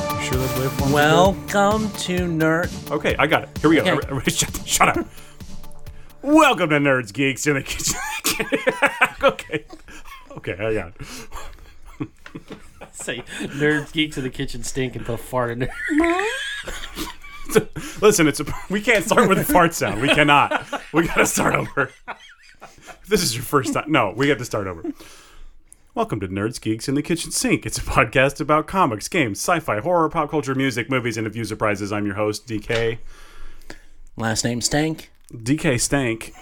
waveforms. are good. Welcome to Nerd. Okay, I got it. Here we go. Okay. Everybody Shut, shut up. Welcome to Nerds Geeks in the Kitchen. okay. Okay, I got it. Say, nerds, geeks of the kitchen stink and they'll fart in there. Listen, it's a, we can't start with a fart sound. We cannot. We got to start over. If This is your first time. No, we got to start over. Welcome to Nerds Geeks in the Kitchen Sink. It's a podcast about comics, games, sci-fi, horror, pop culture, music, movies, and a few surprises. I'm your host, DK. Last name Stank. DK Stank.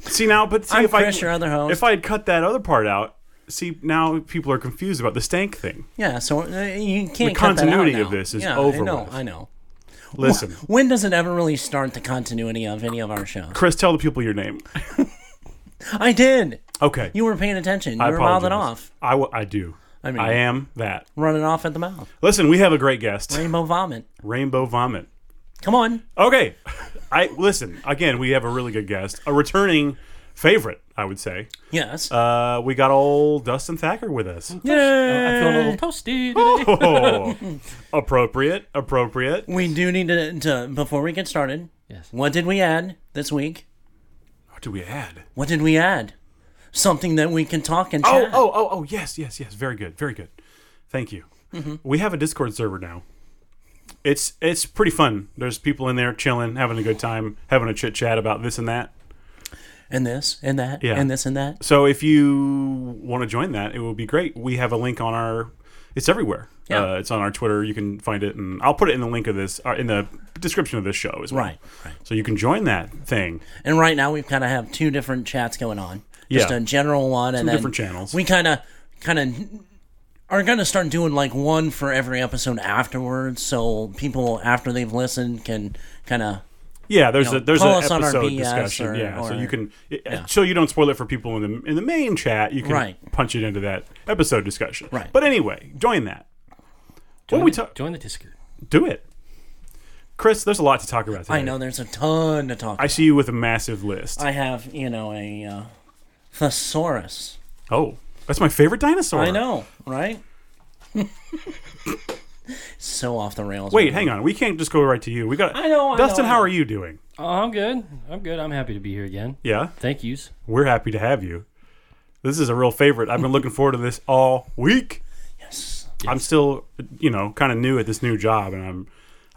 See now, but see I'm if I Chris, your other host. if I had cut that other part out, see now people are confused about the Stank thing. Yeah, so uh, you The can't. cut that out continuity of now. this is yeah, I over know. with. I know. Listen, When does it ever really start the continuity of any of our shows? Chris, tell the people your name. I did. Okay, You were paying attention. You I were apologize. mouthing off, I, w- I do. I mean- mean, I am that. running off at the mouth. Listen, we have a great guest, Rainbow vomit. Rainbow Vomit. Come on. Okay, I listen again. We have a really good guest, a returning favorite, I would say. Yes. Uh, we got old Dustin Thacker with us. I I'm feel feeling a little toasty. today. Oh, appropriate, appropriate. We do need to, to before we get started. Yes. What did we add this week? What do we add? What did we add? Something that we can talk and Oh, chat. oh, oh, oh, yes, yes, yes. Very good, very good. Thank you. Mm-hmm. We have a Discord server now. It's it's pretty fun. There's people in there chilling, having a good time, having a chit chat about this and that. And this and that Yeah. and this and that. So if you want to join that, it would be great. We have a link on our. It's everywhere. Yeah. Uh, it's on our Twitter. You can find it, and I'll put it in the link of this uh, in the description of this show as well. Right, right. So you can join that thing. And right now we've kind of have two different chats going on. Just Yeah. a general one and then different channels. We kind of kind of are going to start doing like one for every episode afterwards so people after they've listened can kind of Yeah, there's know, a there's call an us on our episode BS discussion. or- yeah, so or- you can so you don't spoil it for people in the in the main chat. You can Right. punch it into that episode discussion. Right. But anyway, join that. Join, what we the, talk, join the Discord. do it, Chris. There's a lot to talk about today. I know there's a ton to talk I about. see you with a massive list. I have, you know, a uh, thesaurus. oh, that's my favorite dinosaur. I know, right? so off the rails. Wait, hang on. We can't just go right to you. We got. I know, I Dustin, know, I how know. are you doing? Oh, I'm good. I'm good. I'm happy to be here again. Yeah, Thank yous. we're happy to have you. This is a real favorite. I've been looking forward to this all week. Yes. I'm still, you know, kind of new at this new job, and I'm,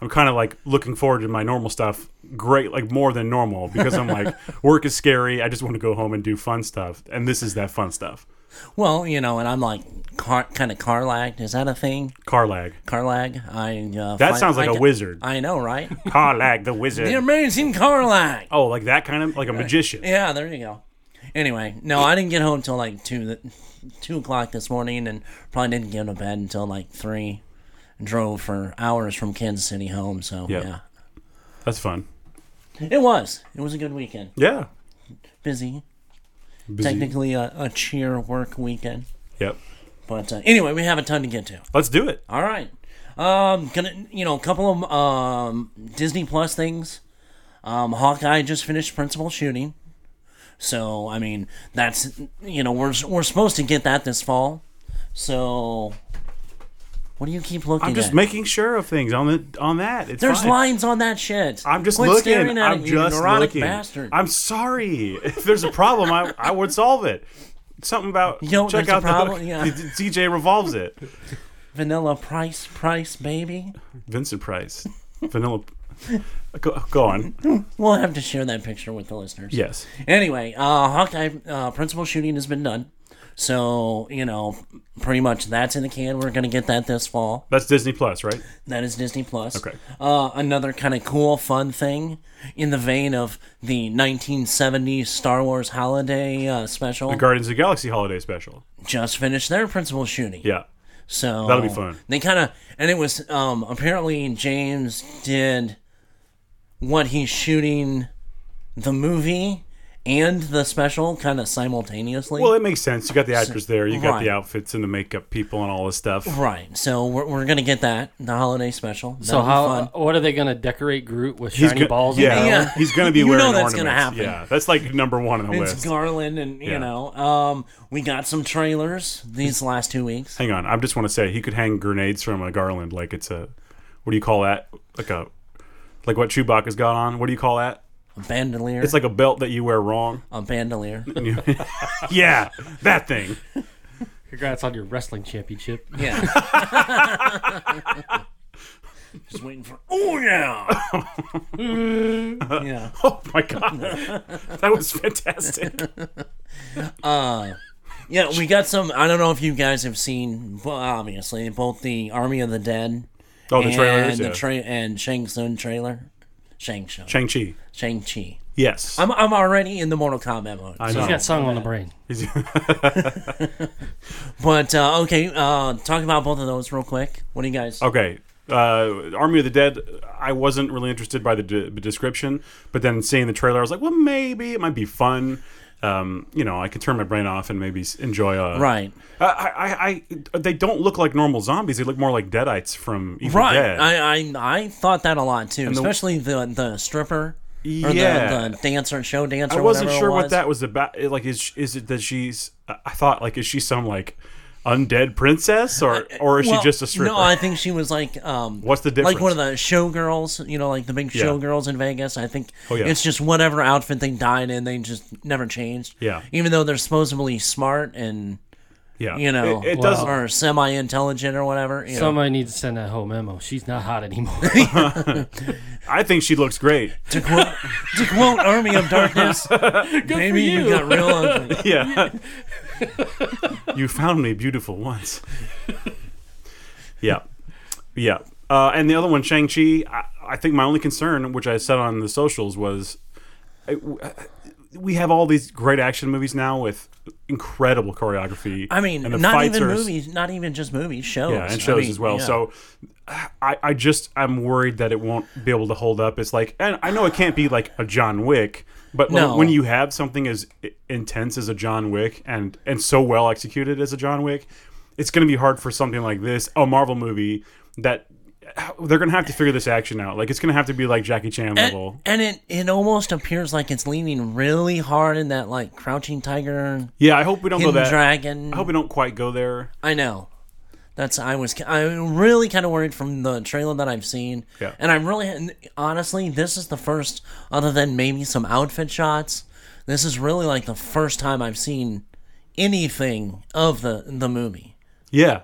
I'm kind of like looking forward to my normal stuff. Great, like more than normal because I'm like work is scary. I just want to go home and do fun stuff, and this is that fun stuff. Well, you know, and I'm like car, kind of car lagged. Is that a thing? Car lag. Car lag. I. Uh, That fi- sounds like I a ca- wizard. I know, right? Car lag, the the wizard. amazing car lag. Oh, like that kind of like a magician. Yeah, there you go. Anyway, no, I didn't get home till like two, th- two o'clock this morning, and probably didn't get to bed until like three. Drove for hours from Kansas City home, so Yep. yeah, That's fun. it was. It was a good weekend. Yeah. Busy, Busy. technically a, a cheer work weekend. Yep. But uh, anyway, we have a ton to get to. Let's do it. All right. Um, gonna you know a couple of um Disney Plus things. Um, Hawkeye just finished principal shooting, so I mean that's you know we're we're supposed to get that this fall. So what do you keep looking I'm just at? making sure of things on the on that. It's There's fine. lines on that shit. I'm just Quit looking. staring at I'm it, you just neurotic looking. bastard. I'm sorry. If there's a problem, I, I would solve it. Something about know, check there's a out problem, the yeah. the DJ revolves it. Vanilla Price, Price, baby. Vincent Price, Vanilla. Go, go on. We'll have to share that picture with the listeners. Yes. Anyway, uh, Hawkeye uh, principal shooting has been done. So, you know, pretty much that's in the can. We're going to get that this fall. That's Disney Plus, right? That is Disney Plus. Okay. Uh, another kind of cool, fun thing in the vein of the 1970s Star Wars holiday uh, special. The Guardians of the Galaxy holiday special. just finished their principal shooting. Yeah. So That'll be fun. They kind of and it was um apparently James did what he's shooting the movie and the special kind of simultaneously. Well, it makes sense. You got the actors there. You got right. Oh, the outfits and the makeup people and all this stuff. right. So we're, we're going to get that the holiday special. That'll So be how? fun. uh, what are they gonna decorate Groot with shiny go- balls? and Yeah. all? Yeah. He's gonna be You know wearing that's gonna ornaments. happen. Yeah. That's like number one on the it's list. Garland and Yeah. you know, um we got some trailers these last 2 weeks. Hang on, I just want to say he could hang grenades from a garland like it's a what do you call that? Like a like what Chewbacca's got on. What do you call that? A bandolier. It's like a belt that you wear wrong. a bandolier. And you- yeah, that thing. Congrats on your wrestling championship. Yeah. Just waiting for. Oh yeah. yeah. Oh my god, that was fantastic. Yeah, we got some. I don't know if you guys have seen, well, obviously, both the Army of the Dead Oh, the and trailers. the yeah. tra- and Shang Tsung trailer. Shang Tsung. Shang Chi. Shang Chi. Yes. I'm I'm already in the Mortal Kombat mode. I so- He's know. got song on the brain. But uh, okay, uh, talk about both of those real quick. What do you guys? Okay. Uh, Army of the Dead, I wasn't really interested by the de- description, but then seeing the trailer, I was like, well, maybe it might be fun. Um, you know, I could turn my brain off and maybe s- enjoy a. Right. I, I, I, they don't look like normal zombies. They look more like Deadites from Evil Right. Dead. I, I I thought that a lot too, especially the the stripper. Or Yeah. the, the dancer, show dancer. I wasn't whatever it sure what was. that was about. It- Like, is is it that she's? I I thought like, is she some like undead princess or or is Well, she just a stripper? No, I think she was like um, What's the like one of difference? the showgirls, you know, like the big Yeah. showgirls in Vegas. I think Oh, yeah. it's just whatever outfit they died in, they just never changed. Yeah. even though they're supposedly smart and yeah, you know, it, it Well- does. or semi-intelligent or whatever. You know. Somebody needs to send that whole memo. She's not hot anymore. I think she looks great. To quote, to quote Army of Darkness, maybe for you you. got real ugly. yeah. you found me beautiful once. yeah. Yeah. Uh, and the other one, Shang-Chi, I, I think my only concern, which I said on the socials, was I- w- uh, we have all these great action movies now with incredible choreography. I mean, and the not fights even are s- movies, not even just movies, shows. yeah, and I shows mean, as well. yeah. So I, I just I'm worried that it won't be able to hold up. It's like, and I know it can't be like a John Wick, but when- No. when you have something as i- intense as a John Wick and and so well executed as a John Wick, it's going to be hard for something like this, a Marvel movie, that uh, they're going to have to figure this action out. Like it's going to have to be like Jackie Chan level. And, and it, it almost appears like it's leaning really hard in that like crouching tiger, yeah, I hope we don't go hidden that. dragon. I hope we don't quite go there. I know. That's I was I'm really kind of worried from the trailer that I've seen. Yeah. And I'm really and honestly, this is the first other than maybe some outfit shots. This is really like the first time I've seen anything of the the movie. Yeah,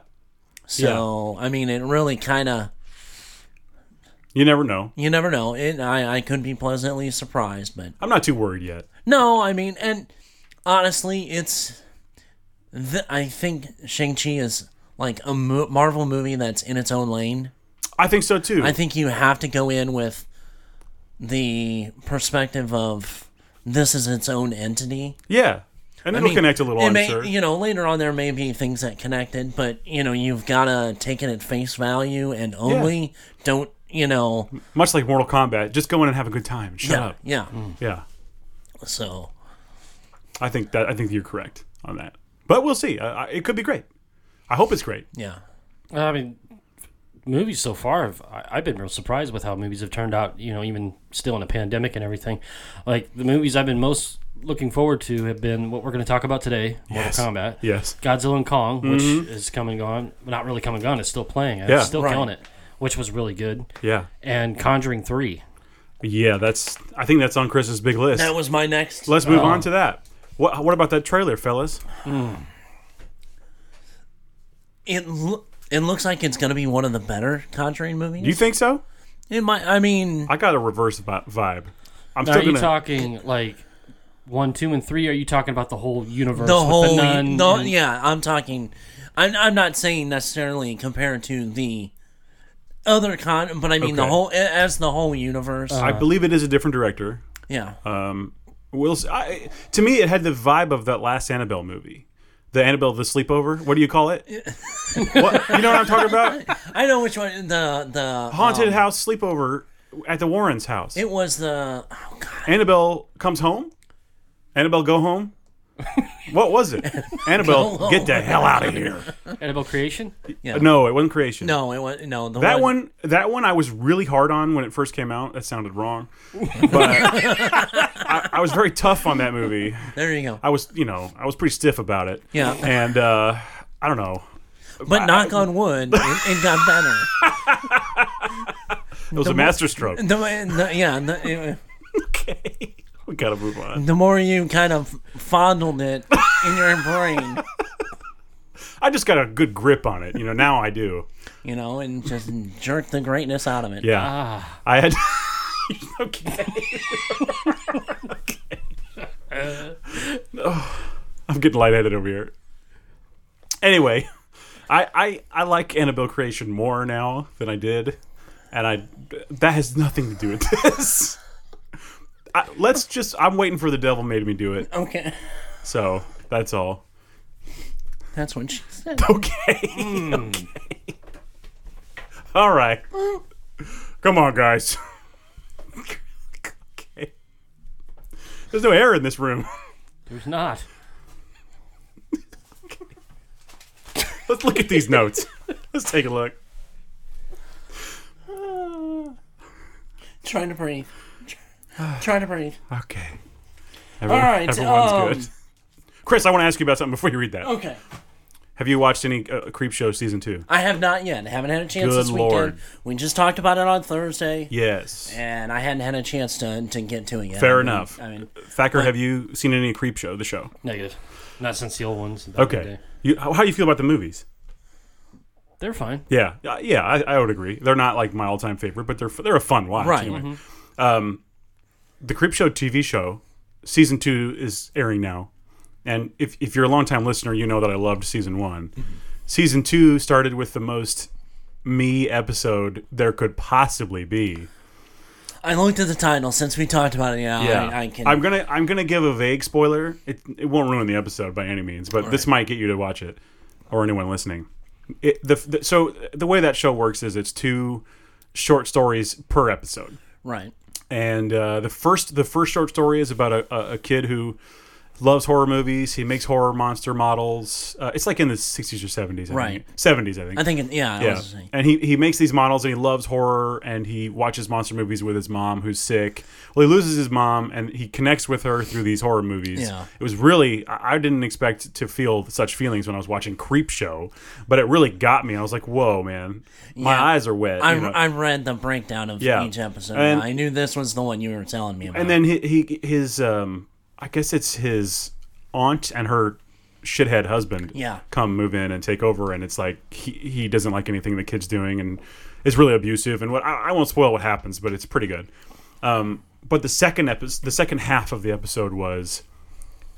So, I mean, it really kind of you never know. you never know. It I I could be pleasantly surprised, but I'm not too worried yet. No, I mean, and honestly, it's. Th- I think Shang Chi is like a mo- Marvel movie that's in its own lane. I think so too. I think you have to go in with the perspective of this is its own entity. yeah, and it'll I mean, connect a little. it I'm may- sure. You know, later on there may be things that connected, but you know, you've gotta take it at face value and only don't you know much like Mortal Kombat, just go in and have a good time. Shut yeah, up. yeah. Yeah, So I think that I think you're correct on that. But we'll see. I, I, it could be great. I hope it's great. yeah. I mean, movies so far, have, I, I've been real surprised with how movies have turned out. You know, even still in a pandemic and everything. Like the movies I've been most looking forward to have been what we're going to talk about today: Mortal Yes. Kombat, Yes. Mm-hmm. Godzilla and Kong, which is coming gone. well, Not really coming gone. It's still playing. It's Yeah. still Right. killing it, which was really good. Yeah. And Conjuring Three. Yeah. That's. I think that's on Chris's big list. That was my next Let's move on to that. What What about that trailer, fellas? it lo- it looks like it's gonna be one of the better Conjuring movies. You think so? it might. I mean, I got a reverse vi- vibe. I'm Now, are still you gonna. talking like one, two, and three? Are you talking about the whole universe? the with whole. the nun the- and- yeah, I'm talking. I'm, I'm not saying necessarily compared to the other con, but I mean the Okay. Uh, whole a- as the whole universe. I believe it is a different director. yeah, uh. Will s- I, to me, it had the vibe of that last Annabelle movie, the Annabelle the Sleepover. What do you call it? what, you know what I'm talking about? I know which one. The the haunted um, house sleepover at the Warrens' house. it was the oh god. Annabelle comes home. Annabelle go home. what was it? Annabelle, get the hell out of here. Annabelle Creation. Yeah. No, it wasn't creation. No, it was no the That one, that one, I was really hard on when it first came out. That sounded wrong, but I, I was very tough on that movie. There you go. I was, you know, I was pretty stiff about it. Yeah. and uh, I don't know. But knock on wood, it, it got better. It was a master stroke. The, the, yeah, the, Okay. We gotta move on. the more you kind of fondled it in your brain, I just got a good grip on it. You know, now I do. you know, and just jerked the greatness out of it. Yeah. I had. okay. Oh, I'm getting lightheaded over here. Anyway, I, I I like Annabelle creation more now than I did, and I that has nothing to do with this. I, let's just. I'm waiting for the devil made me do it. Okay, So that's all. that's what she said. Okay. Hmm. Okay. All right. Come on, guys. okay. There's no air in this room. There's not. Let's look at these notes. Let's take a look. Trying to breathe. Trying to breathe. Okay. Everyone, right, Everyone's um, Oh. good. Chris, I want to ask you about something before you read that. Okay. Have you watched any uh, Creep Show season two? I have not yet. I haven't had a chance Good this weekend. Lord. We just talked about it on Thursday, Yes. and I hadn't had a chance to, to get to it yet. Fair I mean- enough. I mean, Thacker, have you seen any Creep Show? The show. Negative. Not since the old ones. back in the Okay. day. You, how, how do you feel about the movies? They're fine. Yeah, Uh, yeah, I, I would agree. They're not like my all-time favorite, but they're f- they're a fun watch. Right. Anyway. Um, the Creep Show TV show season two is airing now, and if if you're a longtime listener, you know that I loved season one. Mm-hmm. Season two started with the most me episode there could possibly be. I looked at the title since we talked about it. Yeah, I, I can. am gonna I'm gonna give a vague spoiler. It it won't ruin the episode by any means, but this might get you to watch it or anyone listening. It, the, the so the way that show works is it's two short stories per episode, right. and uh, the first the first short story is about a, a, a kid who loves horror movies. He makes horror monster models. Uh, it's like in the 60s or 70s, I Right. Think. 70s, I think. I think. It, yeah. I Yeah. was saying. And he, he makes these models and he loves horror and he watches monster movies with his mom who's sick. Well, he loses his mom and he connects with her through these horror movies. Yeah. It was really, I I didn't expect to feel such feelings when I was watching Creep Show, but it really got me. I was like, whoa, man. My Yeah. eyes are wet. I, you know? I read the breakdown of Yeah. each episode. And- I knew this was the one you were telling me about. and then he, he his, um, I guess it's his aunt and her shithead husband Yeah. come move in and take over and it's like he, he doesn't like anything the kid's doing and is really abusive and what I, I won't spoil what happens but it's pretty good um, but the second episode the second half of the episode was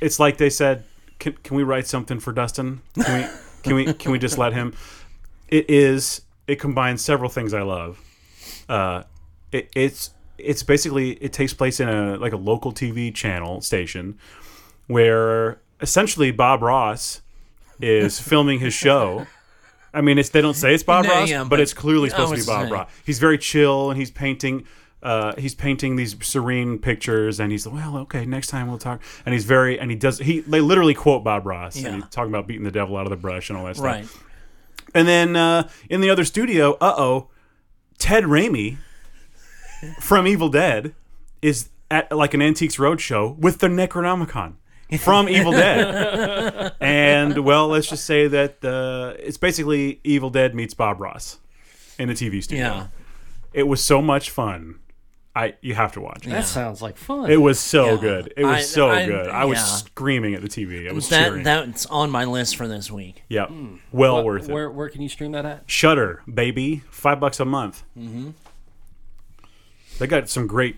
it's like they said can, can we write something for dustin can we can we can we just let him it is it combines several things i love uh, it, it's it's basically it takes place in a like a local tv channel station where essentially bob ross is filming his show. I mean, it's they don't say it's Bob No, Ross, yeah, but, but- it's clearly I supposed to was be Bob saying. Ross. He's very chill, and he's painting. Uh, he's painting these serene pictures, and he's well, okay, next time we'll talk. And he's very, and he does. He they literally quote Bob Ross, Yeah. and he's talking about beating the devil out of the brush and all that stuff. right. And then uh, in the other studio, uh oh, Ted Raimi from Evil Dead is at like an Antiques Roadshow with the Necronomicon from Evil Dead. and well, let's just say that uh, it's basically Evil Dead meets Bob Ross in a TV studio. Yeah. It was so much fun. I you have to watch. it. That sounds like fun. It was so Yeah. good. It was I- so I- good. I was yeah. screaming at the TV. I was That Hmm. cheering. that's on my list for this week. yeah, well What- worth it. Where, where can you stream that at? Shutter, baby, five bucks a month. Mm-hmm. They got some great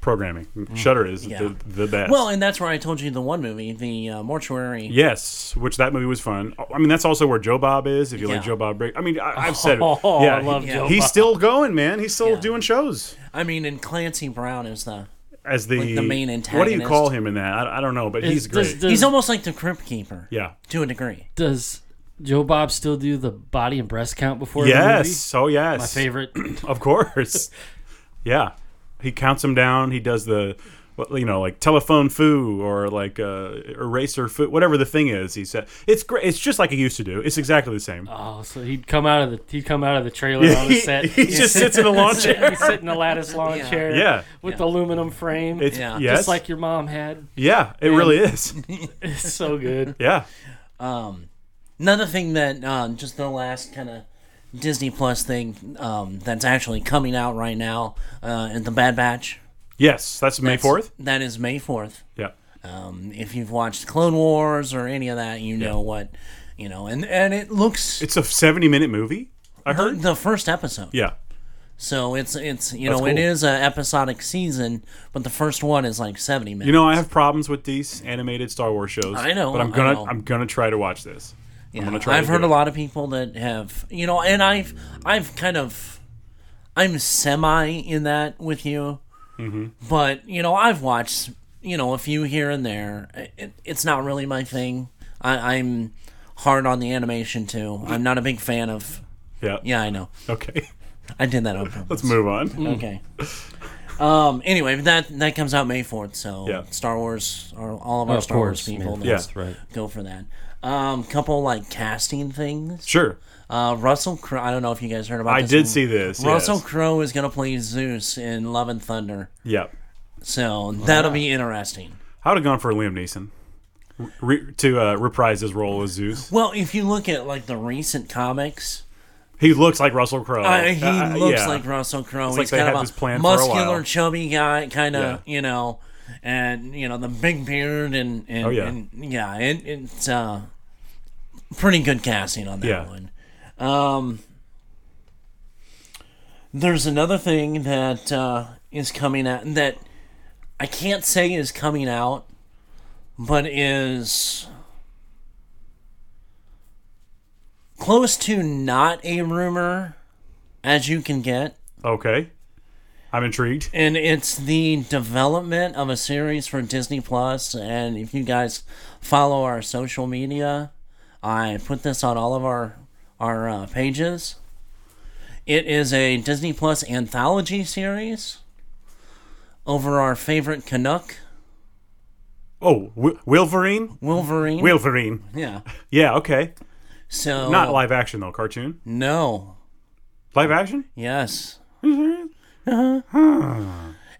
programming. Shutter is Yeah. the, the best. Well, and that's where I told you the one movie, the uh, mortuary. yes, which that movie was fun. I mean, that's also where Joe Bob is. If you Yeah. like Joe Bob, Brick. I mean, I, I've said, it. Oh, I yeah, love he- Joe he's Bob. still going, man. He's still Yeah. doing shows I mean, and Clancy Brown is the. as the, Like the What main do you antagonist. call him in that? I, I don't know, but he's Is- great. does- does- He's almost like the crypt keeper. Mm. yeah. To a degree. Does Joe Bob still do the body and breast count before? Yes. Oh, yes. The movie? my favorite. Of course. yeah. He counts them down. He does the, what- you know, like telephone foo or like uh, eraser foo, whatever the thing is. He said it's great. It's just like he used to do. It's exactly the same. Oh, so he'd come out of the he'd come out of the trailer on the he, set. he He'd just sits in a lawn sit, chair. he'd sit in a lattice lawn Yeah. chair. Yeah. With the aluminum frame. It's, Yeah. Yes. just like your mom had. yeah, it really is. It's so good. Yeah. Another thing that um, just the last kind of Disney Plus thing um, that's actually coming out right now. Uh, and the Bad Batch. Yes, that's May fourth. That is May fourth. Yeah. Um, if you've watched Clone Wars or any of that, you know what you know. And and it looks It's a seventy-minute movie. I heard. the first episode. Yeah. So it's it's you That's know it cool. is an episodic season, but the first one is like seventy minutes. You know, I have problems with these animated Star Wars shows. I know, but I'm I gonna know. I'm gonna try to watch this. I'm gonna try. I've to heard do a it. lot of people that have you know, and I've I've kind of I'm semi in that with you, Mm-hmm. but you know I've watched you know a few here and there. It, it, it's not really my thing. I, I'm hard on the animation too. I'm not a big fan of. Yeah. Yeah, Mm. I know. Okay. I did that on purpose. Let's move on. Okay. Um. Anyway, that that comes out May fourth, so Yeah. Star Wars are all of our of Star course, Wars people. man. let's Yeah. Right. Go for that. Um. Couple like casting things. Sure. Uh. Russell Crowe. I don't know if you guys heard about. I this did one. see this. Russell Yes. Crowe is gonna play Zeus in Love and Thunder, Yeah. so that'll be interesting. How'd have gone for Liam Neeson Re- to uh, reprise his role as Zeus? Well, if you look at like the recent comics, He looks like Russell Crowe. I, he Uh, looks yeah. like Russell Crowe. like He's they kind had of this a plan for a muscular, while. chubby guy, kind Yeah. of you know, and you know the big beard and, and Oh, yeah. and, yeah, it, it's uh, pretty good casting on that Yeah. one. Um, there's another thing that uh, is coming out that I can't say is coming out, but is close to not a rumor as you can get. Okay. I'm intrigued. And it's the development of a series for Disney Plus. And if you guys follow our social media, I put this on all of our our uh, pages. It is a Disney Plus anthology series over our favorite Canuck, Oh, w- Wilverine? Wolverine. Wilverine. yeah. Yeah, okay. So Not live action, though. Cartoon? No. Live action? Yes.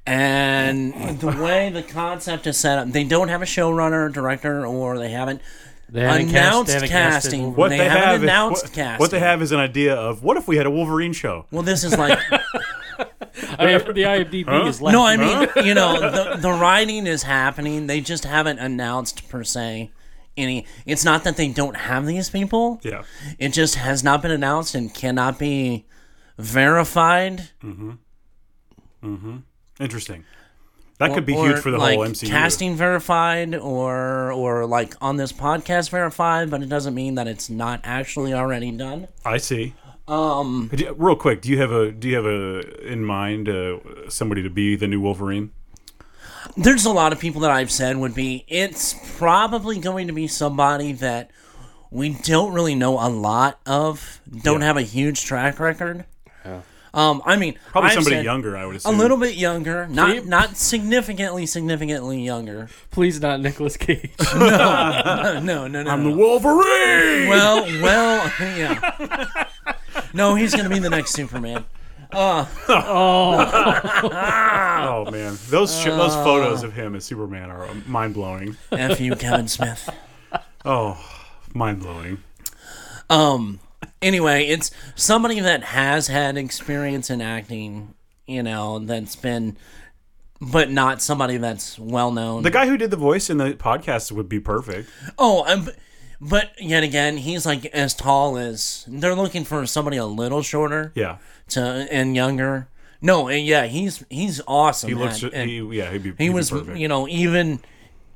and the way the concept is set up, they don't have a showrunner, director, or they haven't They haven't cast- announced they haven't casted casting. Wolverine. What they, they, haven't have is- announced what, casting. what they have is an idea of what if we had a Wolverine show? Well, this is like I mean, the IMDb is left. no, I mean you know the the writing is happening. They just haven't announced per se any. It's not that they don't have these people. Yeah. It just has not been announced and cannot be verified. Interesting. That could be or, huge for the like, whole MCU. Casting verified, or or like on this podcast verified, but it doesn't mean that it's not actually already done. I see. Um, real quick, do you have a do you have a in mind uh, somebody to be the new Wolverine? There's a lot of people that I've said would be. It's probably going to be somebody that we don't really know a lot of, don't have a huge track record. Um, I mean, Probably I've somebody said younger, I would assume. A little bit younger, not Deep. not significantly, significantly younger. Please not Nicolas Cage. Oh, No, no, no. I'm the Wolverine. well, well, yeah. No, he's gonna be the next Superman. oh man, those sh- those Uh. photos of him as Superman are mind blowing. F you, Kevin Smith. Oh, mind blowing. Um. Anyway, it's somebody that has had experience in acting. You know, that's been, but not somebody that's well known. The guy who did the voice in the podcast would be perfect. oh, I'm. But yet again, he's like as tall as they're looking for somebody a little shorter Yeah, to and younger. No, and yeah, he's he's awesome. he looks. at- and- He, yeah, he'd be. he was perfect. you know even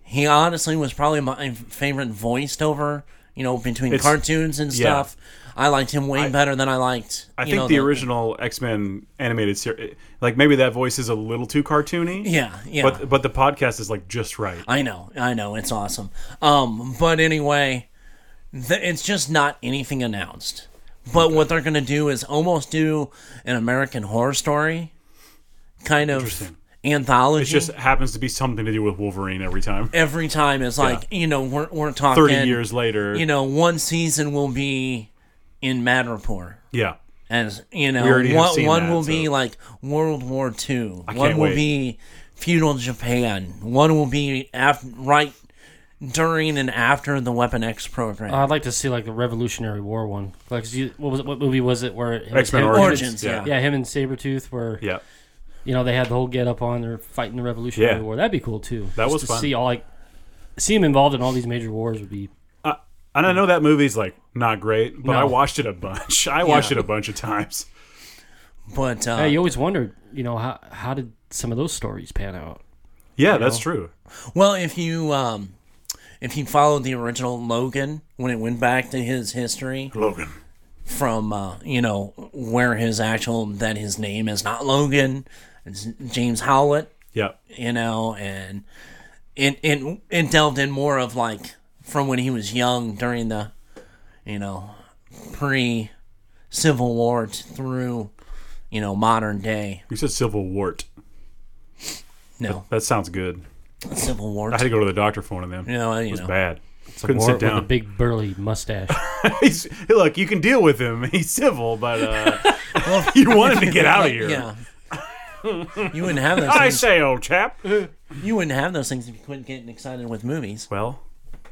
he honestly was probably my favorite voiced over you know between It's- cartoons and yeah. stuff i liked him way better than i liked I you think know, the, original X Men animated series, like maybe that voice is a little too cartoony. yeah yeah But but the podcast is like just right. i know i know it's awesome um but anyway th- it's just not anything announced but what they're gonna do is almost do an american horror story kind of anthology It just happens to be something to do with Wolverine every time. every time it's like you know we're, we're talking Thirty years later, you know one season will be in madripoor yeah, as you know, We already have one, seen one that, will be so- like World War II. One can't will wait. be feudal Japan. One will be af- right during and after the Weapon X program. I'd like to see like the Revolutionary War one. Like, 'cause you- what was it, what movie was it where it was X Men him- Origins. Origins, Yeah. Yeah, him and Sabretooth were Yeah. you know, they had the whole get up on, they're fighting the Revolutionary Yeah. War. That'd be cool too. That Just was to fun. see all like see him involved in all these major wars would be Uh, and I know that movie's like not great, but No. I watched it a bunch. I watched it a bunch of times. but uh, Yeah, you always wondered, you know, how how did some of those stories pan out? Yeah, that's true. well, if you um, if you followed the original Logan when it went back to his history Logan. from uh, you know where his actual that his name is not Logan, it's James Howlett. Yeah. you know, and it it it delved in more of like from when he was young during the, you know, pre Civil War t- through, you know, modern day. You said Civil Wart. No, That sounds good. Civil War. I had to go to the doctor for one of them. You know, it you was know. bad. Couldn't War sit down. with a big burly mustache. He's, look, you can deal with him. He's civil, but uh, you want him to get out of here. Yeah. you wouldn't have those. I Things, say, old chap. you wouldn't have those things if you quit getting excited with movies. Well,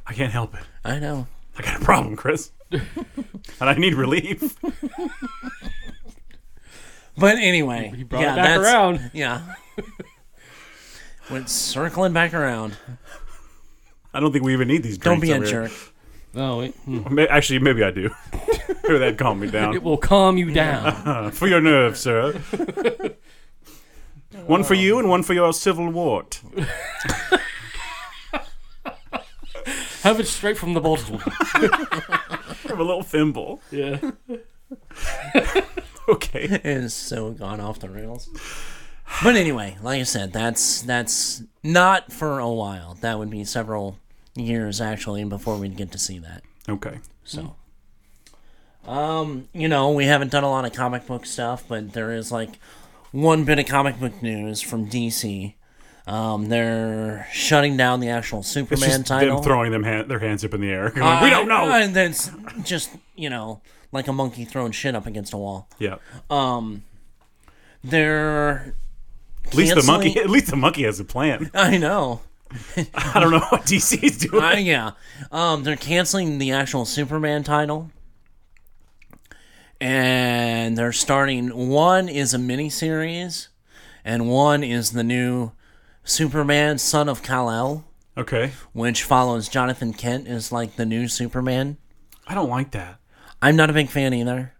I can't help it. I know. I got a problem, Chris, and I need relief. But anyway, He brought yeah, it back that's- around. Yeah. Went circling back around. I don't think we even need these. Don't Drinks be a over here. jerk. No, it, hmm. Ma- Actually, maybe I do. maybe that'd calm me it down. will calm you down. Uh, for your nerves, sir. one for Um, you and one for your civil wart. Have it straight from the bottle. From a little thimble. yeah. Okay. is so gone off the rails. But anyway, like I said, that's that's not for a while. That would be several years actually before we'd get to see that. Okay. So, um, you know, we haven't done a lot of comic book stuff, but there is like one bit of comic book news from DC. Um, they're shutting down the actual It's Superman just title. them throwing them hand, their hands up in the air. going, we don't know. Uh, and that's just you know like a monkey throwing shit up against a wall. yeah. They're At least the monkey. canceling- At least the monkey has a plan. I know. I don't know what DC's doing. Uh, yeah. Um, they're canceling the actual Superman title. And they're starting one is a miniseries, and one is the new Superman Son of Kal El, okay. which follows Jonathan Kent as like the new Superman. I don't like that. I'm not a big fan either.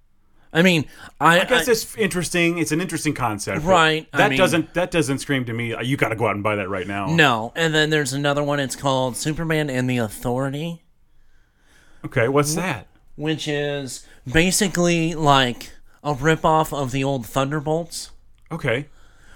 I mean, I, I guess I- it's interesting. It's an interesting concept, but Right, I That mean- doesn't that doesn't scream to me. You got to go out and buy that right now. no. And then there's another one. It's called Superman and the Authority. Okay, what's that? which is basically like a ripoff of the old Thunderbolts, Okay,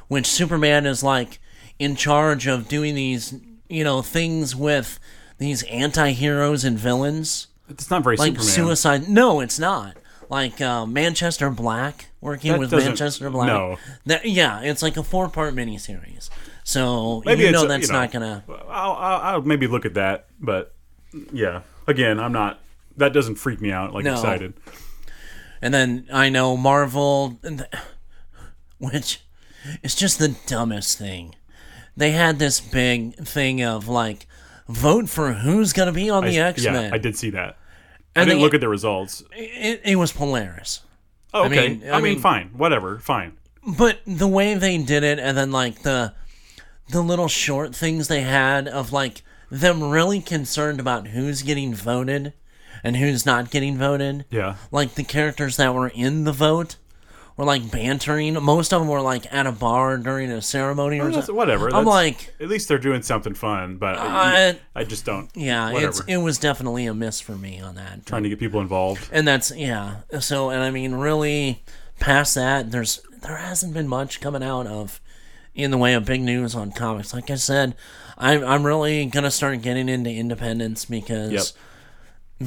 which Superman is like in charge of doing these, you know, things with these anti-heroes and villains, it's not very like Superman. suicide. No, it's not. Like uh, Manchester Black, working That with doesn't- Manchester Black. no. That, yeah, it's like a four-part miniseries. So Maybe you it's know a- that's you know, not gonna. I'll, I'll, I'll maybe look at that, but yeah. Again, I'm not. That doesn't freak me out. Like No. excited. And then I know Marvel, and th- which is just the dumbest thing. They had this big thing of like, vote for who's going to be on the I- X Men. Yeah, I did see that. I And didn't they- look at the results. It, it was Polaris. Oh, okay. I mean, mean- I mean- fine. Whatever. Fine. But the way they did it, and then like the the little short things they had of like them really concerned about who's getting voted and who's not getting voted. Yeah. like the characters that were in the vote were like bantering. Most of them were like at a bar during a ceremony or That's- something. whatever. I'm that's- like, at least they're doing something fun. But I, Uh, I just don't. yeah, whatever. it's it was definitely a miss for me on that. trying to get people involved. And that's yeah. So and I mean, really, past that, there's there hasn't been much coming out of in the way of big news on comics. Like I said, I'm I'm really gonna start getting into Independence because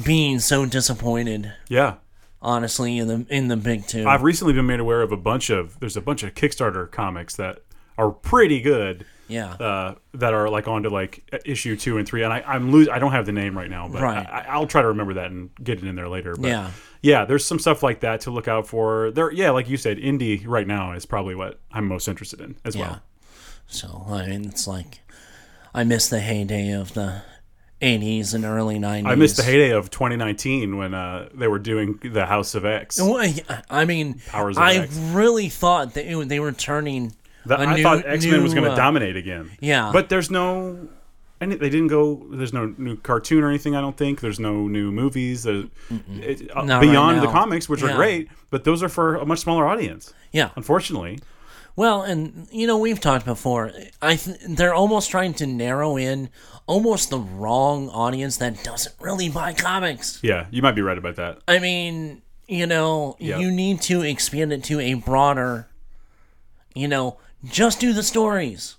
being so disappointed, Yeah. honestly, in the in the big 2 I've recently been made aware of a bunch of there's a bunch of Kickstarter comics that are pretty good. yeah. Uh, that are like onto like issue two and three, and I, I'm lose. I don't have the name right now, but Right. I, I'll try to remember that and get it in there later. But Yeah. yeah, there's some stuff like that to look out for. There, yeah, like you said, indie right now is probably what I'm most interested in as Yeah. well. So I mean, it's like I miss the heyday of the 80s and early 90s. I missed the heyday of 2019 when uh, they were doing the House of X. Well, yeah, I mean, Powers of I X. really thought that it, they were turning. The, a I new- thought X Men was new, going to uh, dominate again. yeah. but there's no, and they didn't go. There's no new cartoon or anything. I don't think there's no new movies. There's, it, uh, Not right beyond the now. comics, which are Yeah. great, but those are for a much smaller audience. Yeah. Unfortunately, Well, and you know we've talked before. I th- they're almost trying to narrow in almost the wrong audience that doesn't really buy comics. yeah, you might be right about that. I mean, you know, Yeah. you need to expand it to a broader. You know, just do the stories.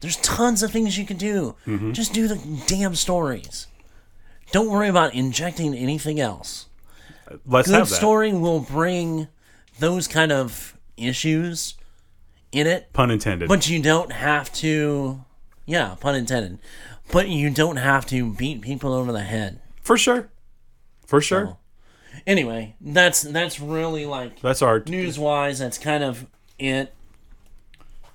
There's tons of things you can do. Mm-hmm. Just do the damn stories. Don't worry about injecting anything else. Let's Good have that. story will bring those kind of issues in it. Pun intended. But you don't have to, yeah, pun intended. But you don't have to beat people over the head. for sure, for sure. Oh. Anyway, that's that's really like That's our news wise. That's kind of it.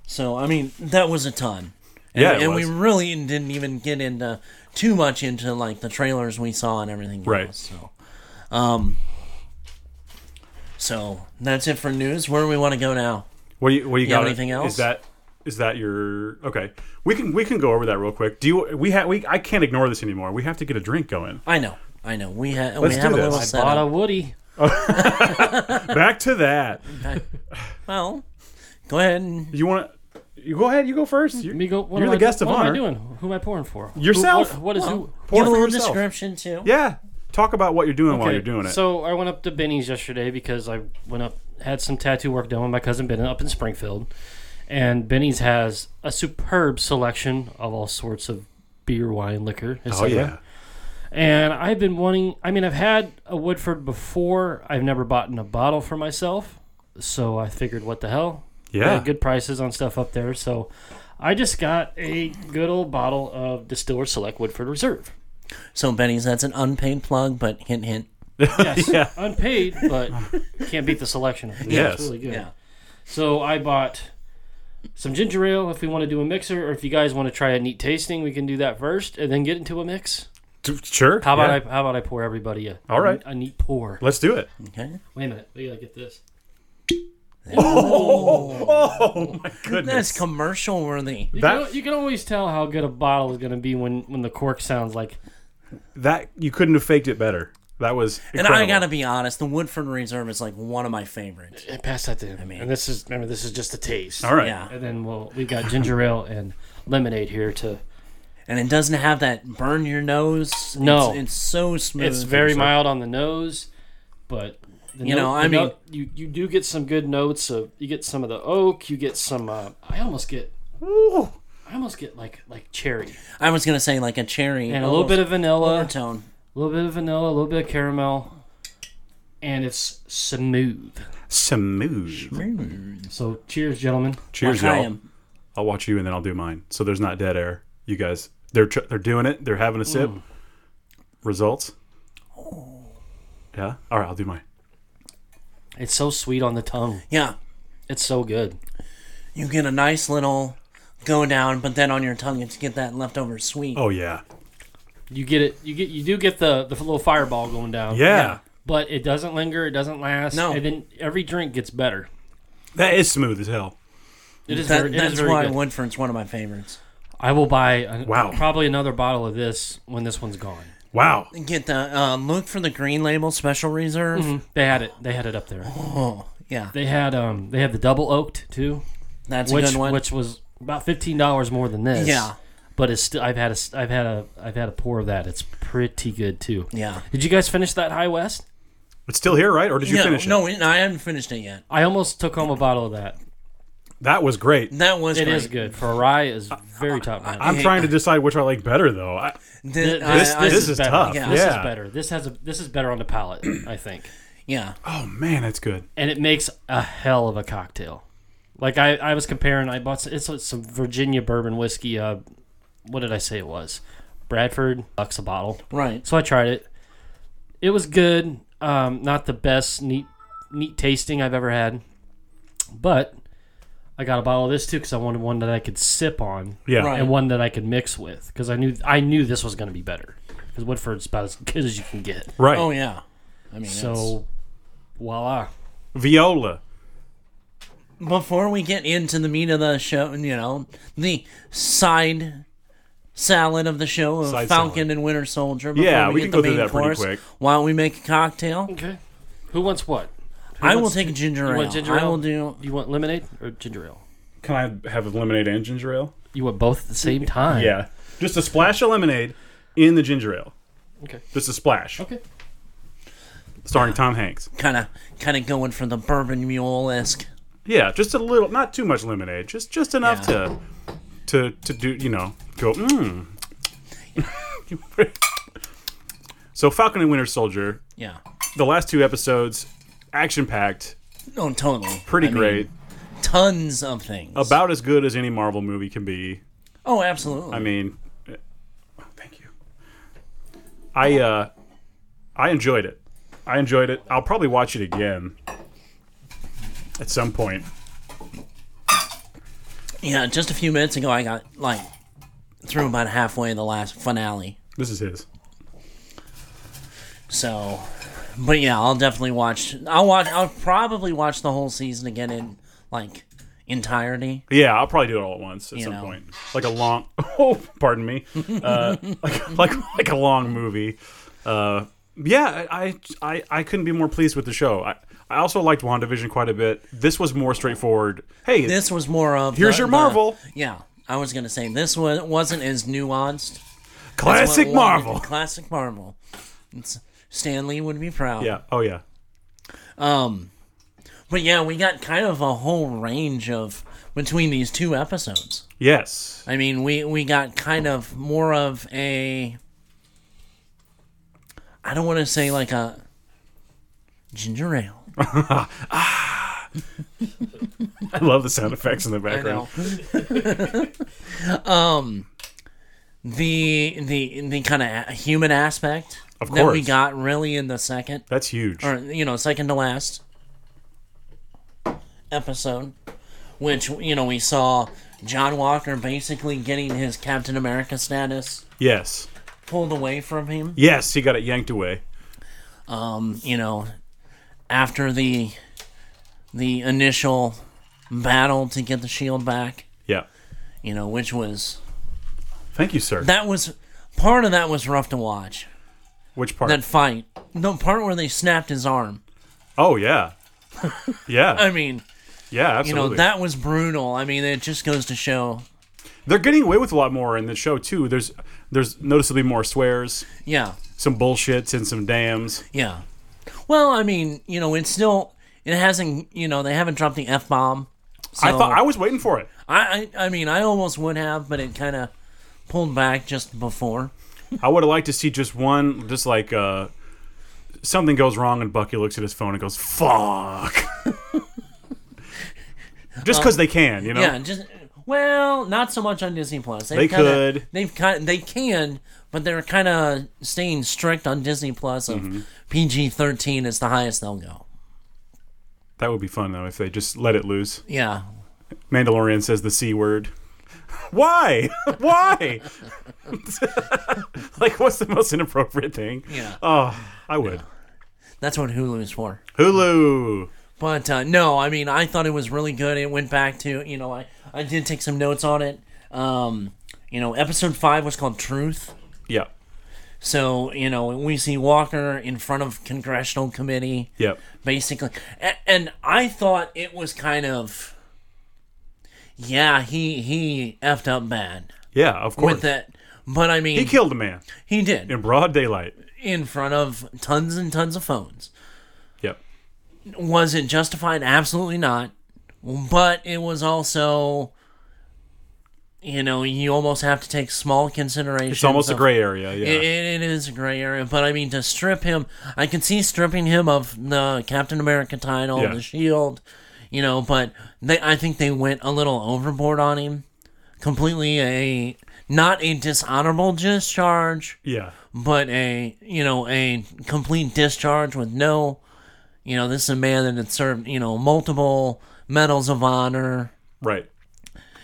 So I mean, that was a ton. And, Yeah, it and was. we really didn't even get into too much into like the trailers we saw and everything. Right. Else, so, um, so that's it for news. Where do we want to go now? What do you What do you, You have got? anything Is else? that Is that your okay? We can we can go over that real quick. Do you? We have we. I can't ignore this anymore. We have to get a drink going. I know, I know. We have we Let's have do a this. little I Bought a setup. Woody. Back to that. Well, go ahead and You want to? You go ahead. You go first. You're, Let Hmm. me go. What you're am the I, guest of what honor. am I doing? Who am I pouring for? Who- Yourself. what- what is who? Pour Give a for little yourself. description too. Yeah. Talk about what you're doing while Okay, you're doing it. So I went up to Benny's yesterday because I went up had some tattoo work done with my cousin Ben up in Springfield, and Benny's has a superb selection of all sorts of beer, wine, liquor, oh etc. yeah. And I've been wanting. I mean, I've had a Woodford before. I've never bought in a bottle for myself, so I figured, what the hell? They Yeah. had good prices on stuff up there. So I just got a good old bottle of Distiller Select Woodford Reserve. So Benny's that's an unpaid plug, but hint hint. Yes, Yeah. unpaid, but can't beat the selection. of it. Yes. it's really good. Yeah. So I bought some ginger ale if we want to do a mixer, or if you guys want to try a neat tasting, we can do that first and then get into a mix. T- Sure. How yeah. about I? How about I pour everybody a All right. a neat pour? Let's do it. Okay. Wait a minute, we gotta get this. Oh my goodness. That's commercial worthy. You, That- can, you can always tell how good a bottle is gonna be when when the cork sounds like That you couldn't have faked it better. That was. And Incredible. I gotta be honest, the Woodford Reserve is like one of my favorites. "Eh, pass that to him. I mean, and this is remember this is just a taste. All right. Yeah. And then we'll we've got ginger ale and lemonade here to. And it doesn't have that burn your nose. No. It's, it's so smooth. It's very So- mild on the nose, but the You know, the I mean- note- you you do get some good notes of you get some of the oak, you get some. Uh, I almost get Ooh. I almost get like like cherry I was gonna say like a cherry and a little bit of vanilla, a overtone. little bit of vanilla, a little bit of caramel, and it's smooth. Smooth. So cheers, gentlemen. Cheers, Mm. like I y'all. am. I'll watch you and then I'll do mine. So there's not dead air. You guys, they're tr- they're doing it. They're having a Mm. sip. Results. Oh. Yeah. All right. I'll do mine. It's so sweet on the tongue. Yeah. It's so good. You get a nice little go down, but then on your tongue you get that leftover sweet. Oh yeah. You get it. You get you do get the the little fireball going down. Yeah. But it doesn't linger. It doesn't last. No. And then every drink gets better. That is smooth as hell. It is. That- very, it is that's very why good. Woodford's one of my favorites. I will buy a, Wow. probably another bottle of this when this one's gone. Wow. Get the uh, look for the green label special reserve. They had it. They had it up there. Oh yeah, They had um. They had the double oaked too, that's a which good one. which was about fifteen dollars more than this. Yeah. But it's still. I've had a. s- I've had a. I've had a pour of that. It's pretty good too. yeah. Did you guys finish that High West? It's still here, right? Or did you no, finish it? no, I haven't finished it yet. I almost took home a bottle of that. That was great. That was It great. is good. For a rye is very top notch. I'm trying to decide which I like better though. I, Th- Th- I- this, I- this this is, is better. tough. This is Yeah. better. This has a this is better on the palate, I think, yeah, oh man, that's good. and it makes a hell of a cocktail. Like I, I was comparing. I bought some, it's like some Virginia bourbon whiskey. Uh, what did I say it was? Bradford bucks a bottle. right. So I tried it. It was good. Um, not the best neat neat tasting I've ever had, but I got a bottle of this too because I wanted one that I could sip on Yeah. Right. and one that I could mix with because I knew I knew this was going to be better because Woodford's about as good as you can get. Right. Oh yeah. I mean, it's- So, voila. Viola. before we get into the meat of the show, you know, the side salad of the show of Side Falcon salad. and Winter Soldier. Yeah, before we get can the go through main that pretty course, quick. While we make a cocktail, Okay. Who wants what? Who I will wants take a ginger You ale. want ginger ale? I will do. You want lemonade or ginger ale? Can I have lemonade and ginger ale? You want both at the same time? Yeah. Just a splash of lemonade in the ginger ale. Okay. Just a splash. Okay. Starring Tom Hanks. Kind of, kind of going for the bourbon mule esque. Yeah, just a little, not too much lemonade, just just enough Yeah. to to to do, you know, go. Mm. so Falcon and Winter Soldier, Yeah. the last two episodes, action packed, No, totally. pretty I mean, great, tons of things. about as good as any Marvel movie can be. oh, absolutely. I mean, eh, oh, thank you. I uh, I enjoyed it. I enjoyed it. I'll probably watch it again at some point. yeah. Just a few minutes ago, I got like through about halfway the last finale. This is his. So, but yeah, I'll definitely watch. I'll watch. I'll probably watch the whole season again in like entirety. Yeah, I'll probably do it all at once at You some know. point, like a long. Oh, pardon me. Uh, like, like like a long movie. Uh, yeah, I, I I couldn't be more pleased with the show. I, I also liked WandaVision quite a bit. This was more straightforward. Hey, This was more of Here's the- your the- Marvel. yeah, I was gonna say this was wasn't as nuanced. That's what classic wanted- Marvel. Classic Marvel. It's, Stanley would be proud. yeah. Oh yeah. But yeah, we got kind of a whole range of between these two episodes. Yes. I mean, we we got kind of more of a. I don't want to say like a ginger ale. I love the sound effects in the I background. know. um, the the the kind of human aspect Of that we course. got really in the second That's huge. or you know second to last episode, which you know we saw John Walker basically getting his Captain America status Yes. pulled away from him. um, Yes, he got it yanked away. You know, after the the initial battle to get the shield back. Yeah. You know, which was Thank you, sir. that was part of that was rough to watch. Which part? That fight, the part where they snapped his arm. oh yeah. Yeah. I mean, Yeah. Uh, you Absolutely. know that was brutal. I mean, it just goes to show. They're getting away with a lot more in the show too. There's there's noticeably more swears, Yeah, some bullshits, and some dams. yeah. Well, I mean, you know, it's still it hasn't. You know, they haven't dropped the f bomb. So I thought I was waiting for it. I, I I mean, I almost would have, but it kind of pulled back just before. I would have liked to see just one, just like uh, something goes wrong, and Bucky looks at his phone and goes, "Fuck." just because they can, you know. Yeah, just well, not so much on Disney Plus. They've They kinda, could. They've kind. They can, but they're kind of staying strict on Disney Plus. Of Mm-hmm. PG thirteen is the highest they'll go. That would be fun though if they just let it loose. Yeah, Mandalorian says the c word. Why? Why? like, what's the most inappropriate thing? yeah. Oh, I would. That's what Hulu is for. Hulu. But uh, no, I mean, I thought it was really good. It went back to you know, I I did take some notes on it. Um, you know, episode five was called Truth. Yeah. So you know, we see Walker in front of congressional committee. Yep. basically. And, and I thought it was kind of, yeah, he he effed up bad Yeah, of course. with that. But I mean, He he, killed a man did in broad daylight. in front of tons and tons of phones. Yep. Was it justified? Absolutely not. But it was also, you know, you almost have to take small consideration. It's almost a gray area. Yeah. It, it is a gray area, but I mean to strip him, I can see stripping him of the Captain America title, Yeah. the shield, you know. But they, I think they went a little overboard on him. Completely a not a dishonorable discharge, yeah. but a you know a complete discharge with no, you know, this is a man that had served you know multiple medals of honor. Right.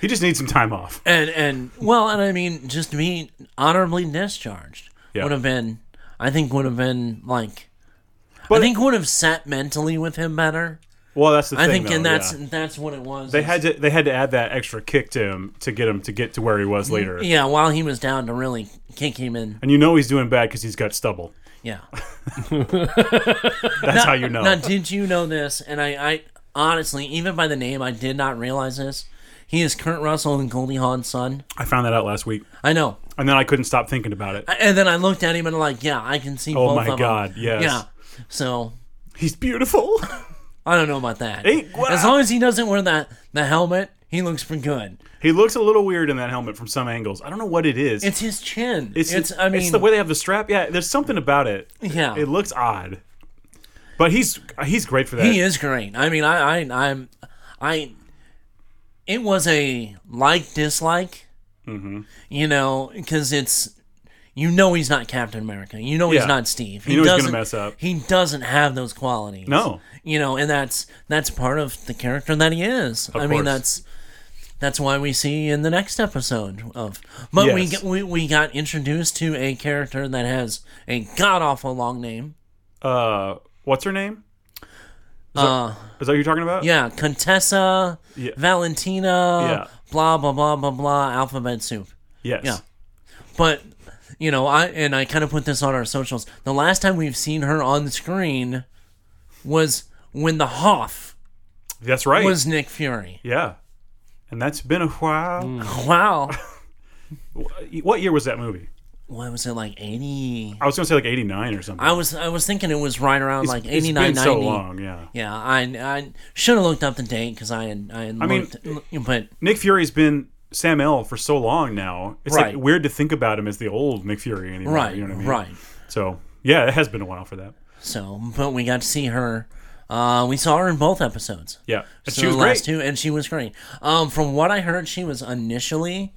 He just needs some time off. and and well, and I mean, just being honorably discharged Yeah. would have been, I think, would have been like, I think would have sat mentally with him better. Well, that's the I thing. think, though, and that's yeah. that's what it was. they had to they had to add that extra kick to him to get him to get to where he was later. yeah, while he was down to really kick him in, And you know he's doing bad because he's got stubble. yeah. That's how you know. Now, did you know this? And I, I honestly, even by the name, I did not realize this. He is Kurt Russell and Goldie Hawn's son. I found that out last week, I know. and then I couldn't stop thinking about it. And then I looked at him and like, yeah, I can see. Oh both my of 'em. God, yes. Yeah. So He's beautiful. I don't know about that. Hey, wow. As long as he doesn't wear that the helmet, he looks pretty good. he looks a little weird in that helmet from some angles. I don't know what it is. It's his chin. It's, I mean, it's the way they have the strap. Yeah, there's something about it. Yeah. it looks odd. But he's he's great for that. he is great. I mean, I, I, I'm, I. It was a like dislike. Mm-hmm. You know, because it's. You know he's not Captain America. You know Yeah. he's not Steve. He You know he's gonna doesn't- mess up. He doesn't have those qualities. No. You know, and that's that's part of the character that he is. I course. mean, that's that's why we see in the next episode of. But we, Yes. g- we we got introduced to a character that has a god awful long name. Uh, what's her name? Uh, Is that who you're talking about? Yeah, Contessa, Yeah. Valentina, Yeah. blah blah blah blah blah, alphabet soup. Yes. Yeah. But you know, I and I kind of put this on our socials. The last time we've seen her on the screen was when the Hoff That's right. was Nick Fury. yeah. And that's been a while. Hmm. Wow, What year was that movie? what was it like eighty? I was gonna say like '89 or something. I was I was thinking it was right around like eighty nine It's been so ninety. long. Yeah. Yeah, I I should have looked up the date because I had I had mean, looked, but Nick Fury's been Sam L for so long now. It's Right. like weird to think about him as the old Nick Fury anymore. right, You know what I mean? right. So yeah, it has been a while for that. So, but we got to see her. Uh, we saw her in both episodes. Yeah. And So she was the last great. two, and she was great. Um, from what I heard, she was initially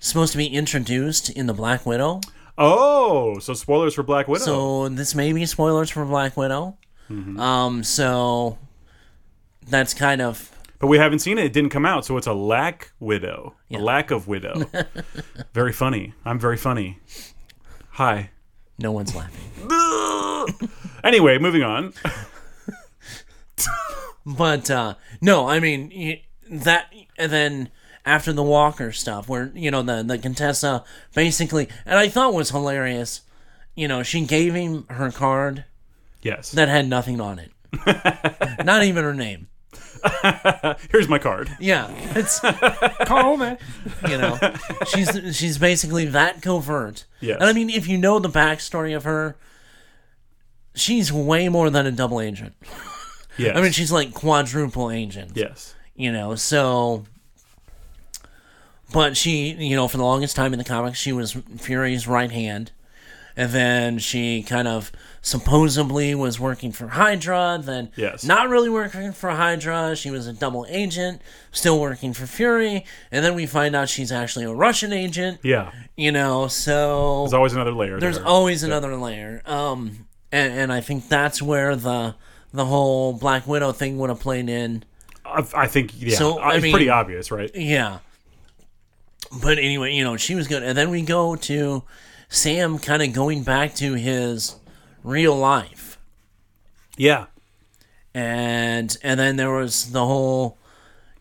supposed to be introduced in the Black Widow. Oh, Mm-hmm. so spoilers for Black Widow. So this may be spoilers for Black Widow. Um, so that's kind of but we haven't seen it. It didn't come out, so it's a lack widow. A lack of widow. very funny. I'm very funny. Hi. no one's laughing, Anyway, moving on. but uh, no, I mean y- that, and then. After the Walker stuff, where you know the the Contessa basically, and I thought was hilarious, you know, she gave him her card, Yes. that had nothing on it. Not even her name. Here's my card. Yeah, it's Call me. you know, she's she's basically that covert. Yes. and I mean, if you know the backstory of her, she's way more than a double agent. Yes. I mean, she's like quadruple agent. Yes. you know, so. But she, you know, for the longest time in the comics, she was Fury's right hand. And then she kind of supposedly was working for Hydra, then Yes. not really working for Hydra. She was a double agent, still working for Fury. And then we find out she's actually a Russian agent, Yeah. you know, so There's always another layer. there's there. always another layer. Um, and, and I think that's where the the whole Black Widow thing would have played in. I, I think yeah. Uh, So, I it's mean- pretty obvious, right? Yeah. But anyway, you know, she was good. And then we go to Sam kind of going back to his real life. Yeah. And and then there was the whole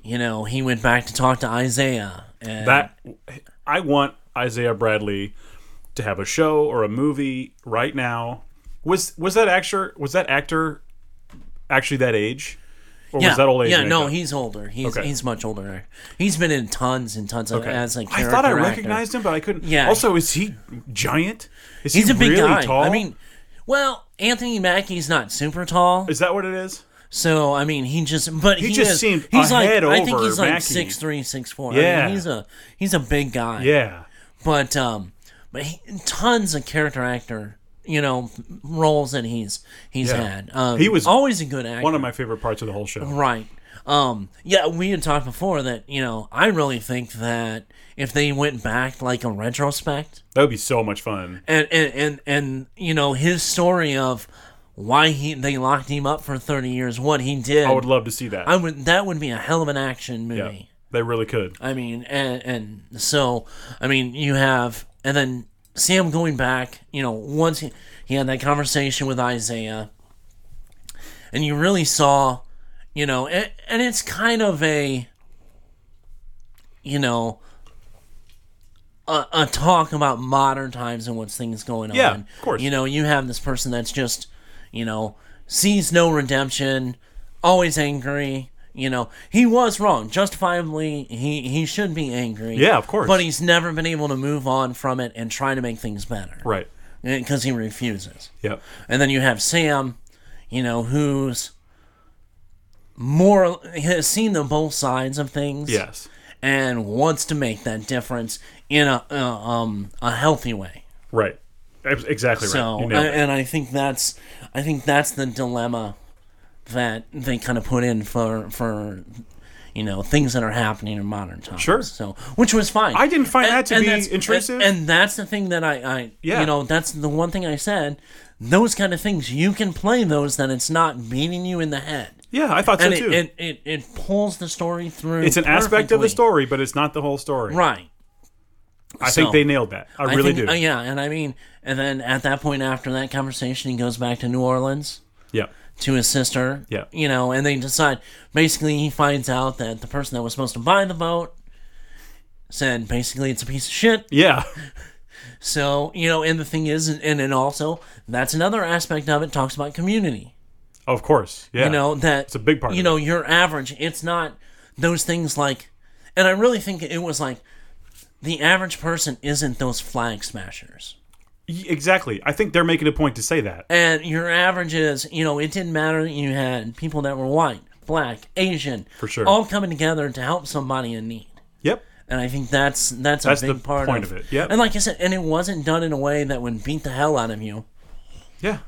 you know, he went back to talk to Isaiah. And That I want Isaiah Bradley to have a show or a movie right now. Was was that actor was that actor actually that age? Or yeah, was that old age? yeah, makeup? no, he's older. He's Okay. he's much older. He's been in tons and tons of Okay. as like I thought I character actor. recognized him, but I couldn't. Yeah. Also, is he giant? Is He's he a big really guy. tall? I mean, well, Anthony Mackie's not super tall. is that what it is? So I mean, he just but he, just is- seemed he's a like head I think over he's like Mackey. six three, six four. I Yeah. mean, he's a he's a big guy. Yeah. But um, but he, tons of character actor, you know, roles that he's he's Yeah. had. Um, He was always a good actor. One of my favorite parts of the whole show. right. Um, yeah, we had talked before that you know I really think that if they went back like a retrospect That would be so much fun. and and and, and you know his story of why he they locked him up for thirty years, what he did, I would love to see that. I would. That would be a hell of an action movie. They really could. I mean, and, and so, I mean, you have, and then Sam going back, you know, once he, he had that conversation with Isaiah, and you really saw, you know, and, and it's kind of a, you know, a, a talk about modern times and what's things going Yeah, on. of course. You know, you have this person that's just, you know, sees no redemption, always angry. You know, he was wrong. Justifiably, he, he should be angry. Yeah, of course. But he's never been able to move on from it and try to make things better. Right. Because he refuses. Yep. And then you have Sam, you know, who's more has seen the both sides of things Yes. and wants to make that difference in a uh, um a healthy way. Right. Ex- Exactly right. So, uh, You a- nailed it. and I think that's I think that's the dilemma that they kind of put in for for you know things that are happening in modern times. Sure. So, which was fine. I didn't find that to be that's- intrusive. And, and that's the thing that I I Yeah. you know that's the one thing I said. Those kind of things you can play those that it's not beating you in the head. yeah, I thought so And too. it, it, it, it pulls the story through. it's an aspect of the perfectly. story, but it's not the whole story. Right. I think So- they nailed that. I, really think, do. uh, yeah, and I mean, and then at that point after that conversation, he goes back to New Orleans yeah. to his sister. Yeah. You know, and they decide. Basically, he finds out that the person that was supposed to buy the boat said basically it's a piece of shit. Yeah. So you know, and the thing is, and and also that's another aspect of it. Talks about community. Of course. Yeah. You know that It's a big part You of know, your average. It's not those things like, and I really think it was like. The average person isn't those flag smashers. Y- exactly. I think they're making a point to say that. and your average is, you know, it didn't matter that you had people that were white, black, Asian, for sure. all coming together to help somebody in need. Yep. And I think that's that's a That's the big part point of of it, yep. And like I said, and it wasn't done in a way that would beat the hell out of you. Yeah.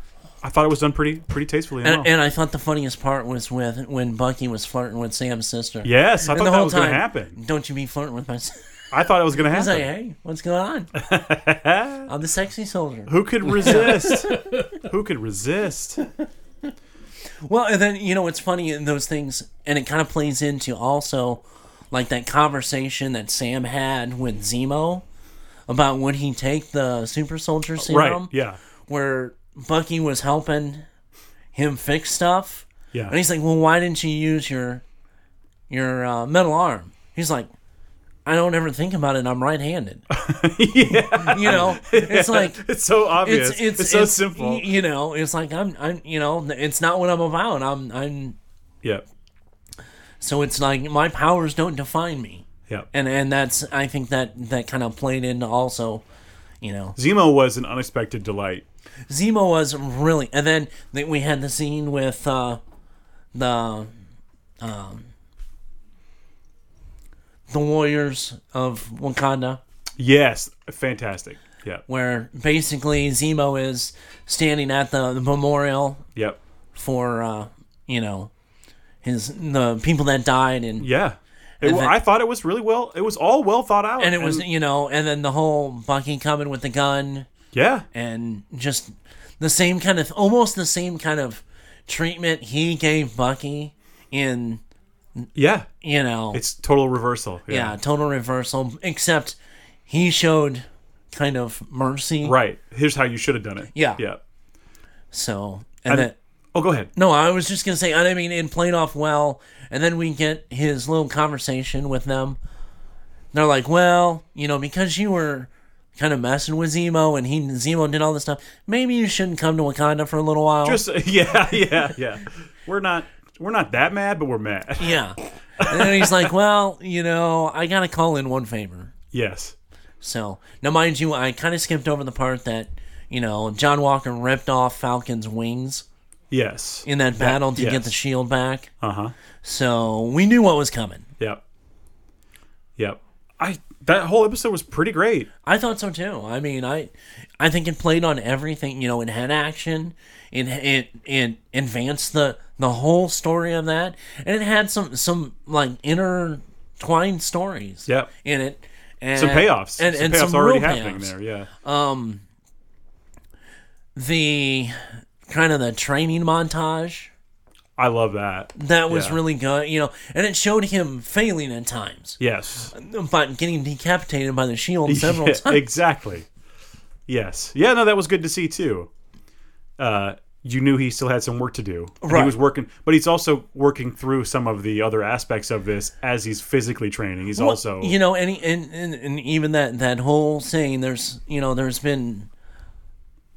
I thought it was done pretty pretty tastefully. well. And, and I thought the funniest part was with when Bucky was flirting with Sam's sister. yes, I And thought the that whole was time, going to happen. Don't you be flirting with my sister? I thought it was going to He's like, happen. hey, what's going on? I'm the sexy soldier. Who could resist? Who could resist? Well, and then you know it's funny in those things, and it kind of plays into also like that conversation that Sam had with Zemo about would he take the super soldier serum, Right. Yeah. where Bucky was helping him fix stuff, Yeah. and he's like, "Well, why didn't you use your your uh, metal arm?" He's like. I don't ever think about it. I'm right-handed. yeah. You know, it's like it's so obvious. It's, so simple. y- You know, it's like I'm, I'm, you know, it's not what I'm about. I'm, I'm. yeah. So it's like my powers don't define me, Yeah. and and that's I think that that kind of played into also, you know, Zemo was an unexpected delight. Zemo was really, and then th- we had the scene with uh, the, um, the warriors of Wakanda. Yes. Fantastic. Yeah. Where basically Zemo is standing at the, the memorial Yep. for uh, you know his the people that died and Yeah. It, then- I thought it was really well. It was all well thought out. and it was you know and then the whole Bucky coming with the gun yeah. and just the same kind of almost the same kind of treatment he gave Bucky in Yeah. you know It's total reversal. yeah total reversal except he showed kind of mercy Right. Here's how you should have done it. Yeah. Yeah. so and And- then Oh, go ahead. no I was just gonna say I mean it played off well and then we get his little conversation with them they're like, well, you know, because you were kind of messing with Zemo and he Zemo did all this stuff, maybe you shouldn't come to Wakanda for a little while. Just yeah, yeah, yeah. We're not we're not that mad, but we're mad. yeah. and then he's like, well, you know, I gotta call in one favor. Yes. So now, mind you, I kind of skipped over the part that you know John Walker ripped off Falcon's wings Yes. in that battle to get yes. the shield back. Uh huh. So we knew what was coming. Yep. Yep. I that whole episode was pretty great. I thought so too. I mean, I, I think it played on everything. You know, it had action. It it it advanced the the whole story of that, and it had some some like intertwined stories. Yep. In it, and, Some payoffs. and some and payoffs some already real happening payoffs. there. Yeah. The kind of the training montage I love that. That was Yeah. really good, you know, and it showed him failing at times, Yes. but getting decapitated by the shield several Yeah, times. Exactly. Yes. Yeah, no, that was good to see too. Uh, you knew he still had some work to do. And He Right. was working, but he's also working through some of the other aspects of this as he's physically training. He's Well, also you know, and, and and and even that that whole saying, there's you know, there's been,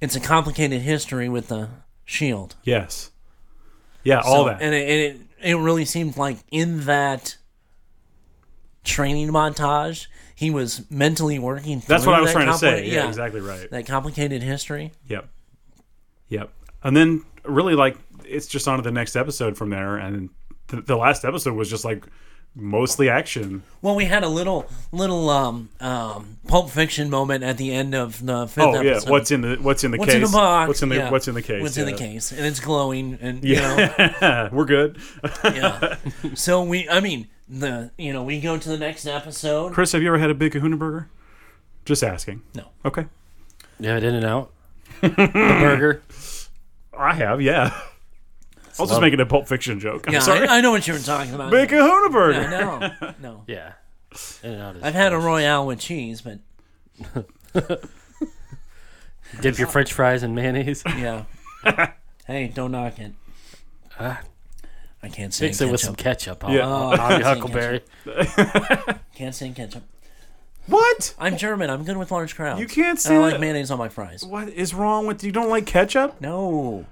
it's a complicated history with the shield. yes, yeah, all So- that. and it, and it it really seemed like in that training montage, he was mentally working. That's through what I was that trying to say. compli- Yeah, exactly right. That complicated history. Yep. Yep. And then really like it's just on to the next episode from there and th- the last episode was just like mostly action. Well, we had a little little um um Pulp Fiction moment at the end of the fifth Oh episode. yeah, what's in the what's in the What's case? in the box? What's in the Yeah. what's in the case? What's in yeah. the case? And it's glowing, and Yeah. We're good. you know, yeah. So we, I mean, the you know, we go to the next episode. Chris, have you ever had a big kahuna burger? Just asking. No. Okay. Yeah, it in and out. the burger. I have, yeah. I was just making a Pulp Fiction joke. I'm Yeah, sorry. I, I know what you were talking about. big kahuna burger. I know. No, Yeah. In and out is I've had a royale with cheese, but dip your French fries in mayonnaise. yeah. hey, don't knock it. Ah. I can't sing Mix it ketchup. with some ketchup. I'll, Yeah. I'll- I'll be Oh, Huckleberry. Can't sing ketchup. What? I'm German. I'm good with large crowds. You can't And I sing like it? mayonnaise on my fries. What is wrong with you don't like ketchup? No.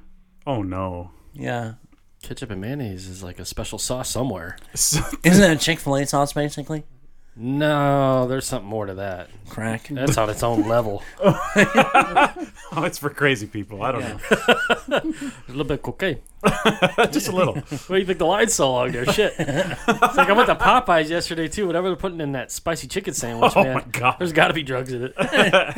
Oh no. Yeah. Ketchup and mayonnaise is like a special sauce somewhere. Isn't that Chick Fil A sauce basically? No, there's something more to that. Crack. That's on its own level. oh, it's for crazy people. I don't Yeah. A little bit cocaine. know. just a little. What do you think the line's so long there? Shit. it's like I went to Popeyes yesterday too. Whatever they're putting in that spicy chicken sandwich, Oh man. my God. There's got to be drugs in it.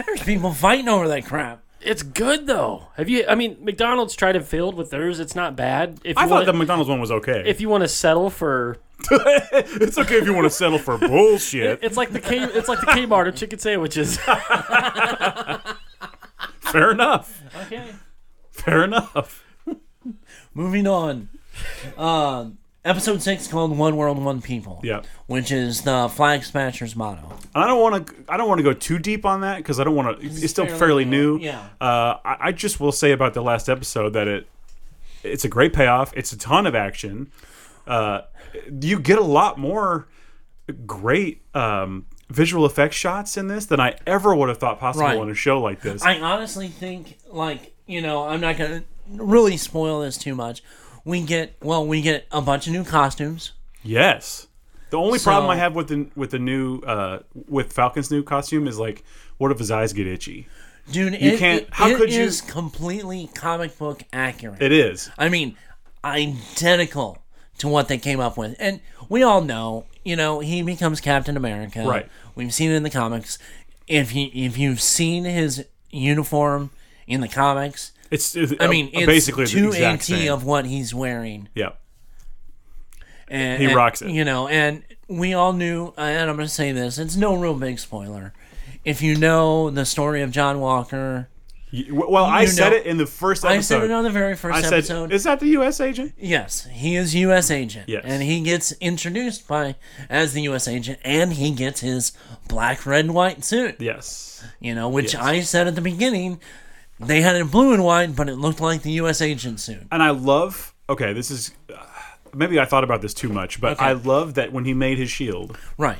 There's people fighting over that crap. It's good though. Have you? I mean, McDonald's tried and failed with theirs. It's not bad. If you I thought want, the McDonald's one was okay. if you want to settle for, it's okay if you want to settle for bullshit. it's like the K, it's like the Kmart of chicken sandwiches. Fair enough. okay. Fair enough. Moving on. Uh, episode six called One World, One People. Yeah. Which is the Flag Smashers motto. And I don't want to. I don't want to go too deep on that because I don't want to. It's still fairly, fairly new. new, yeah. Uh, I, I just will say about the last episode that it, it's a great payoff. It's a ton of action. Uh, you get a lot more great um, visual effects shots in this than I ever would have thought possible Right. in a show like this. I honestly think, like, you know, I'm not going to really spoil this too much. We get, well, we get a bunch of new costumes. Yes. The only problem So- I have with the with the new uh, with Falcon's new costume is like, what if his eyes get itchy? Dude, you it, can't- it- how it could you- is completely comic book accurate. It is. I mean, identical to what they came up with. And we all know, you know, he becomes Captain America. Right. We've seen it in the comics. If he, if you've seen his uniform in the comics, It's. it's I mean, it's basically the too exact anti same. of what he's wearing. yeah. And, He and, rocks it. You know, and we all knew, and I'm going to say this, it's no real big spoiler. If you know the story of John Walker, Y- Well, I You said know- it in the first episode. I said it on the very first I said, episode. is that the U.S. agent? Yes, he is U.S. agent. Yes. and he gets introduced by as the U.S. agent, and he gets his black, red, and white suit. Yes. You know, which I said at the beginning, they had it blue and white, but it looked like the U.S. agent suit. And I love. Okay, this is. uh, Maybe I thought about this too much, but Okay. I love that when he made his shield, Right.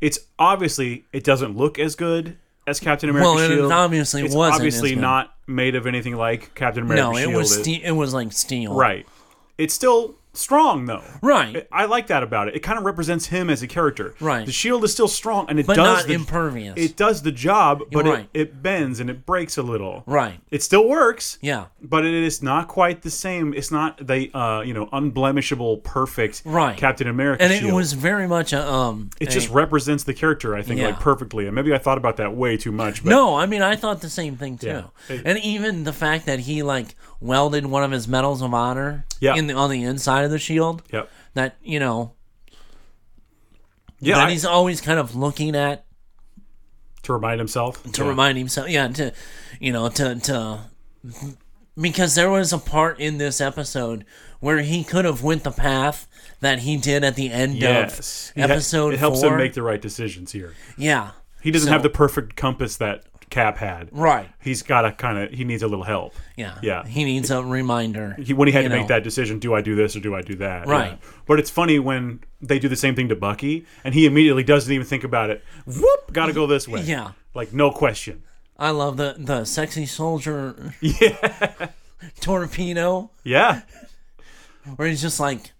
it's obviously it doesn't look as good as Captain America's Well, and it shield. obviously it's wasn't as obviously good. not made of anything like Captain America's no, it shield. was is. ste- it was like steel. Right. It's still strong though. Right. I like that about it. It kind of represents him as a character. Right. The shield is still strong and it But does not the, impervious. It does the job, but right. it, it bends and it breaks a little. Right. It still works. Yeah. But it is not quite the same. It's not the uh, you know, unblemishable perfect Right. Captain America And it shield. was very much a um. it a- just represents the character, I think, Yeah. like perfectly. And maybe I thought about that way too much, but No, I mean I thought the same thing too. Yeah. It- and even the fact that he like welded one of his medals of honor Yeah. in the, on the inside of the shield. Yep. That you know Yeah. that I- he's always kind of looking at to remind himself. to remind himself. Yeah, to you know to to because there was a part in this episode where he could have went the path that he did at the end Yes. He of ha- episode It helps four. him make the right decisions here. yeah, He doesn't So- have the perfect compass that Cap had. Right. He's got to kind of. He needs a little help. yeah, Yeah. He needs a reminder. He, when he had you to make know. that decision, do I do this or do I do that? Right. Yeah. But it's funny when they do the same thing to Bucky, and he immediately doesn't even think about it. Whoop! Got to go this way. Yeah. Like no question. I love the the sexy soldier. Yeah. torpedo, Yeah. where he's just like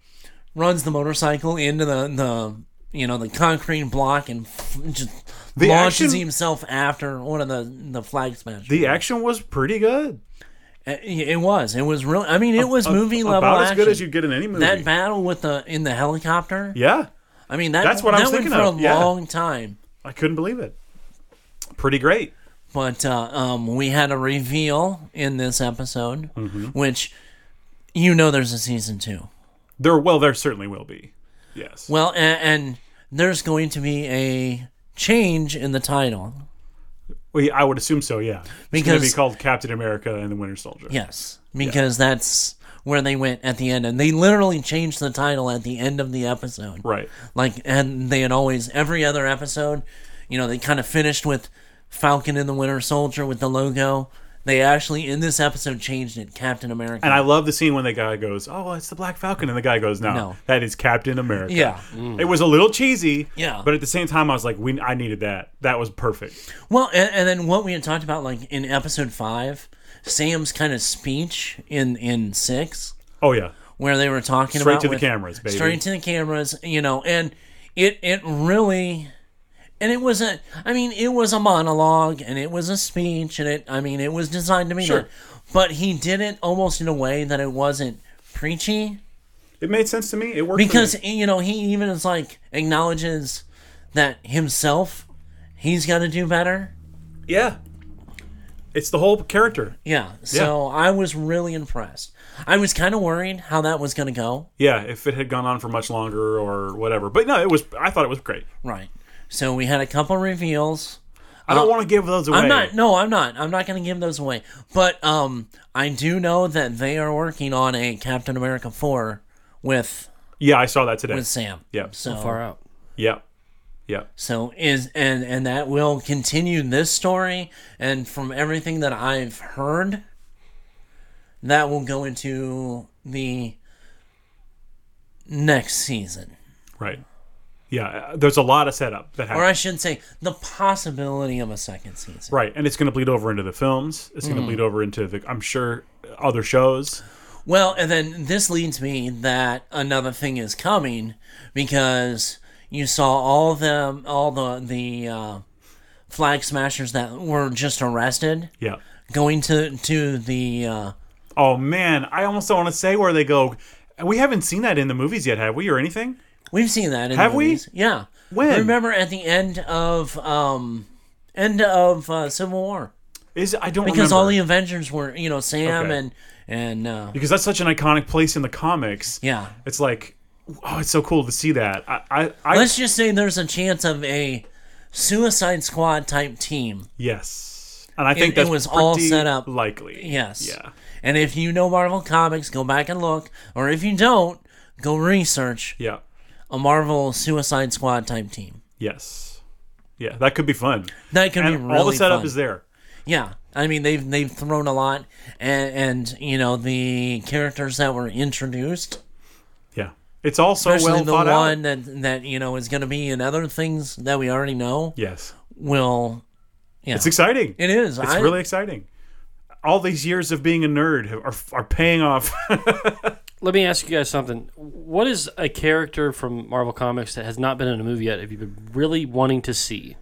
runs the motorcycle into the the you know the concrete block and f- just The launches action- himself after one of the the flag smashers. The action was pretty good. Uh, yeah, It was. It was really. I mean, it was movie level About action. as good as you get in any movie. that battle with the in the helicopter. yeah. I mean, that That's what I that was went thinking for of, a yeah. long time. I couldn't believe it. Pretty great. But uh, um, we had a reveal in this episode, Mm-hmm. which you know, there's a season two. There. Well, there certainly will be. Yes. Well, and, and there's going to be a change in the title. We, I would assume so. Yeah. it's going to be Because- called Captain America and the Winter Soldier. Yes, because that's where they went at the end, and they literally changed the title at the end of the episode. Right. like and they had always every other episode you know they kind of finished with falcon and the winter soldier with the logo they actually in this episode changed it captain america And I love the scene when the guy goes, "Oh, it's the Black Falcon," and the guy goes, "No, No. that is Captain America." yeah It was a little cheesy. Mm. Yeah. But at the same time, I was like, "We, I needed that. That was perfect." well and, and then what we had talked about like in episode five sam's kind of speech in in six Oh yeah. where they were talking Straight about to the with- cameras, baby. straight to the cameras you know and it it really and it was a i mean it was a monologue and it was a speech and it i mean it was designed to be Sure. that but he did it almost in a way that it wasn't preachy It made sense to me. It worked for because me. you know he even is like acknowledges that himself he's got to do better yeah, it's the whole character. yeah so i was really impressed i was kind of worried how that was going to go Yeah, if it had gone on for much longer or whatever, but no, it was. I thought it was great. right so we had a couple reveals I don't want to give those away. Uh, I'm not. No, I'm not. I'm not going to give those away. But um, I do know that they are working on a Captain America four with Yeah, I saw that today. with Sam. Yeah. So Far out. yeah, yeah. so is and and that will continue this story. And from everything that I've heard, that will go into the next season, Right. Yeah, uh, there's a lot of setup that or happens. I should say, the possibility of a second season. Right, and it's going to bleed over into the films. It's Mm. going to bleed over into the, I'm sure, other shows. Well, and then this leads me that another thing is coming because you saw all the all the the uh, flag smashers that were just arrested Yeah. going to to the uh, Oh man, I almost don't want to say where they go. We haven't seen that in the movies yet, have we, or anything? we've seen that in Have we? movies. Yeah. When? Remember at the end of um end of uh, Civil War Is I don't because remember. all the Avengers were you know Sam Okay. and and uh, because that's such an iconic place in the comics. yeah. It's like, oh, it's so cool to see that. I, I, I Let's just say there's a chance of a Suicide Squad type team. yes, and I it think that was all set up. likely. Yes. Yeah. And if you know Marvel comics, go back and look, or if you don't, go research Yeah. a Marvel Suicide Squad type team. Yes. Yeah, that could be fun. That could be And really all the setup fun. is there. Yeah, I mean they've they've thrown a lot, and, and you know the characters that were introduced, Yeah. It's all so especially well the thought one out. that that you know is going to be in other things that we already know. Yes. Will It's exciting. it is? It's I, really exciting. All these years of being a nerd have- are, are paying off. Let me ask you guys something. What is a character from Marvel Comics that has not been in a movie yet? If you've been really wanting to see,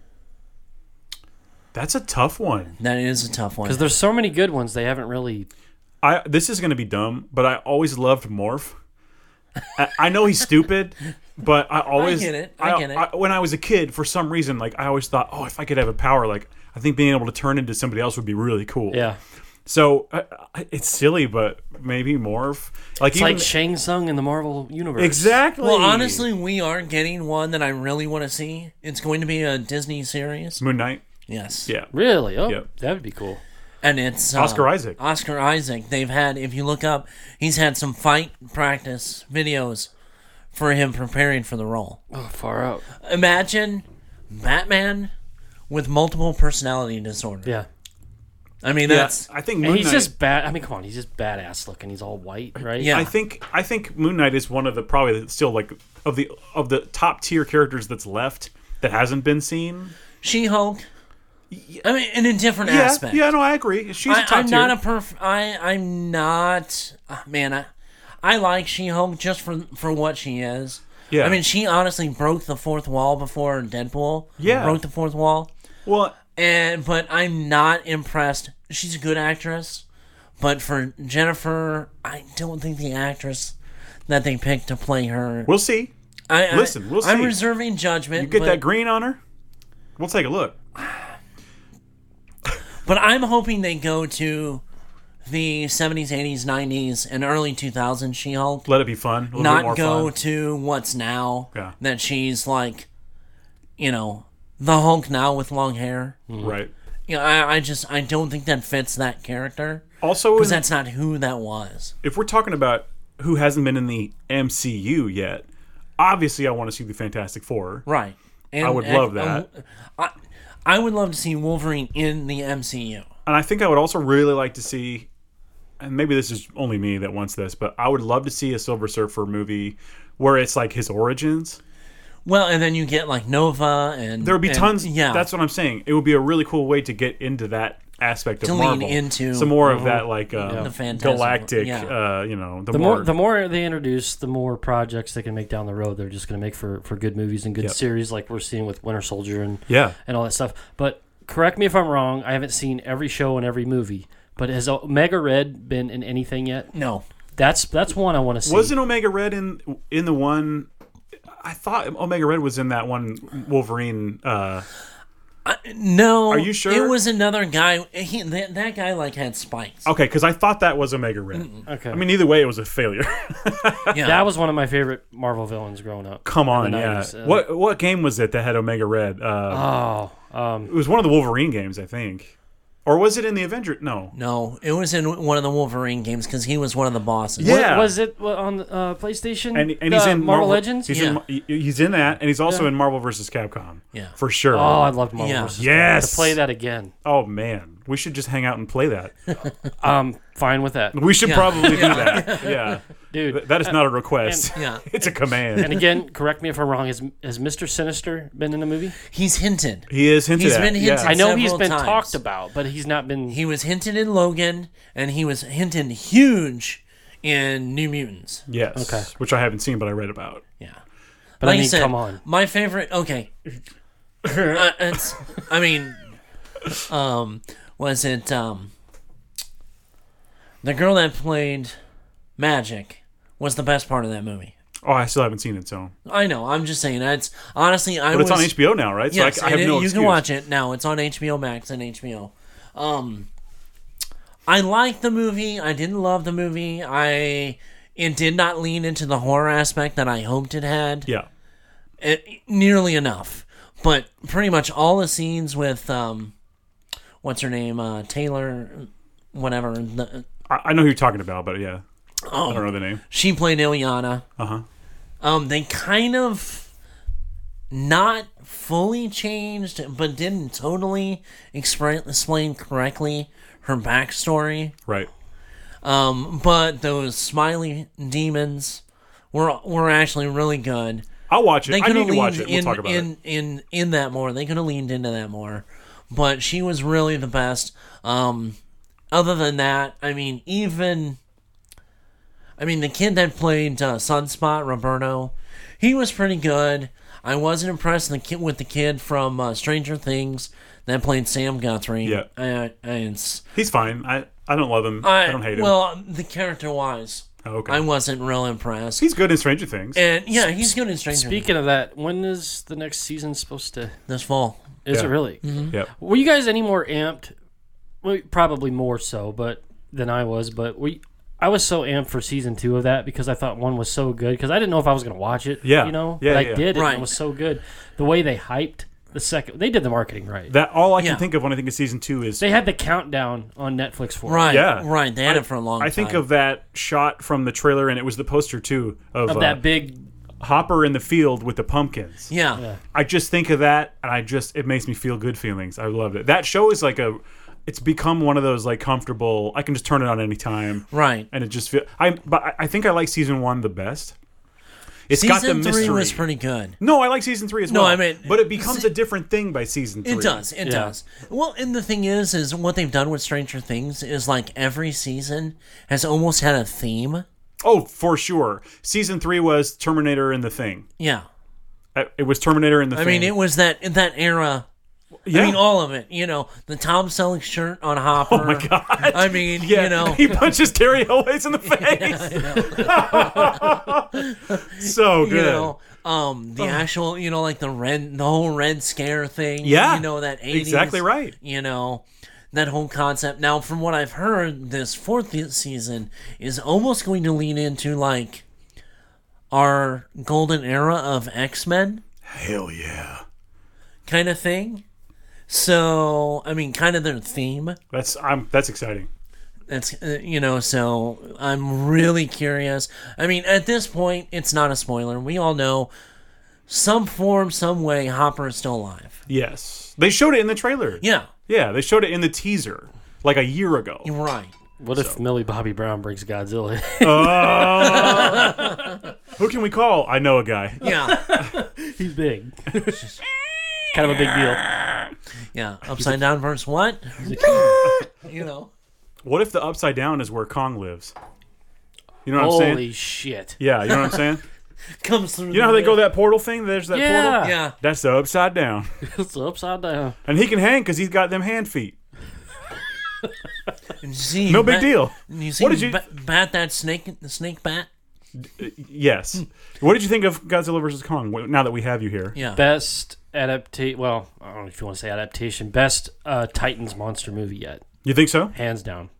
That's a tough one. that is a tough one. because there's so many good ones they haven't really. I this is gonna be dumb, but I always loved Morph. I, I know he's stupid, but I always get it. I get it. when I was a kid, for some reason, like I always thought, oh, if I could have a power, like I think being able to turn into somebody else would be really cool. Yeah, So I, I- it's silly, but maybe Morph, like it's even like Shang Tsung in the Marvel universe. exactly. Well, honestly, we are getting one that I really want to see. It's going to be a Disney series. Moon Knight. Yes. Yeah. Really? Oh, Yep. that would be cool. and it's uh, Oscar Isaac. Oscar Isaac. They've had, if you look up, he's had some fight practice videos for him preparing for the role. Oh, far out. Imagine Batman with multiple personality disorder. Yeah. I mean, that's I think And Moon he's Knight, just bad. I mean, come on, he's just badass looking. He's all white, right? Yeah. I think I think Moon Knight is one of the probably the- still like of the of the top tier characters that's left that hasn't been seen. She-Hulk. I mean, in a different Yeah, aspect. yeah, no, I agree. She's a I, top I'm tier. not a perf. I I'm not. ah, Man, I I like She-Hulk just for for what she is. Yeah. I mean, she honestly broke the fourth wall before Deadpool. Yeah. Broke the fourth wall. well, And but I'm not impressed. She's a good actress, but for Jennifer, I don't think the actress that they picked to play her. we'll see. I, I- listen, we'll I'm see. reserving judgment. Get but, that green on her. We'll take a look. But I'm hoping they go to the 70s, 80s, 90s, and early 2000s She-Hulk. Let it be fun. A little bit more not go fun. to what's now. Yeah. That she's like, you know, the Hulk now with long hair. right. You know, I, I just I don't think that fits that character Also, because in- that's not who that was. if we're talking about who hasn't been in the MCU yet, obviously I want to see the Fantastic Four. Right. And, um, I would love that. I, I would love to see Wolverine in the MCU. And I think I would also really like to see, and maybe this is only me that wants this, but I would love to see a Silver Surfer movie where it's like his origins. Well, and then you get like Nova and There would be and- tons. Yeah, That's what I'm saying. It would be a really cool way to get into that aspect of To lean Marvel. into- some more of that, like um, The Fantastic- galactic, yeah. uh, you know, the, The more, more the more they introduce, the more projects they can make down the road. They're just going to make for, for good movies and good series, like we're seeing with Winter Soldier and yeah. and all that stuff. But correct me if I'm wrong. I haven't seen every show and every movie. But has Omega Red been in anything yet? no. That's that's one I want to see. Wasn't Omega Red in in the one? I thought Omega Red was in that one Wolverine. Uh, No, Are you sure? It was another guy. He, that, that guy like had spikes. okay, because I thought that was Omega Red. okay? I mean, either way, it was a failure. yeah. that was one of my favorite Marvel villains growing up. Come on, the yeah. 90s, uh, what what game was it that had Omega Red? Uh, Oh, um, it was one of the Wolverine games, I think, or was it in the Avengers? No. No, it was in one of the Wolverine games because he was one of the bosses. Yeah. was it wa- on uh, PlayStation? And, and The he's in Marvel Legends. He's, Yeah. in, he- he's in that, and he's also in Marvel vs. Capcom. Yeah. for sure. Oh, I loved Marvel. Yeah. versus Yes. To play that again, Oh, man, we should just hang out and play that. Um, I'm fine with that, We should probably do that. Yeah, Th- dude. that is not a request. Yeah. it's a command. and again, correct me if I'm wrong. Has has Mister Sinister been in a movie? He's hinted. He is hinted He's at. been hinted yeah. I know he's Several been times. talked about, but he's not been. He was hinted in Logan, and he was hinted huge in New Mutants. Yes. Okay. Which I haven't seen, but I read about. Yeah. but I you mean, come on. My favorite. Okay. Uh, it's, I mean, um, was it um, the girl that played Magic was the best part of that movie. Oh, I still haven't seen it, so. I know. I'm just saying. It's honestly, I But it's was. on HBO now, right? Yes, so I, I have and it- no you excuse. can watch it now. It's on HBO Max and HBO. Um, I liked the movie. I didn't love the movie. I it did not lean into the horror aspect that I hoped it had Yeah. eh, nearly enough. But pretty much all the scenes with um, what's her name, uh, Taylor, whatever. The, I, I know who you're talking about, but yeah. I don't know the name. she played Ilyana. Uh huh. Um, they kind of not fully changed, but didn't totally expra- explain correctly her backstory. Right. Um, but those smiley demons were were actually really good. I'll watch it. They I could have need to leaned watch it. in We'll talk about in, it. in in that more. They could have leaned into that more. But she was really the best. Um, other than that, I mean, even I mean, the kid that played uh, Sunspot, Roberto, he was pretty good. I wasn't impressed the kid, with the kid from uh, Stranger Things that played Sam Guthrie. Yeah. I, I, it's, He's fine. I, I don't love him. I, I, don't hate him. Well, the character wise, Oh, okay. I wasn't real impressed. He's good in Stranger Things. and yeah, he's good in Stranger Things Speaking of that, when is the next season supposed to? this fall. Is Yeah. it really? Mm-hmm. Yep. Were you guys any more amped? Well, probably more so, but than I was. But we, I was so amped for season two of that because I thought one was so good because I didn't know if I was going to watch it. Yeah. you know, Yeah, yeah, but I yeah. did, and Right. it was so good. The way they hyped the second they did the marketing right. That all I can Yeah. think of when I think of season two is They had the countdown on Netflix for it. Right, Yeah. right. They had it for a long I time. think of that shot from the trailer, and it was the poster too of, of uh, that big Hopper in the field with the pumpkins. yeah, I just think of that, and I just it makes me feel good feelings. I loved it. That show is like a, it's become one of those like comfortable. I can just turn it on anytime, right. and it just feel. I but I- I think I like season one the best. It's Season got the three mystery. was pretty good. no, I like season three as No, well. I mean- but it becomes a different thing by season three. It does. It does. Well, and the thing is, is what they've done with Stranger Things is like every season has almost had a theme. Oh, for sure. Season three was Terminator and the Thing. Yeah. Uh, It was Terminator and the I Thing. mean, it was that in that era. yeah. I mean, all of it. You know, the Tom Selleck shirt on Hopper. Oh my God. I mean, you know, he punches Terry Hillways in the face. so good. Oh. you know, um, the actual, you know, like the red, the whole red scare thing. Yeah. you know that 80s, Exactly right. You know, that whole concept. Now, from what I've heard, this fourth e- season is almost going to lean into like our golden era of X Men Hell yeah. kind of thing. So, I mean, kind of their theme. That's I'm that's exciting. That's uh, you know, so I'm really curious. I mean, at this point, it's not a spoiler. We all know, some form, some way, Hopper is still alive. Yes. They showed it in the trailer. Yeah, Yeah, they showed it in the teaser like a year ago. you're right. What if Millie Bobby Brown brings Godzilla? Who can we call? I know a guy. Yeah, He's big. kind of a big deal. yeah. Upside down verse what? you know. What if the upside down is where Kong lives? You know what I'm saying? Holy shit. Yeah, you know what I'm saying? Comes through. You know how they go that portal thing? There's that Yeah. portal. Yeah, That's the upside down. It's upside down. And he can hang because he's got them hand feet. And you see No him big bat- deal. and You see What did him you- ba- bat that snake? The snake bat. Yes. What did you think of Godzilla vs Kong? wh- Now that we have you here, Yeah. Best adaptation. Well, I don't know if you want to say adaptation. Best uh, Titans monster movie yet. you think so? Hands down.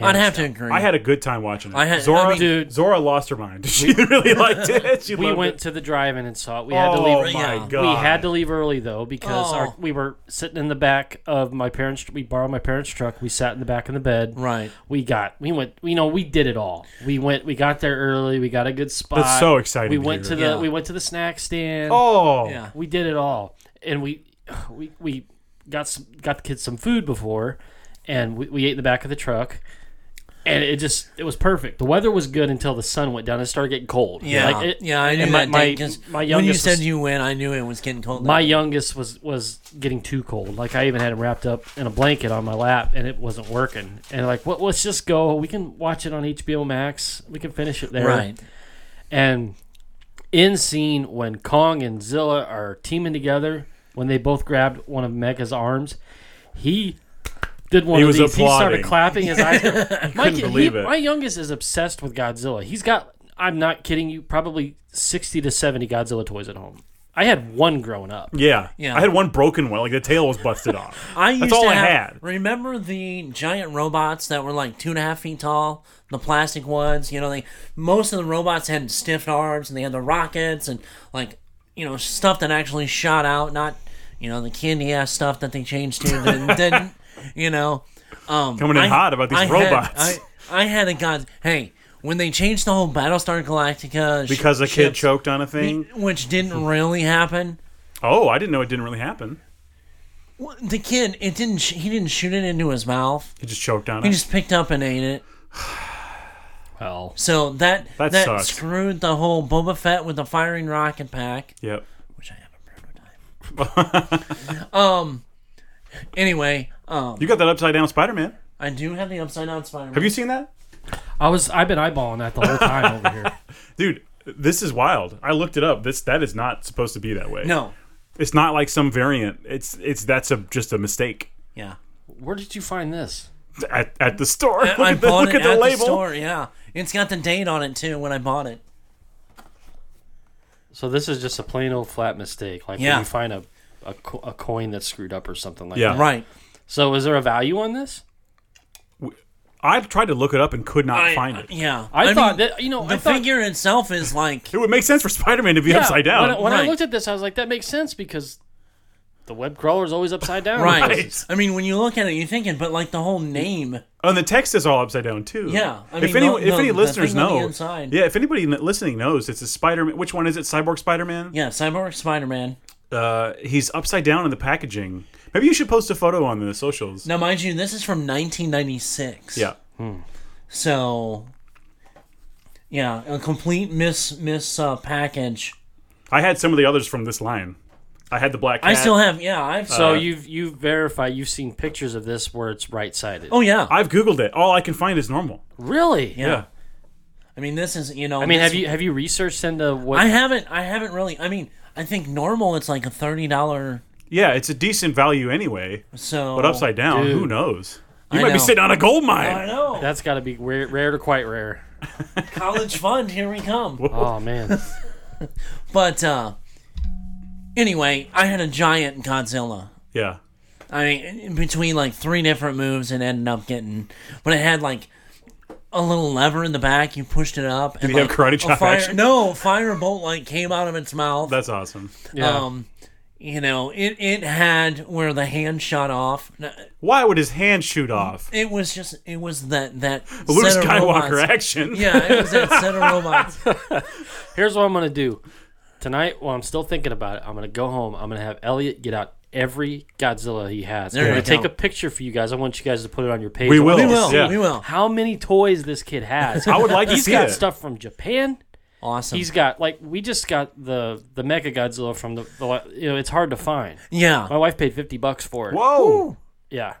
I'd have to agree. I had a good time watching it. I had- Zora, I mean- Dude. Zora lost her mind. She really liked it. She We loved went it. to the drive-in and saw it. We had to Oh leave. my Yeah. We god! We had to leave early though because Oh. our, we were sitting in the back of my parents. We borrowed my parents' truck. We sat in the back of the bed. Right. We got. We went. You know, we did it all. We went. We got there early. We got a good spot. That's so exciting We to went hear. to the. Yeah. We went to the snack stand. Oh, Yeah. We did it all, and we we we got some, got the kids some food before, and we, we ate in the back of the truck. And it just it was perfect. The weather was good until the sun went down and it started getting cold. Yeah, Like, it- yeah, I knew and my, that. day, my, 'cause my when you youngest said was- you win, I knew it was getting cold. my youngest was was getting too cold. Like I even had him wrapped up in a blanket on my lap, and it wasn't working. And like, what? let's just go. We can watch it on HBO Max. We can finish it there. right. And in scene when Kong and Zilla are teaming together, when they both grabbed one of Mecha's arms, he did one He of was these. He applauding. started clapping his eyes. were- my, kid- believe he- it. my youngest is obsessed with Godzilla. He's got. I'm not kidding you. Probably sixty to seventy Godzilla toys at home. I had one growing up. yeah, Yeah. I had one broken one, like the tail was busted off. I used That's all to I have, had. Remember the giant robots that were like two and a half feet tall, the plastic ones. You know, they most of the robots had stiff arms, and they had the rockets and like you know stuff that actually shot out, not you know the candy ass stuff that they changed to that didn't. You know, um, Coming in hot about these had- robots. I, I had a god. Hey, when they changed the whole Battlestar Galactica sh- Because a kid ships, choked on a thing. which didn't really happen. Oh, I didn't know it didn't really happen. Well, The kid, it didn't. sh- He didn't shoot it into his mouth. He just choked on He it. just picked up and ate it. Well, So that That that, sucks. screwed the whole Boba Fett with the firing rocket pack, Yep. which I have a prototype. um. Anyway, um, You got that upside down Spider Man. I do have the upside down Spider-Man. Have you seen that, I was I've been eyeballing that the whole time over here. dude? This is wild. I looked it up. This that is not supposed to be that way. No. it's not like some variant. It's it's that's a just a mistake. Yeah. Where did you find this? at, at the store. look I at the, bought look at it the at label. the store. Yeah, it's got the date on it too when I bought it. So this is just a plain old flat mistake, like Yeah. when you find a, a co- a coin that's screwed up or something like Yeah. that. Right. So is there a value on this? I tried to look it up and could not I- find it. Yeah. I, mean, thought that you know the I thought, figure itself is like It would make sense for Spider Man to be yeah, upside down. When, I- when I Right. looked at this, I was like, that makes sense because the web crawler's always upside down. Right. Right. I mean, when you look at it, you're thinking, but like the whole name. Oh, and the text is all upside down too. Yeah, I if mean, any the- if the- any the listeners thing on the know, inside. yeah, if anybody n- listening knows, it's a Spider Man. Which one is it? Cyborg Spider Man. Yeah, Cyborg Spider Man. Uh, he's upside down in the packaging. Maybe you should post a photo on the socials. Now, mind you, this is from 1996. Yeah, So, yeah, a complete miss miss uh, package. I had some of the others from this line. I had the black. Cat. I still have. Yeah, I've. So you've you've verified you've seen pictures of this where it's right sided. oh yeah. I've googled it. All I can find is normal. really? yeah. I mean, this is you know. I mean, have you have you researched into what? I haven't. I haven't really. I mean, I think normal. It's like a thirty dollar. Yeah, it's a decent value anyway. So. But upside down, who Dude. knows? You I might be know. sitting on a gold I mine. know. that's got to be rare, rare to quite rare. College fund. Here we come. Oh man. But uh anyway, I had a giant Godzilla. Yeah. I mean, in between like three different moves and ended up getting, but it had like a little lever in the back. You pushed it up. And you have like, karate a chop fire, action? No, fire bolt like came out of its mouth. That's awesome. Yeah. Um, you know, it it had where the hand shot off. N- Why would his hand shoot off? It was just it was that that Luke set of Skywalker robots. action. Yeah, it was that set of robots. Here's what I'm gonna do tonight. While I'm still thinking about it, I'm gonna go home. I'm gonna have Elliot get out every Godzilla he has. There I'm you gonna take go. a picture for you guys. I want you guys to put it on your page. We I will. want We to will, Oh, Yeah. we will. How many toys this kid has? I would like to He's see got it. stuff from Japan. Awesome. He's got like we just got the the Mega Godzilla from the, the you know it's hard to find. yeah. My wife paid fifty bucks for it. Whoa. Yeah,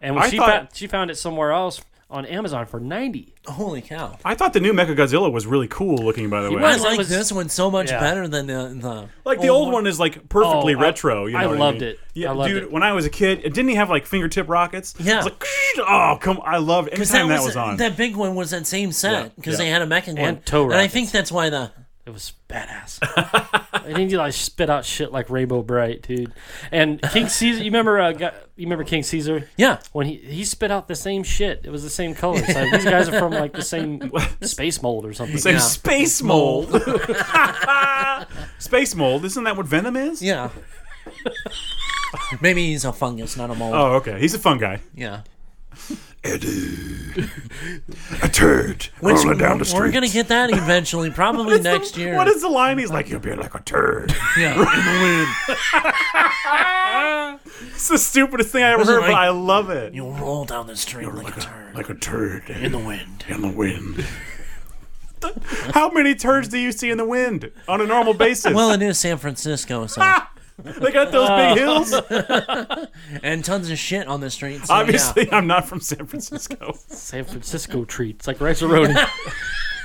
and when I she thought- found, she found it somewhere else on Amazon for ninety. Holy cow. I thought the new Mechagodzilla was really cool looking, by the way. I was- like was- this one so much yeah. better than the, the Like the old one is like perfectly Oh, I- retro. You know I what I loved mean? it. Yeah, I loved dude. it. When I was a kid, didn't he have like fingertip rockets? Yeah. It's like, oh come! I loved every Because time that was, on. That big one was that same set Yeah, because yeah. they had a mech and one. tow and I rockets. think that's why the It was badass. I think you like spit out shit like Rainbow Bright, dude. And King Caesar, you remember? Uh, gu- you remember King Caesar? yeah When he he spit out the same shit. It was the same color. So these guys are from like the same space mold or something. Same Yeah. space mold. space mold. Isn't that what Venom is? yeah. Maybe he's a fungus, not a mold. Oh, okay. He's a fun guy. yeah. a turd Which rolling down the street. we're gonna get that eventually, probably next year. What is the line? He's like, You'll be like a turd. yeah. it's the stupidest thing I ever Wasn't heard, but like- I love it. You'll roll down the street like, a turd Like a turd in in the wind. the wind. How many turds do you see in the wind on a normal basis? Well, uh, it is San Francisco, so they got those big hills. and tons of shit on the streets. So, Obviously, I'm not from San Francisco. San Francisco treats like rice and roni.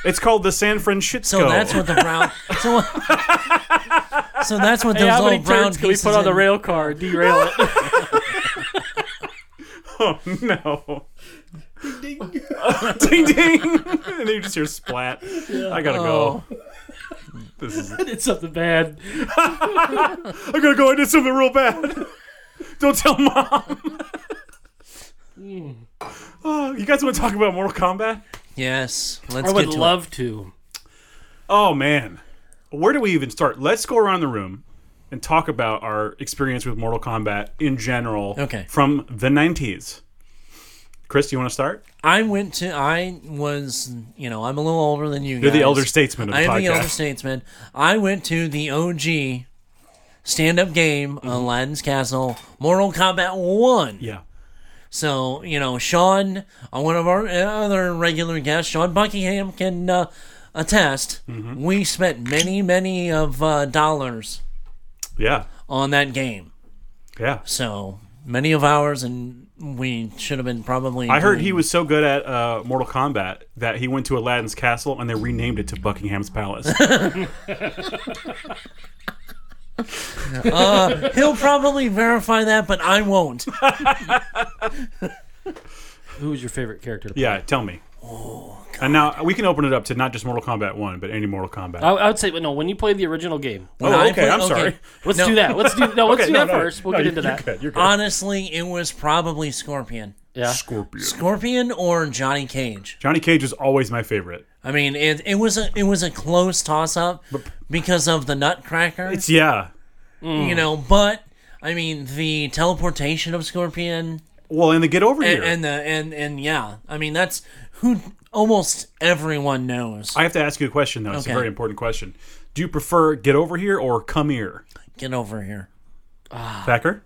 It's called the San So Francisco. that's what the brown. So, so that's what Hey, those how little many brown turns can we pieces put on the in- rail car? Derail it. Oh no. Ding ding. ding ding. and then you just hear splat. I gotta Oh, go. This is, I it's something bad. gotta go. I did something real bad. Don't tell mom. oh, you guys want to talk about Mortal Kombat? Yes, let's I would get to love to. Oh man, where do we even start? Let's go around the room and talk about our experience with Mortal Kombat in general. Okay. From the '90s. Chris, do you want to start? it. I went to. I was. You know, I'm a little older than you. You're the elder statesman of the I am podcast. the elder statesman. I went to the OG stand-up game, Aladdin's Castle, Mortal Kombat One. Mm-hmm. yeah. So you know, Sean, uh, one of our other regular guests, Sean Buckingham, can uh, attest. Mm-hmm. We spent many, many of uh, dollars Yeah. on that game. Yeah. So many of ours, and we should have been probably. I heard doing- Mm. he was so good at uh, Mortal Kombat that he went to Aladdin's castle and they renamed it to Buckingham's Palace. Uh, He'll probably verify that, but I won't. Who was your favorite character? To play? yeah, tell me. Oh, and now we can open it up to not just Mortal Kombat 1, but any Mortal Kombat. I, I would say, no, when you played the original game. When Oh, I okay, I'm sorry. Let's No. do that. Let's do no. Let's Okay, do no, that no, first. We'll no, get you- into you're that. Uh, good, you're good. Honestly, it was probably Scorpion. Yeah. Scorpion. Scorpion or Johnny Cage. Johnny Cage was always my favorite. I mean, it, it was a it was a close toss up because of the Nutcracker, It's yeah. you know. But I mean, the teleportation of Scorpion Well, and the get over and, here. and the and and yeah, I mean that's who almost everyone knows. I have to ask you a question though. It's a Okay. very important question. Do you prefer get over here or come here, Get over here. Ah. Packer?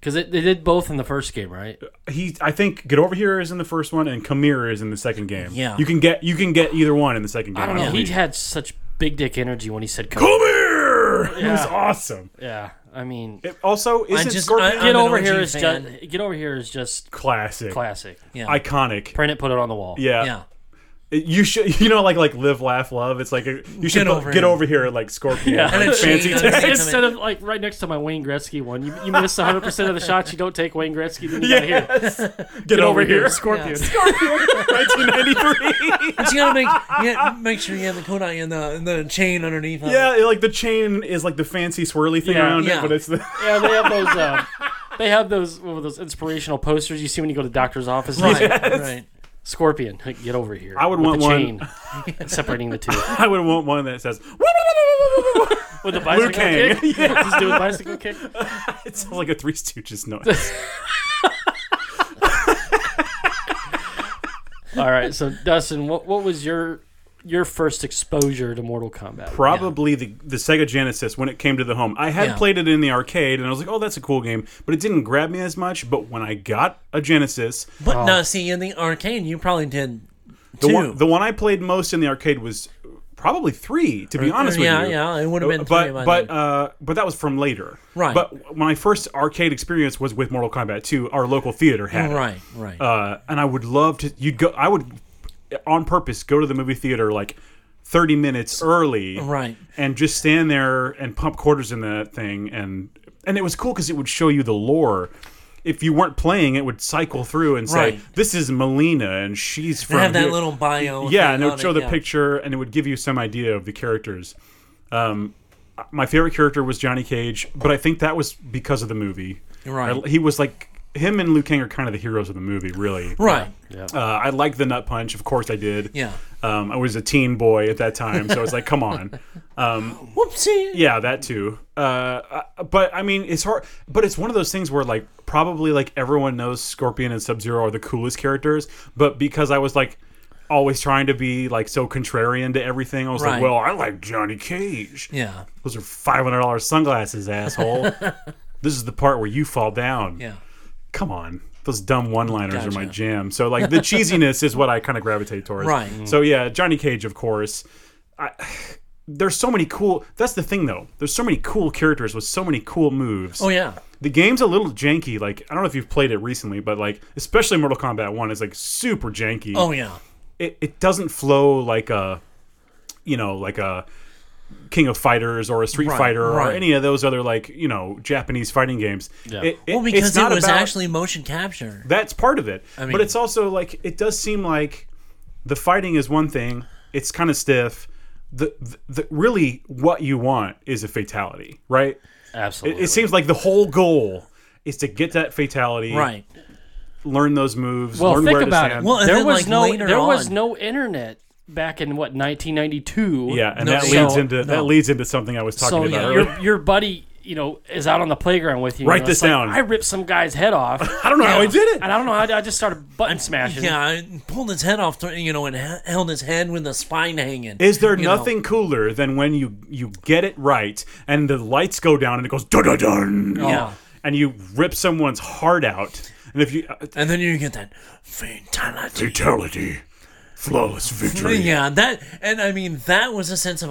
Because they did both in the first game, right? He, I think get over here is in the first one, and come here is in the second game. Yeah. you can get you can get either one in the second game. I don't know. Oh, He believe. had such big dick energy when he said come. come here. It was awesome. Yeah, I mean, It also, isn't just- Scorpion I- get I'm an over OG here is fan. just get over here is just classic, classic. Yeah. iconic? Print it, put it on the wall. Yeah. yeah. It- you should you know like like live, laugh, love. It's like a, you should put- over get here. over here like Scorpion, Yeah. like And it's- fancy. and text. it's- Instead of like right next to my Wayne Gretzky one, you, you miss 100 percent of the shots you don't take Wayne Gretzky. Then you got here. Get, Get, over, here, Scorpion. 1993. But you gotta make you gotta make sure you have the kunai and the and the chain underneath. of it. yeah, it- like the chain is like the fancy swirly thing Yeah. around it, Yeah. but it's the Yeah, they have those. Uh, they have those what were those inspirational posters you see when you go to the doctor's office. Right. Right. Scorpion, get over here. I would with want the one- chain separating the two I would want one that says with the bicycle Kang. kick. Just do a bicycle kick. it sounds like a Three Stooges noise. All right, so Dustin, what what was your your first exposure to Mortal Kombat? Probably the the Sega Genesis when it came to the home. I had Yeah. played it in the arcade and I was like, oh, that's a cool game, but it didn't grab me as much. But when I got a Genesis, But now, see, in the arcade, you probably did Oh. the too. one the one I played most in the arcade was probably three. To be honest Uh, yeah, with you, yeah, it would have been but three by but then. uh, but that was from later. Right. But my first arcade experience was with Mortal Kombat 2. Our local theater had it. right, right. Uh, and I would love to. You'd go. I would on purpose go to the movie theater like. 30 minutes early Right. and just stand there and pump quarters in that thing and and it was cool because it would show you the lore if you weren't playing it would cycle through and say Right. this is melina and she's from they have that here." little bio. yeah thing and it on would show the yeah. picture and it would give you some idea of the characters um, my favorite character was johnny cage but i think that was because of the movie Right. I- he was like him and Liu Kang are kind of the heroes of the movie, really. Right. Uh, I like the nut punch, of course I did. Yeah. Um, I was a teen boy at that time, so it's like, come on. Whoopsie. Yeah, that too. Uh, uh, but I mean, it's hard. But it's one of those things where like probably like everyone knows Scorpion and Sub Zero are the coolest characters, but because I was like always trying to be like so contrarian to everything, I was like, Right. well, I like Johnny Cage. Yeah. Those are five hundred dollars sunglasses, asshole. this is the part where you fall down. Yeah. Come on. Those dumb one-liners are my Gotcha. jam. So like the cheesiness is what I kind of gravitate towards. Right. So yeah, Johnny Cage, of course there's so many cool that's the thing though there's so many cool characters with so many cool moves Oh yeah. the game's a little janky like i don't know if you've played it recently but like especially mortal kombat 1 is like super janky Oh yeah. it, it doesn't flow like a you know like a king of fighters or a street Right, fighter or right. any of those other like you know japanese fighting games yeah. Well, because it was actually motion capture. That's part of it. mean- but it's also like it does seem like the fighting is one thing. It's kind of stiff. The, the, the really what you want is a fatality, right? It, Absolutely. it seems like the whole goal is to get that fatality, Right. Learn those moves, well, learn think where to about it. stand. Well, and there then, was like, no later there was on- no internet back in what 1992. yeah, and No, that so- leads into that no. leads into something I was talking So about yeah, earlier. your your buddy, you know, is out on the playground with you. Write and this it's like, down. I ripped some guy's head off. I don't know how I did it. And I don't know. I, I just started button smashing. Yeah, I pulled his head off, you know, and he- held his head with the spine hanging. Is there you know. nothing cooler than when you you get it right and the lights go down and it goes dun dun dun? Yeah. and you rip someone's heart out. And if you And then you get that fatality. Fatality. Flawless victory. Yeah, that and I mean that was a sense of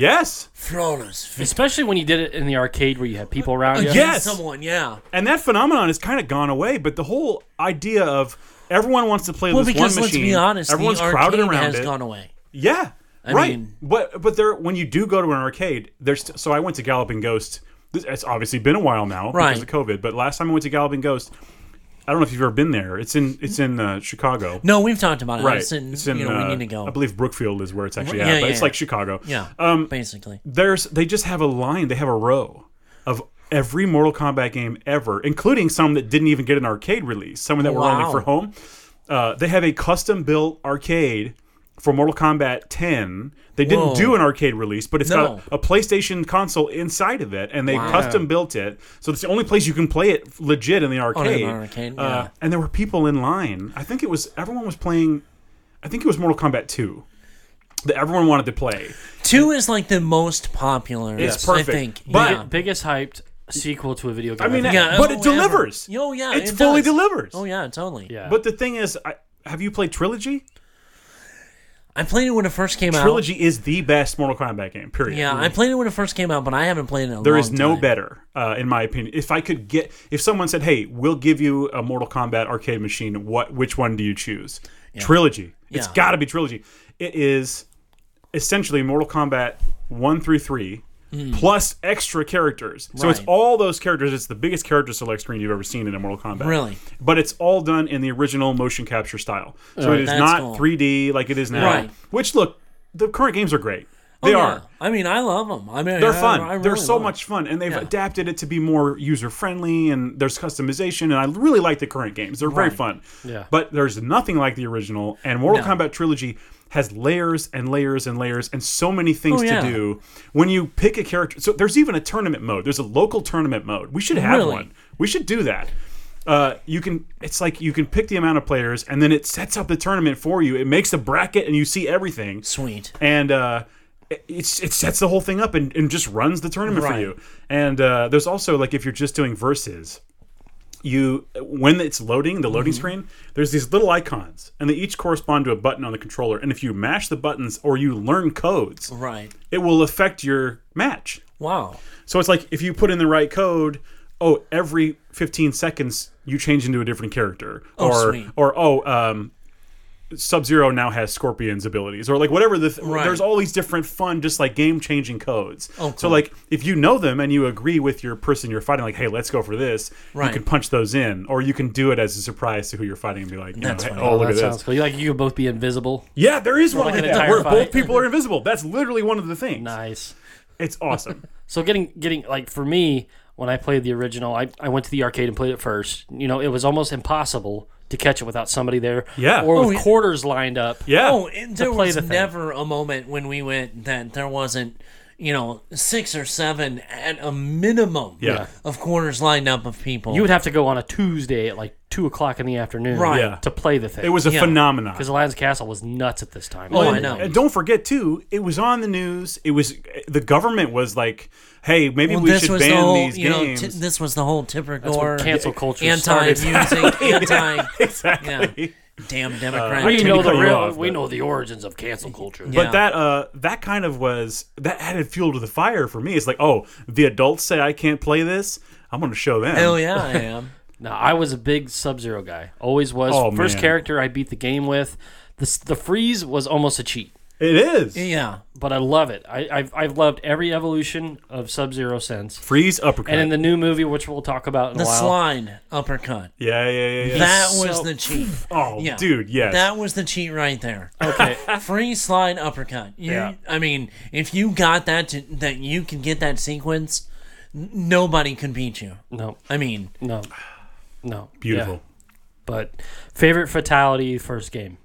Yes. Flawless victory. Especially when you did it in the arcade where you had people around you. Against Yes. someone. Yeah. And that phenomenon has kind of gone away, but the whole idea of everyone wants to play Well, this because one let's machine. be honest, everyone's the arcade crowded around has it. gone away. yeah. right. mean- but but there when you do go to an arcade, there's so I went to Galloping Ghost. This, it's obviously been a while now Right. because of COVID, but last time I went to Galloping Ghost, I don't know if you've ever been there. It's in it's in uh, Chicago. No, we've talked about it. Right. It's in, you know, uh, we need to go. I believe Um, Brookfield is where it's actually at, Yeah, but yeah, it's like yeah. Chicago. yeah. basically. there's they just have a line they have a row of every mortal kombat game ever including some that didn't even get an arcade release some that were only Wow. for home uh, they have a custom built arcade for Mortal Kombat 10. They Whoa. didn't do an arcade release, but it's No. got a PlayStation console inside of it, and they Wow. custom built it. So it's the only place you can play it legit in the arcade. Oh, arcade, Uh, yeah. And there were people in line. I think it was everyone was playing. I think it was Mortal Kombat 2 that everyone wanted to play. Two is like the most popular. It's perfect. I think. But- yeah. biggest hyped sequel to a video game. I mean, think. Yeah, but oh, it yeah, delivers. Oh, yeah, it's it fully does. delivers. oh yeah, totally. yeah. But the thing is, I, have you played Trilogy? I played it when it first came Trilogy is the best Mortal Kombat game. out. Period. Yeah, I played it when it first came out, but I haven't played it. In a There long is no time. better, uh, in my opinion. If I could get, if someone said, "Hey, we'll give you a Mortal Kombat arcade machine. What? Which one do you choose? Trilogy. It's Yeah. got to be Trilogy. It is essentially Mortal Kombat one through three. Plus extra characters, so it's Hmm. Right. all those characters. It's the biggest character select screen you've ever seen in a Mortal Kombat. Really? but it's all done in the original motion capture style. So it is That's not cool. 3D like it is now. Right. Oh, Which look, the current games are great. They Yeah. are. I mean, I love them. I mean, They're I- fun. I They're really so love 'em. much fun, and they've Yeah. adapted it to be more user friendly, and there's customization. And I really like the current games; they're very fun. Yeah. But there's nothing like the original, and Mortal No. Kombat Trilogy has layers and layers and layers, and so many things Oh, yeah. to do. When you pick a character, so there's even a tournament mode. There's a local tournament mode. We should have Really? one. We should do that. Uh, you can. It's like you can pick the amount of players, and then it sets up the tournament for you. It makes a bracket, and you see everything Sweet. and uh, it, it's, it sets the whole thing up and, and just runs the tournament for Right. you. And uh, there's also like if you're just doing verses, you when it's loading the Mm-hmm. loading screen, there's these little icons, and they each correspond to a button on the controller. And if you mash the buttons or you learn codes, Right. it will affect your match. Wow. So it's like if you put in the right code, oh, every 15 seconds you change into a different character, Oh, or sweet. or oh, um, Sub Zero now has Scorpion's abilities, or like whatever the th- Right. there's all these different fun, just like game changing codes. Oh, So cool. like if you know them and you agree with your person you're fighting, like hey, let's go for this. Right. You can punch those in, or you can do it as a surprise to who you're fighting and be like, you know, That's hey, funny. oh, Oh, look that at this. sounds cool. You like you could both be invisible. Yeah, there is one like like an that entire where both fight. people are invisible. That's literally one of the things. Nice. It's awesome. Oh, So getting getting like for me when I played the original, I, I went to the arcade and played it first. You know, it was almost impossible to catch it without somebody there. Yeah. Or Oh, with yeah. quarters lined up. Yeah. Oh, and there play was the thing. never a moment when we went that there wasn't, you know, six or seven at a minimum Yeah. of quarters lined up of people. You would have to go on a Tuesday at like two o'clock in the afternoon Right. Yeah. to play the thing. it was a Yeah. phenomenon. because Lion's Castle was nuts at this time. Oh, Like, I know. And don't forget too, it was on the news. It was the government was like, "Hey, maybe well, we this should was ban the whole, these you know, games." t- this was the whole Tipper That's Gore when cancel culture started. anti-music, anti, exactly. Uh, damn Democrat. We know the Technically real. off, we but- know the origins of cancel culture. Yeah. But that uh, that kind of was that added fuel to the fire for me. It's like, oh, the adults say I can't play this. I'm going to show them. Hell yeah, I am. No, I was a big Sub Zero guy. Always was. Oh, First man. character I beat the game with. The s- the freeze was almost a cheat, It is Yeah, but I love it. I, I've I've loved every evolution of Sub Zero since. freeze uppercut. And in the new movie, which we'll talk about in the a while, slide uppercut. yeah, yeah, yeah, yeah. That so- was the cheat. oh, Yeah. dude, yes. That was the cheat right there. Okay. Free slide uppercut. You, Yeah. I mean, if you got that to, that you can get that sequence, n- nobody could beat you. no, I mean, no, no, Beautiful. Yeah. But favorite fatality first game.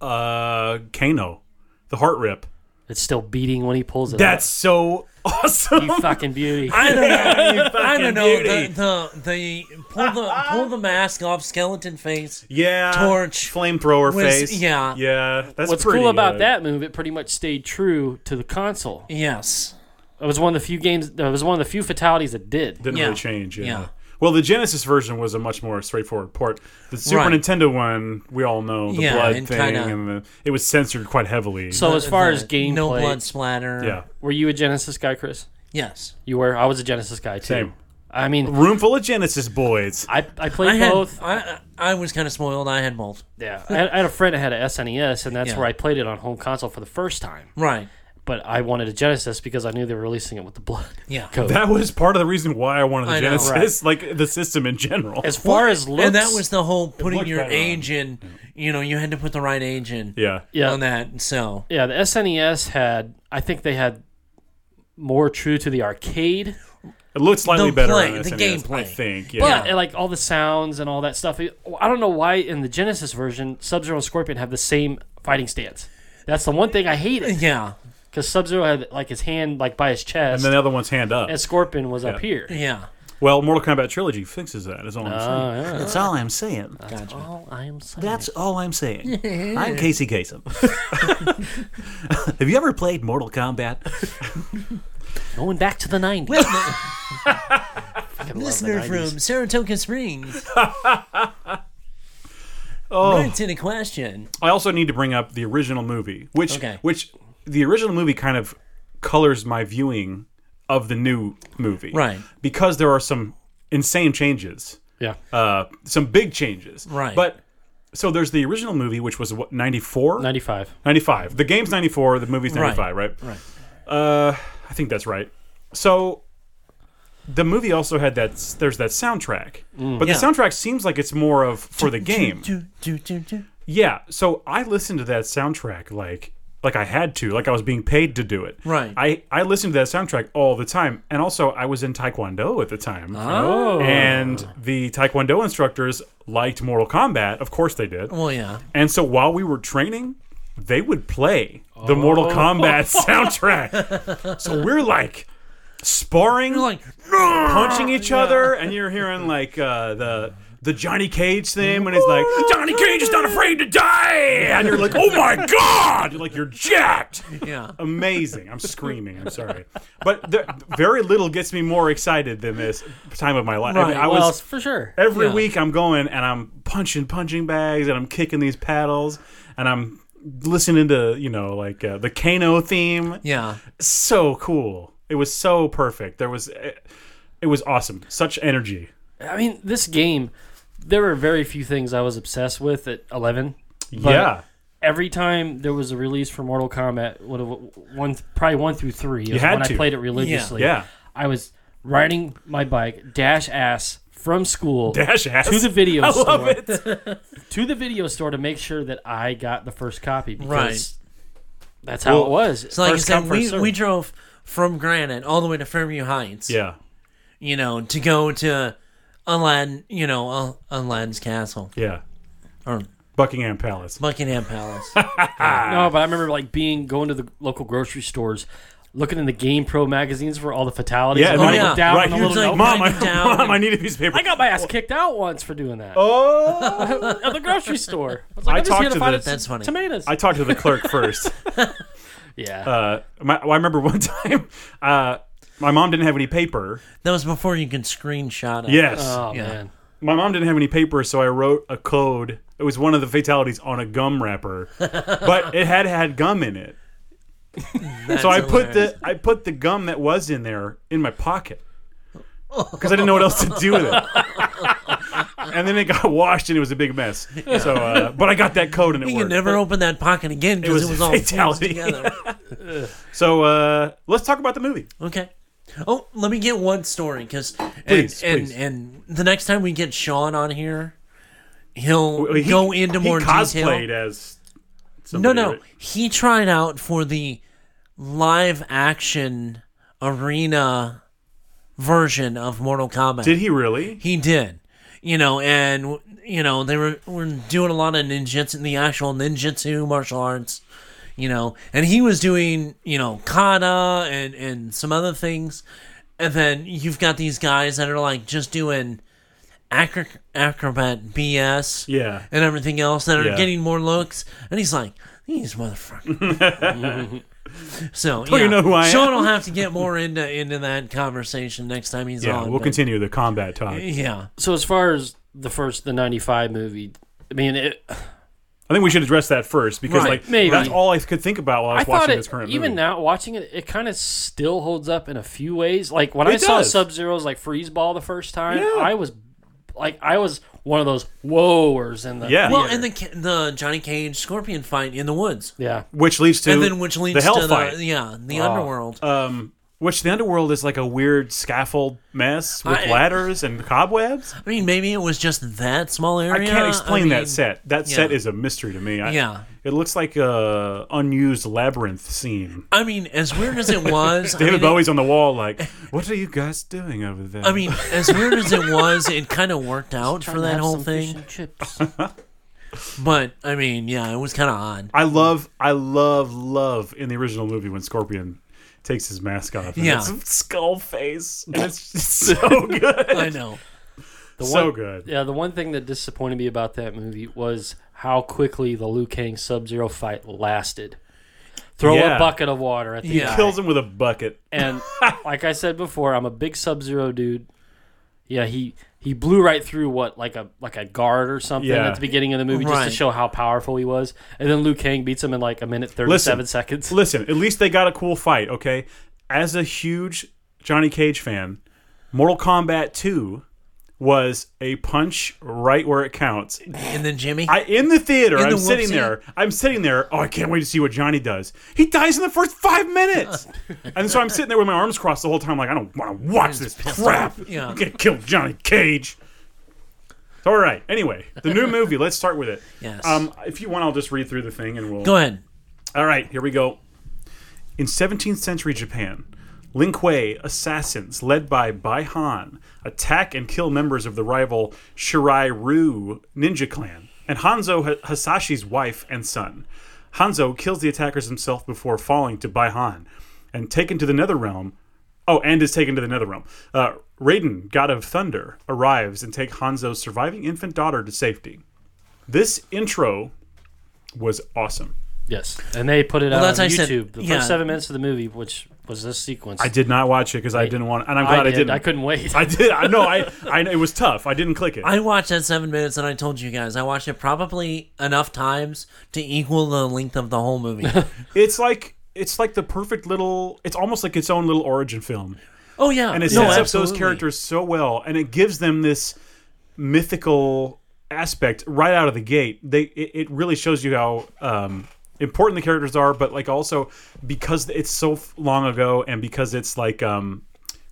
Uh, Kano, the heart rip. It's still beating when he pulls it. That's so out. awesome. you fucking beauty. I don't know. I fucking don't know. beauty. The, the the pull the pull the mask off skeleton face. Yeah, Torch flamethrower was- face. yeah. yeah. That's What's pretty, cool about uh, that move? It pretty much stayed true to the console. Yes. It was one of the few games. It was one of the few fatalities that did. didn't Yeah. really change. Yeah. Yeah. Well, the Genesis version was a much more straightforward port. The Super Right. Nintendo one, we all know the Yeah, blood and thing, kinda- and the, it was censored quite heavily. So as far The as gameplay, no blood splatter. yeah, were you a Genesis guy, Chris? Yes. You were. I was a Genesis guy too. Same. I mean, room full of Genesis boys. I, I played I had. both. I I I was kind of spoiled. I had both. yeah, I had, I had a friend that had a SNES, and that's Yeah. where I played it on home console for the first time. Right. But I wanted a Genesis because I knew they were releasing it with the blood Yeah. code. That was part of the reason why I wanted the I know, Genesis, like the system in general. as far as looks, and that was the whole putting looked your better on- age in. You know, you had to put the right age in. yeah, yeah, on that. So yeah. The SNES had, I think they had more true to the arcade It looks slightly The better play- on the SNES, E I gameplay. think. But Yeah. and, like all the sounds and all that stuff, it- I don't know why in the Genesis version, Sub Zero and Scorpion have the same fighting stance. That's the one thing I hated Yeah, because Sub Zero had like his hand like by his chest, and and, then the other one's hand up. Scorpion was up here. yeah. Well, Mortal Kombat Trilogy fixes that. Is all I'm Oh, saying. Uh, yeah. That's all I'm saying. That's all I am saying. That's all I'm saying. I'm Casey Kasem. Have you ever played Mortal Kombat? going back to the nineties. Listener from Saratoga Springs. Writes in a question. I also need to bring up the original movie, which Okay. which the original movie kind of colors my viewing of the new movie, Right. Because there are some insane changes, yeah, uh, some big changes, Right. But so there's the original movie, which was what 94? ninety five. 95. The game's 94, the movie's 95, right? Right. Uh, I think that's right. So the movie also had that there's that soundtrack. But Yeah. the soundtrack seems like it's more of for the game. Do, do, do, do. Yeah, so I listened to that soundtrack like like I had to, like I was being paid to do it. Right. I I listened to that soundtrack all the time, and also I was in Taekwondo at the time. Oh, And the Taekwondo instructors liked Mortal Kombat, of course they did. Well, yeah. And so while we were training, they would play the Mortal Oh. Kombat soundtrack. so we're like sparring, Like, punching each other, and you're hearing like uh, the the Johnny Cage thing when it's like Johnny Cage is not afraid to die, and you're like, oh my god, you're like you're jacked. yeah. Amazing! I'm screaming. I'm sorry, but there, very little gets me more excited than this time of my life. I, mean, I well, was for sure. every Yeah. week I'm going and I'm punching punching bags and I'm kicking these paddles and I'm listening to you know like uh, the Kano theme. Yeah. So cool. It was so perfect. There was it, it was awesome. Such energy. I mean, this game. There were very few things I was obsessed with at eleven. but yeah. every time there was a release for Mortal Kombat, one, of- one probably one through three, is had when to. I played it religiously. Yeah. I was riding my bike, dash ass from school Dash ass. to the video I store, love it. to the video store to make sure that I got the first copy. Because Right. That's how it was. So, like First I come, said, first we, served. we drove from Granite all the way to Fairview Heights. Yeah. You know, to go to Aladdin, you know, Al- Aladdin's Castle Yeah. or Buckingham Palace. Buckingham Palace. Ah. no, but I remember like being going to the local grocery stores. Looking in the Game Pro magazines for all the fatalities. Yeah, and and writing then- it down right, on a he was little like, note. Mom, I, writing down. mom, I need a piece of paper. I got my ass kicked out once for doing that. Oh. at the grocery store. I was I like, I am just talked here to to find the- us That's funny. tomatoes. I talked to the clerk first. yeah. Uh, my, I remember one time uh, my mom didn't have any paper. that was before you could screenshot it. Yes. oh yeah. man. my mom didn't have any paper, so I wrote a code. It was one of the fatalities on a gum wrapper, but it had had gum in it. so I put the I put the gum that was in there in my pocket because I didn't know what else to do with it. and then it got washed and it was a big mess. So, uh, but I got that code and it You worked. could never open that pocket again because was it was, all fused fatality. together. so uh, let's talk about the movie. Okay. Oh, let me get one story because Please, and, please. and and the next time we get Sean on here, he'll He- go into he more cosplayed detail. as No, somebody, no, right? he tried out for the live action arena version of Mortal Kombat. Did he really? He did. You know, and you know they were were doing a lot of ninjutsu, the actual ninjutsu martial arts. You know, and he was doing you know kata and and some other things, and then you've got these guys that are like just doing acro- acrobat BS Yeah. and everything else that are Yeah. getting more looks, and he's like these motherfuckers. so you yeah. know who I am? Sean will have to get more into into that conversation next time he's Yeah, on. we'll but- continue the combat talk. Yeah. So as far as the first the '95 movie, I mean, it, I think we should address that first because Right, like maybe. that's all I could think about while I I was thought watching it this current even movie. now watching it, it kind of still holds up in a few ways. Like when I It saw does. Sub Zero's like freeze ball the first time, Yeah. I was like, I was one of those whoaers in the yeah, Well, and the ca- the Johnny Cage scorpion fight in the woods, yeah. which leads to and then which leads the hell to fight. Oh. the yeah the underworld. Um, Which the underworld is like a weird scaffold mess with I- ladders and cobwebs. I mean, maybe it was just that small area. I can't explain mean, that set. That set yeah. is a mystery to me. I, Yeah. it looks like a unused labyrinth scene. I mean, as weird as it was, I David mean, it- Bowie's on the wall, like, what are you guys doing over there? I mean, as weird as it was, it kind of worked out Trying for to that have whole some fish thing. and chips. But I mean, yeah, it was kind of odd. I love, I love, love in the original movie when Scorpion takes his mask off. And Yeah. it's skull face, and it's just so good, I know. The so one- good. Yeah, the one thing that disappointed me about that movie was how quickly the Liu Kang Sub Zero fight lasted. Throw Yeah. a bucket of water at the Yeah. guy. Kills him with a bucket. And like I said before, I'm a big Sub Zero dude. Yeah, he he blew right through what like a like a guard or something Yeah. at the beginning of the movie just Right. to show how powerful he was. And then Liu Kang beats him in like a minute thirty seven seconds. Listen, at least they got a cool fight, okay? As a huge Johnny Cage fan, Mortal Kombat 2 was a punch right where it counts. And then Jimmy. I in the theater, In I'm the sitting whoopsie. there. I'm sitting there. Oh, I can't wait to see what Johnny does. He dies in the first 5 minutes. and so I'm sitting there with my arms crossed the whole time like I don't want to watch this crap. Yeah. I'm going to kill Johnny Cage. All right. Anyway, the new movie, let's start with it. Yes. Um, if you want, I'll just read through the thing and we'll Go ahead. all right, here we go. In 17th century Japan, Lin Kuei assassins led by Bai Han attack and kill members of the rival Shirai Ryu ninja clan and Hanzo H- Hasashi's wife and son. Hanzo kills the attackers himself before falling to Bai Han and taken to the Netherrealm. Oh, and is taken to the Netherrealm. Uh, Raiden, god of thunder, arrives and take Hanzo's surviving infant daughter to safety. This intro was awesome. Yes, and they put it out that's on I said- YouTube. the yeah. first seven minutes of the movie, which was this sequence, I did not watch it because I didn't want, and I'm glad I, did. didn't. I couldn't wait. I did. I know. I, I. It was tough. I didn't click it. I watched that seven minutes, and I told you guys I watched it probably enough times to equal the length of the whole movie. it's like it's like the perfect little. It's almost like its own little origin film, oh yeah, and it no, sets up those absolutely. characters so well, and it gives them this mythical aspect right out of the gate. They. It, it really shows you how. Um, important the characters are but like also because it's so f- long ago and because it's like um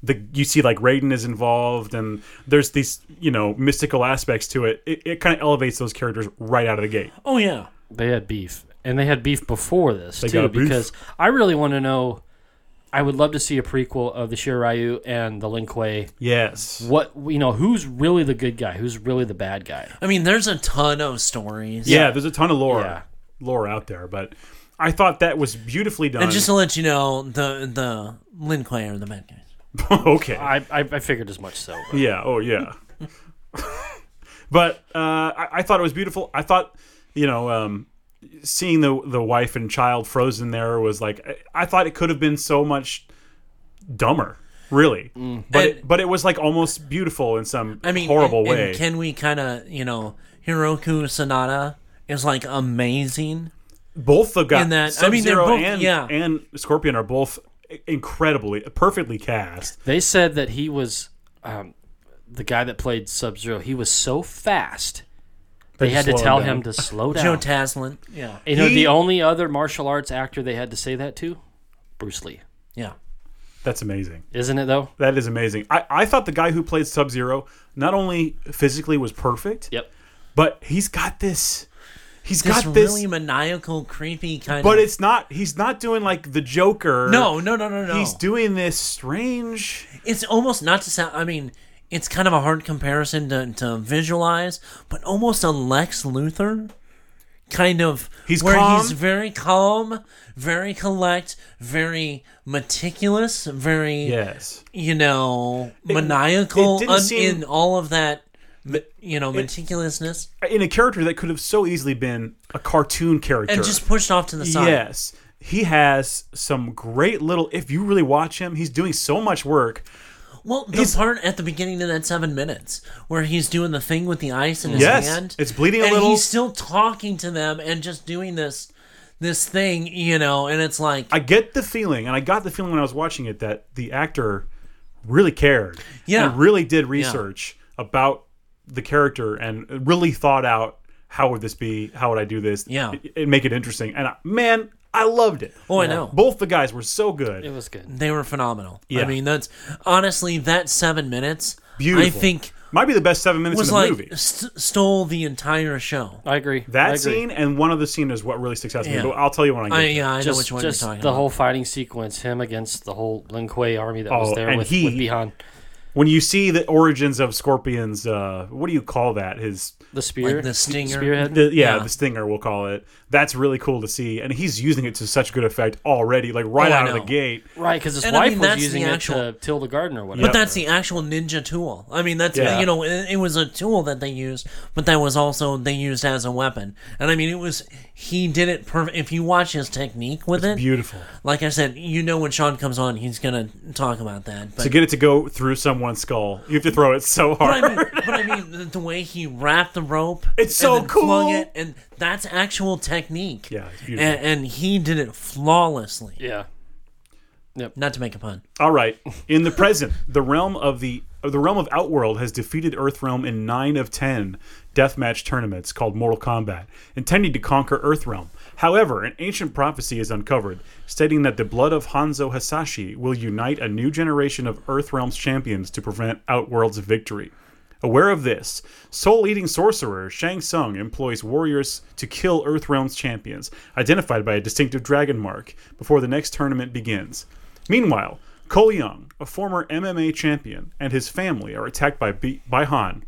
the you see like Raiden is involved and there's these you know mystical aspects to it. It, it kind of elevates those characters right out of the gate. Oh yeah. they had beef, and they had beef before this too. got beef? Because I really want to know. I would love to see a prequel of the Shirayu and the Lin Kuei. Yes. What you know, who's really the good guy? Who's really the bad guy? I mean, there's a ton of stories. Yeah, there's a ton of lore Yeah. lore out there, but I thought that was beautifully done. And just to let you know, the the Lin Kuei are the bad guys. okay. I, I, I figured as much so. but- Yeah. Oh, yeah. but uh, I, I thought it was beautiful. I thought, you know, um, seeing the the wife and child frozen there was like I, I thought it could have been so much dumber, really. But it, And- but it was like almost beautiful in some Mm. I mean, horrible and- and way. can we kind of you know Hiroku Sanada is like amazing. both the guys, in that- I Sub mean, they're Zero both- and yeah. and Scorpion are both incredibly perfectly cast. They said that he was um, the guy that played Sub Zero. He was so fast. They, just had slow to him tell down. him to slow Joe down. Taslin. Yeah. you know, He- the only other martial arts actor they had to say that to, Bruce Lee. Yeah. That's amazing. Isn't it though? That is amazing. I, I thought the guy who played Sub Zero not only physically was perfect, Yep. but he's got this. He's This, got this. really maniacal, creepy kind but of. it's not. He's not doing like the Joker. no, no, no, no, no. He's doing this strange. it's almost not to sound. I mean, it's kind of a hard comparison to, to visualize, but almost a Lex Luthor kind of. He's where calm. he's very calm, very collect, very meticulous, very Yes. you know maniacal it didn't un- seem- in all of that. You know meticulousness, In a character that could have so easily been a cartoon character. and just pushed off to the side. Yes. He has some great little. If you really watch him, he's doing so much work. Well, the part at the beginning of that seven minutes where he's doing the thing with the ice in his Yes, hand. it's bleeding a and little. He's still talking to them and just doing this this thing, you know, and it's like I get the feeling, and I got the feeling when I was watching it that the actor really cared. Yeah. And really did research about the character and really thought out how would this be? How would I do this? Yeah. And make it interesting. And I, man, I loved it. Oh, I know. Both the guys were so good. It was good. They were phenomenal. Yeah. I mean, that's honestly that seven minutes. Beautiful. I think Might be the best seven minutes in was the like movie. st- stole the entire show. I agree. I That agree. scene and one other scene is what really sticks out to Yeah. me. But I'll tell you when I get. I there. yeah, I know just, which one just you're talking the about. whole fighting sequence, him against the whole Lin Kuei army that Oh, was there and with, he- with Bihan. When you see the origins of Scorpion's, uh, what do you call that? His The spear, Like the stinger. spearhead. the, yeah, Yeah. the stinger we'll call it. That's really cool to see, and he's using it to such good effect already, like right Oh, I out of the know. gate. right, because his And I wife mean, that's was the using actual- it to till the garden or whatever. But that's the actual ninja tool. I mean, that's Yeah. you know, it, it was a tool that they used, but that was also they used as a weapon. And I mean, it was he did it perfect. If you watch his technique with it, Beautiful. like I said, you know when Sean comes on, he's gonna talk about that. But, To get it to go through someone's skull, you have to throw it so but I hard. mean, but I mean, the, the way he wrapped the rope, It's and so then flung cool. it, and that's actual technique. Yeah, it's beautiful. and, and he did it flawlessly. yeah. Not to make a pun. All right. In the present, the realm of the uh, the realm of Outworld has defeated Earthrealm in nine of ten deathmatch tournaments called Mortal Kombat, intending to conquer Earthrealm. However, an ancient prophecy is uncovered, stating that the blood of Hanzo Hasashi will unite a new generation of Earthrealm's champions to prevent Outworld's victory. Aware of this, soul eating sorcerer Shang Tsung employs warriors to kill Earthrealm's champions, identified by a distinctive dragon mark, before the next tournament begins. Meanwhile, Cole Young, a former MMA champion, and his family are attacked by, B- by Han,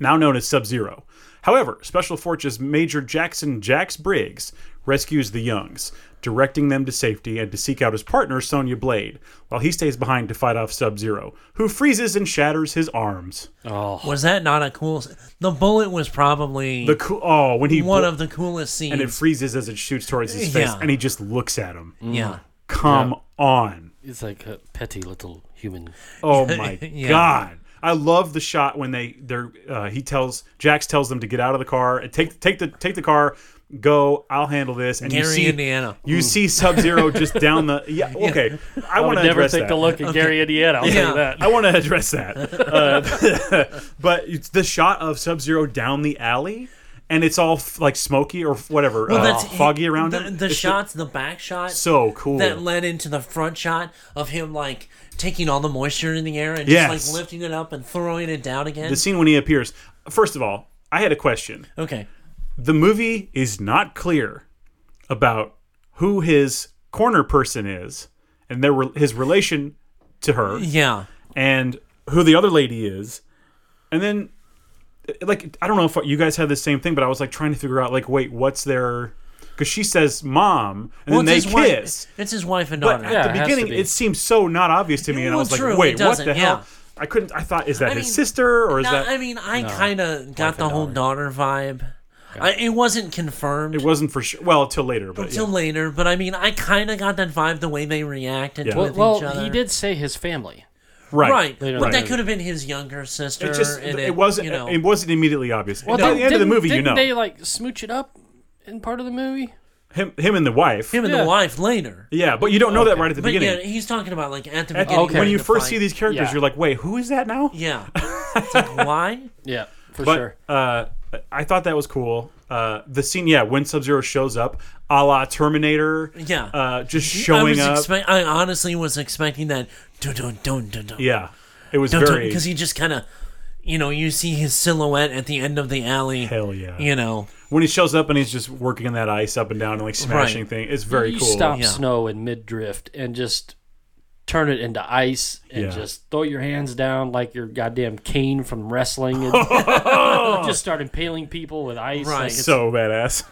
now known as Sub Zero. However, Special Forces Major Jackson Jax Briggs rescues the Youngs, directing them to safety and to seek out his partner, Sonya Blade, while he stays behind to fight off Sub Zero, who freezes and shatters his arms. Was that not a cool? s- The bullet was probably Oh. The coo- oh, when he one bl- of the coolest scenes. and it freezes as it shoots towards his face, Yeah. and he just looks at him. yeah. Come on. It's like a petty little human. Oh my Yeah. god! I love the shot when they they're uh, he tells Jax tells them to get out of the car and take take the take the car. Go, I'll handle this. And you Gary, see, Indiana. Mm. You see Sub Zero just down the yeah. Okay, I I want would to never address take that. a look at Gary Indiana. I'll tell Yeah. you that. I want to address that. Uh, but it's the shot of Sub Zero down the alley, and it's all f- like smoky or f- whatever, uh, foggy around the, him. The It's shots, the back shot, so cool. that led into the front shot of him like taking all the moisture in the air and Yes. just like lifting it up and throwing it down again. the scene when he appears. First of all, I had a question. okay, the movie is not clear about who his corner person is and their re- his relation to her yeah, and who the other lady is and then like i don't know if you guys had the same thing but i was like trying to figure out like wait what's their because she says mom and then they it's his wife- kiss it's his wife and but daughter. Yeah, at it the has to beginning be. it seemed so not obvious to me and i Well, was like true, it wait what doesn't, the yeah. hell i couldn't i thought is that I his mean, sister or is No, that I mean, I kind of got the whole daughter, vibe. I, it wasn't confirmed it wasn't for sure well till later but until yeah. later, but I mean, I kind of got that vibe the way they reacted Yeah. with Well, each other. he did say his family. right right? Later but on. that could have been his younger sister. It just and it, wasn't You know, it wasn't immediately obvious. By the end of the didn't- movie, you didn't know they like smooch it up in part of the movie. him him and the wife. him and yeah. the wife later. yeah, but you don't know that right at the But beginning. yeah, he's talking about like at the At the- beginning Oh, okay. When you the first fight. see these characters, Yeah. you're like, wait, who is that now? Yeah. It's like, why? Yeah, for but sure. uh, I thought that was cool. Uh, the scene, yeah, when Sub Zero shows up, a la Terminator. Yeah. uh, just I showing was up. expect- I honestly was expecting that. Dun, dun, dun, dun, dun, yeah, it was very Because he just kind of, you know, you see his silhouette at the end of the alley. hell yeah. You know, When he shows up and he's just working on that ice up and down and like smashing Right. thing, it's very you cool. stop Yeah. snow in mid drift and just turn it into ice and Yeah. just throw your hands down like your goddamn cane from wrestling and just start impaling people with ice. Right. Like it's, So badass.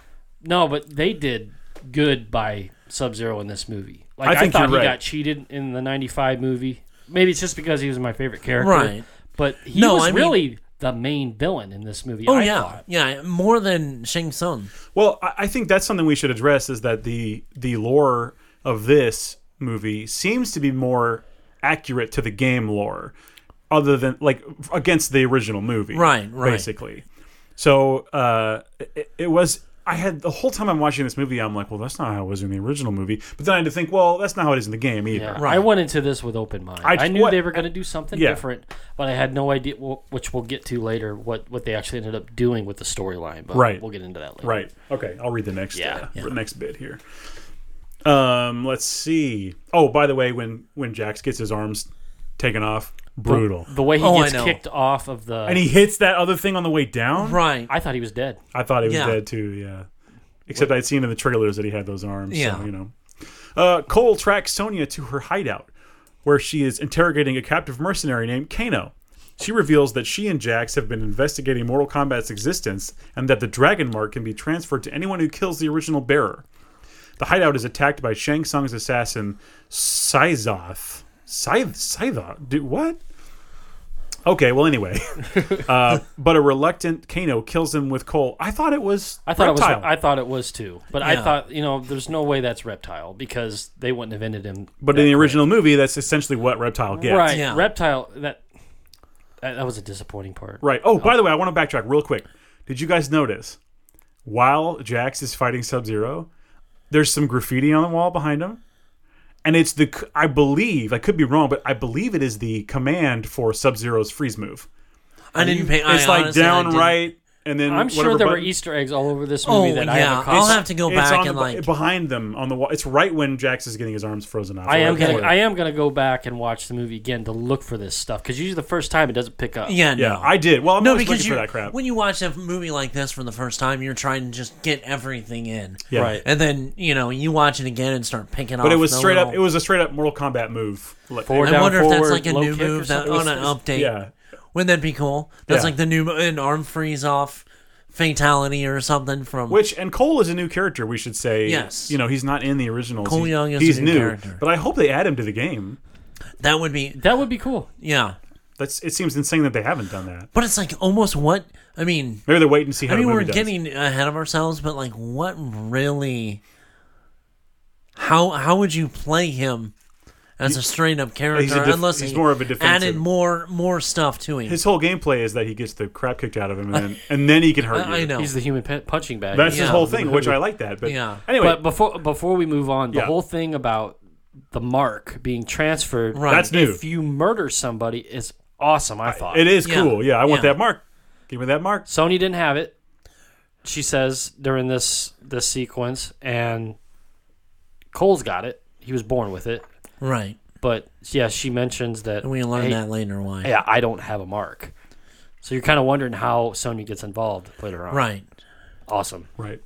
no, but they did good by Sub Zero in this movie. Like I I, think you're thought he right. got cheated in the '95 movie. Maybe it's just because he was my favorite character. Right. But he No, was I mean- really the main villain in this movie. oh I yeah, thought. yeah, more than Shang Tsung. Well, I, I think that's something we should address is that the the lore of this movie seems to be more accurate to the game lore, other than like against the original movie, Right, right. Basically, so uh, it, it was. I had the whole time I'm watching this movie, I'm like, well, that's not how it was in the original movie. But then I had to think, well, that's not how it is in the game either. Yeah, Right. I went into this with open mind. I- I, knew what- they were going to do something Yeah. different, but I had no idea, wh- which we'll get to later, what, what they actually ended up doing with the storyline. But Right. we'll get into that later. Right. Okay. I'll read the next Yeah. uh, next bit here. Um, let's see. Oh, by the way, when when Jax gets his arms taken off, brutal. The way he Oh, I gets know. kicked off of the. And he hits that other thing on the way down. Right. I thought he was dead. I thought he was Yeah. dead too. Yeah. Except I'd seen in the trailers that he had those arms. Yeah. So, you know. Uh, Cole tracks Sonya to her hideout, where she is interrogating a captive mercenary named Kano. She reveals that she and Jax have been investigating Mortal Kombat's existence and that the Dragon Mark can be transferred to anyone who kills the original bearer. The hideout is attacked by Shang Tsung's assassin, Sizoth. Scythe? Scythoth? Dude, what? Okay, well, anyway. uh, but a reluctant Kano kills him with coal. I thought it was I thought reptile. it was. I thought it was too. But I Yeah. thought you know, there's no way that's reptile because they wouldn't have ended him. but in the original movie, that's essentially what Reptile gets. right? Yeah. Reptile. That, that that was a disappointing part. Right. Oh, by the way, I want to backtrack real quick. Did you guys notice while Jax is fighting Sub Zero, there's some graffiti on the wall behind him, and it's the c- I believe I could be wrong, but I believe it is the command for Sub Zero's freeze move. I didn't pay. I It's like honestly, I down didn't- right, and then I'm sure whatever there were button- Easter eggs all over this Oh movie that I yeah, haven't caught. I'll have to go It's on back the and bu- like. behind them on the wall. It's right when Jax is getting his arms frozen off. I am Okay. gonna I am gonna go back and watch the movie again to look for this stuff because usually the first time it doesn't pick up. Yeah, no. Yeah, I did. Well, I'm no, always because looking you for that crap. when you watch a movie like this for the first time, you're trying to just get everything in. Yeah. Right. And then you know you watch it again and start picking up. But it was straight up. It was a straight up Mortal Kombat move. Like, Forward I down wonder if that's forward, like a low new kick or move that, something. on It an was- update. yeah. Wouldn't that be cool? That's Yeah. like the new an arm freeze off fatality or something from. Which and Cole is a new character. We should say. Yes. You know he's not in the originals. Cole He's- Young is he's a new new. character. But I hope they add him to the game. that would be That would be cool. yeah. That's it seems insane that they haven't done that. But it's like almost what I mean. Maybe they're waiting to see how I mean, the we're movie does. getting ahead of ourselves, but like, what really? How how would you play him as a straight up character he's a def- unless he's he more of a defensive- added more more stuff to him? His whole gameplay is that he gets the crap kicked out of him, and then, and then he can hurt you. I, I know. He's the human pe- punching bag. That's his Yeah. whole thing, which I like that. But Yeah. anyway, but before before we move on, the Yeah. whole thing about the mark being transferred. Right. that's new. If you murder somebody, is awesome. I thought It is Yeah. cool. Yeah, I want Yeah. that mark. Give me that mark. Sony didn't have it. She says during this this sequence, and Cole's got it. He was born with it. right. But yeah, she mentions that And we learn hey, that later why. yeah, I don't have a mark. So you're kind of wondering how Sony gets involved later on. Right. Awesome. Right.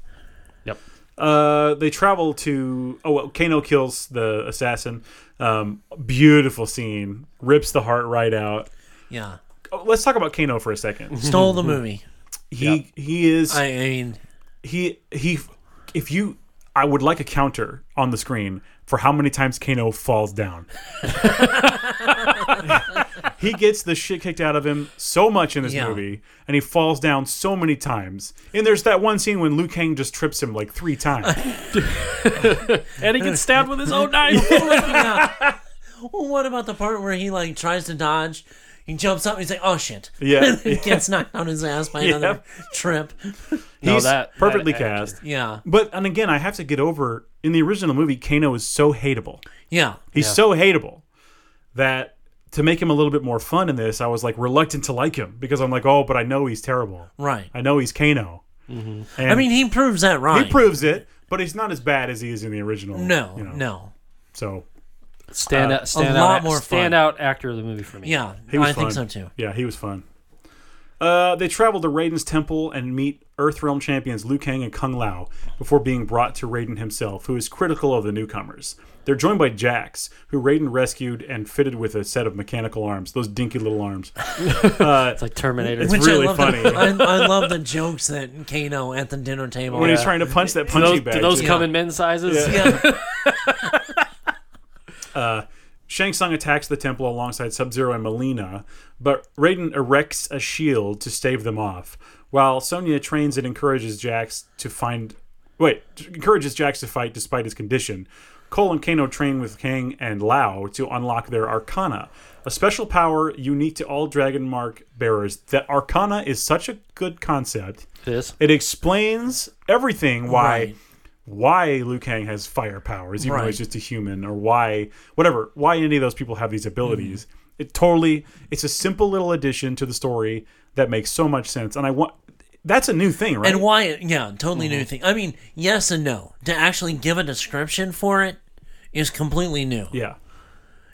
Yep. Uh, they travel to. Oh, well, Kano kills the assassin. Um, beautiful scene. Rips the heart right out. Yeah. Oh, let's talk about Kano for a second. Stole the movie. He he is I, I mean, he he. If you, I would like a counter on the screen for how many times Kano falls down. he gets the shit kicked out of him so much in this Yeah. movie, and he falls down so many times. And there's that one scene when Liu Kang just trips him like three times. And he gets stabbed with his Oh, own knife. well, what about the part where he like tries to dodge? He jumps up. He's like, "Oh shit!" Yeah. he gets knocked on his ass by another trip. No, He's that- that perfectly actor. cast. Yeah, But and again, I have to get over in the original movie, Kano is so hateable. yeah, He's so hateable that to make him a little bit more fun in this, I was like reluctant to like him because I'm like, oh, but I know he's terrible. right. I know he's Kano. And I mean, he proves that right. he proves it, but he's not as bad as he is in the original. no, you know. no. So Stand out, stand lot out, more fun. stand out actor of the movie for me. Yeah, he was I think so fun. too. Yeah, he was fun. Uh, they travel to Raiden's temple and meet Earthrealm champions Liu Kang and Kung Lao before being brought to Raiden himself, who is critical of the newcomers. They're joined by Jax, who Raiden rescued and fitted with a set of mechanical arms, those dinky little arms. It's like Terminator. It's really I love funny. The, I, I love the jokes that Kano at the dinner table. when he's Yeah. trying to punch that do punching those, do bag. those too. come in men's sizes? yeah, Shang Tsung attacks the temple alongside Sub Zero and Melina, but Raiden erects a shield to stave them off, while Sonya trains and encourages Jax to find. Wait, encourages Jax to fight despite his condition. Cole and Kano train with Kang and Lao to unlock their Arcana, a special power unique to all Dragon Mark bearers. That Arcana is such a good concept. This. It explains everything why Right. why Liu Kang has fire powers, even though he's Right. just a human, or why whatever, why any of those people have these abilities. Mm-hmm. It totally it's a simple little addition to the story that makes so much sense. And I want That's a new thing, right? And why? Yeah, totally Mm-hmm. new thing. I mean, yes and no. To actually give a description for it is completely new. yeah.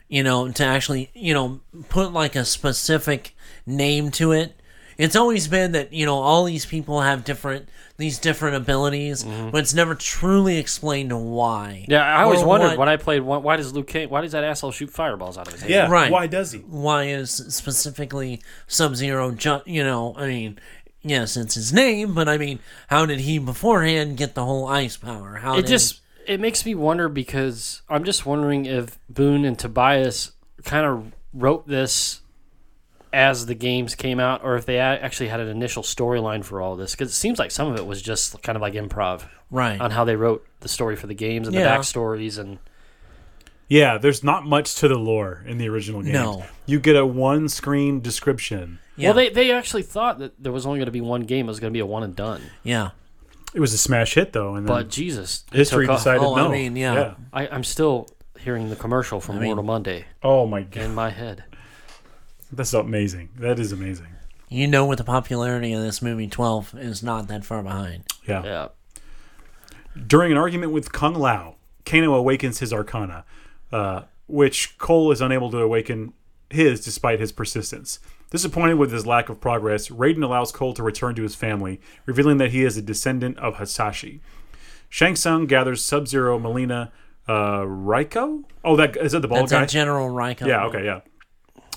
You know, to actually, you know, put like a specific name to it. It's always been that, you know, all these people have different these different abilities, Mm-hmm. but it's never truly explained why. Yeah, I always Or wondered what- when I played. Why, why does Luke? Cage, why does that asshole shoot fireballs out of his head? Yeah. Right. Why does he? why is specifically Sub Zero? Ju- you know, I mean, yes, it's his name, but I mean, how did he beforehand get the whole ice power? How It did, just it makes me wonder because I'm just wondering if Boone and Tobias kind of wrote this as the games came out, or if they a- actually had an initial storyline for all this. Because it seems like some of it was just kind of like improv right? Uh, on how they wrote the story for the games and Yeah. the backstories and Yeah, there's not much to the lore in the original game. No. You get a one screen description. Yeah. Well, they, they actually thought that there was only going to be one game. It was going to be a one and done. yeah, It was a smash hit though, Hmm. and But then Jesus, it history took off. decided Oh, I no. mean, yeah. I, I'm still hearing the commercial from Mortal Monday Oh my god. in my head. That's amazing. That is amazing. you know, with the popularity of this movie, twelve is not that far behind. Yeah. Yeah. During an argument with Kung Lao, Kano awakens his arcana, uh, which Cole is unable to awaken his despite his persistence. Disappointed with his lack of progress, Raiden allows Cole to return to his family, revealing that he is a descendant of Hasashi. Shang Tsung gathers Sub Zero, Melina, uh, Raiko? Oh, that is that the bald That's guy? that General Riker. Yeah, okay, yeah.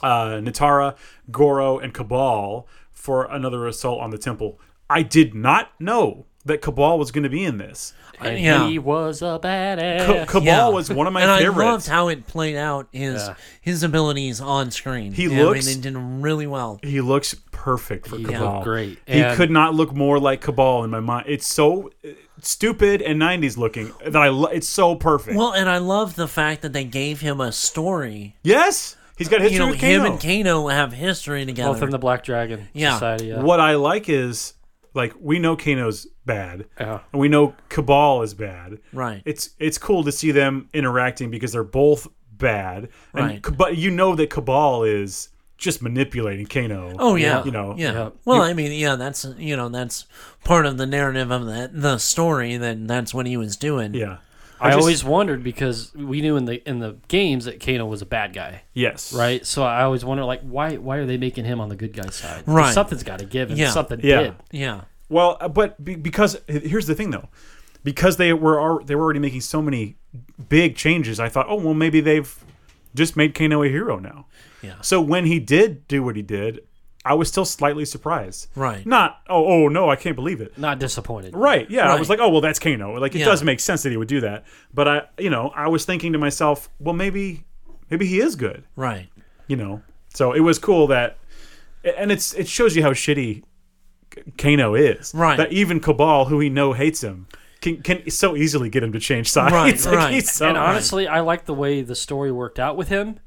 Uh, Natara, Goro, and Cabal for another assault on the temple. I did not know that Cabal was going to be in this. And Yeah. he was a badass. Ca- Cabal Yeah. was one of my and I loved favorites. how it played out his his abilities on screen. He I mean, looks- they did really well. he looks perfect for Cabal. looked great. He And- could not look more like Cabal in my mind. It's so uh, stupid and 90s looking that I lo- it's so perfect. Well, and I love the fact that they gave him a story. yes. He's got history You know, with Kano. him and Kano have history together. Both in the Black Dragon Yeah. Society. Yeah. what I like is like we know Kano's bad, Yeah. and we know Cabal is bad. Right. It's it's cool to see them interacting because they're both bad, and Right. Ca- but you know that Cabal is just manipulating Kano. Oh yeah, you know. yeah. Yeah. Well, I mean, yeah, that's you know that's part of the narrative of the the story that that's what he was doing. yeah. I, just- always wondered because we knew in the in the games that Kano was a bad guy, yes right? So I always wonder like why why are they making him on the good guy side? Right. Something's got to give, and Yeah. something Yeah. did. yeah, Well, uh, but be- because here's the thing though, because they were al- they were already making so many big changes, I thought, oh well, maybe they've just made Kano a hero now. Yeah. So when he did do what he did, I was still slightly surprised. Right. Not oh oh no, I can't believe it. Not disappointed. Right. Yeah. I was Right. like, oh well, that's Kano. Like it Yeah. does make sense that he would do that. But I, you know, I was thinking to myself, well maybe maybe he is good right. you know. So it was cool that, and it's it shows you how shitty Kano is. Right. That even Cabal, who we know hates him, can can so easily get him to change sides. Right, Like, right. he's so- And honestly, I like the way the story worked out with him.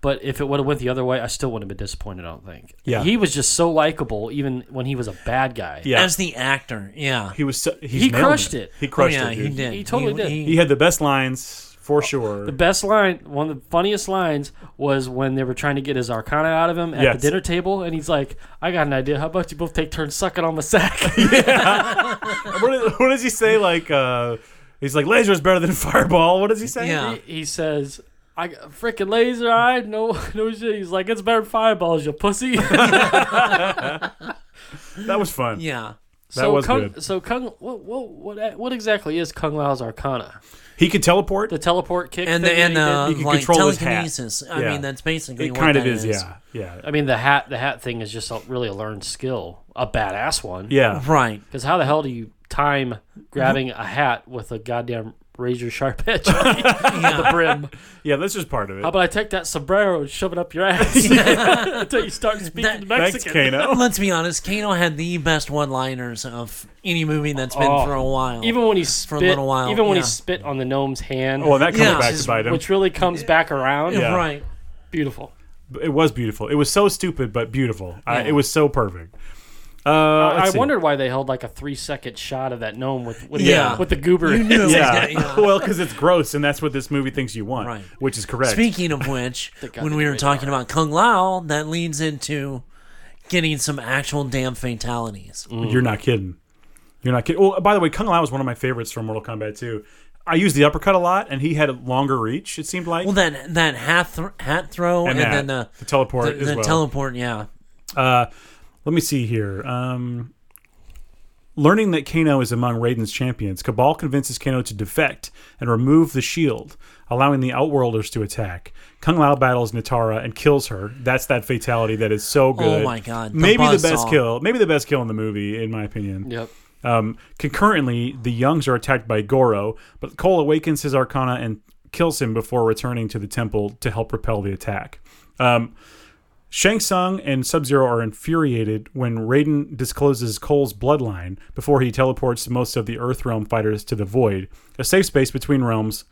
But if it would have went the other way, I still wouldn't have been disappointed. I don't think. Yeah. He was just so likable, even when he was a bad guy. yeah, As the actor, yeah, he was. So, he's He nailed crushed it. He crushed oh, yeah, it. he dude. did. He totally did. He had the best lines for sure. The best line, one of the funniest lines, was when they were trying to get his arcana out of him at Yes. the dinner table, and he's like, "I got an idea. How about you both take turns sucking on my sack?" what, is, what does he say? Like, uh, he's like laser is better than fireball. What does he say? Yeah. he, he says, "I got a freaking laser eye. No, no shit." He's like, "It's better than fireballs, you pussy." that was fun. yeah. so was Kung, good. So Kung, what, what, what, what exactly is Kung Lao's arcana? He could teleport. The teleport kick, And the, thing and that he did? uh, he could like control his hat. telekinesis. I Yeah. mean, that's basically it what kind of that is. Yeah, yeah, I mean, the hat, the hat thing is just a, really a learned skill, a badass one. yeah. Right. Because how the hell do you time grabbing a hat with a goddamn razor sharp edge on the- on the brim? Yeah, this is part of it. How about I take that sombrero and shove it up your ass until you start speaking That- Thanks, Mexican? Kano. Let's be honest. Kano had the best one-liners of any movie that's been Oh. for a while. Even when he For spit, a little while, even when yeah. he spit on the gnome's hand, Well, Oh, that comes Yeah. back Which to is- bite him. which really comes back around. Yeah. right. Beautiful. It was beautiful. It was so stupid, but beautiful. I, Yeah. it was so perfect. Uh, I let's see. wondered why they held like a three second shot of that gnome with with, Yeah. with the goober. You knew. Yeah. yeah. well, because it's gross, and that's what this movie thinks you want, Right. which is correct. Speaking of which, got when the we were great talking about Kung Lao, that leads into getting some actual damn fatalities. Mm. You're not kidding. You're not kidding. Well, by the way, Kung Lao was one of my favorites from Mortal Kombat 2. I used the uppercut a lot, and he had a longer reach. It seemed like Well, that that hat thr hat throw And and, that. then the, The teleport the, as the well. teleport. Yeah, Uh, let me see here. Um, learning that Kano is among Raiden's champions, Cabal convinces Kano to defect and remove the shield, allowing the Outworlders to attack. Kung Lao battles Natara and kills her. That's that fatality that is so good. Oh my God, the Maybe the best buzzsaw. kill. Maybe the best kill in the movie, in my opinion. Yep. Um, concurrently, the Youngs are attacked by Goro, but Cole awakens his arcana and kills him before returning to the temple to help repel the attack. Um, Shang Tsung and Sub Zero are infuriated when Raiden discloses Cole's bloodline before he teleports most of the Earth Realm fighters to the void, a safe space between realms.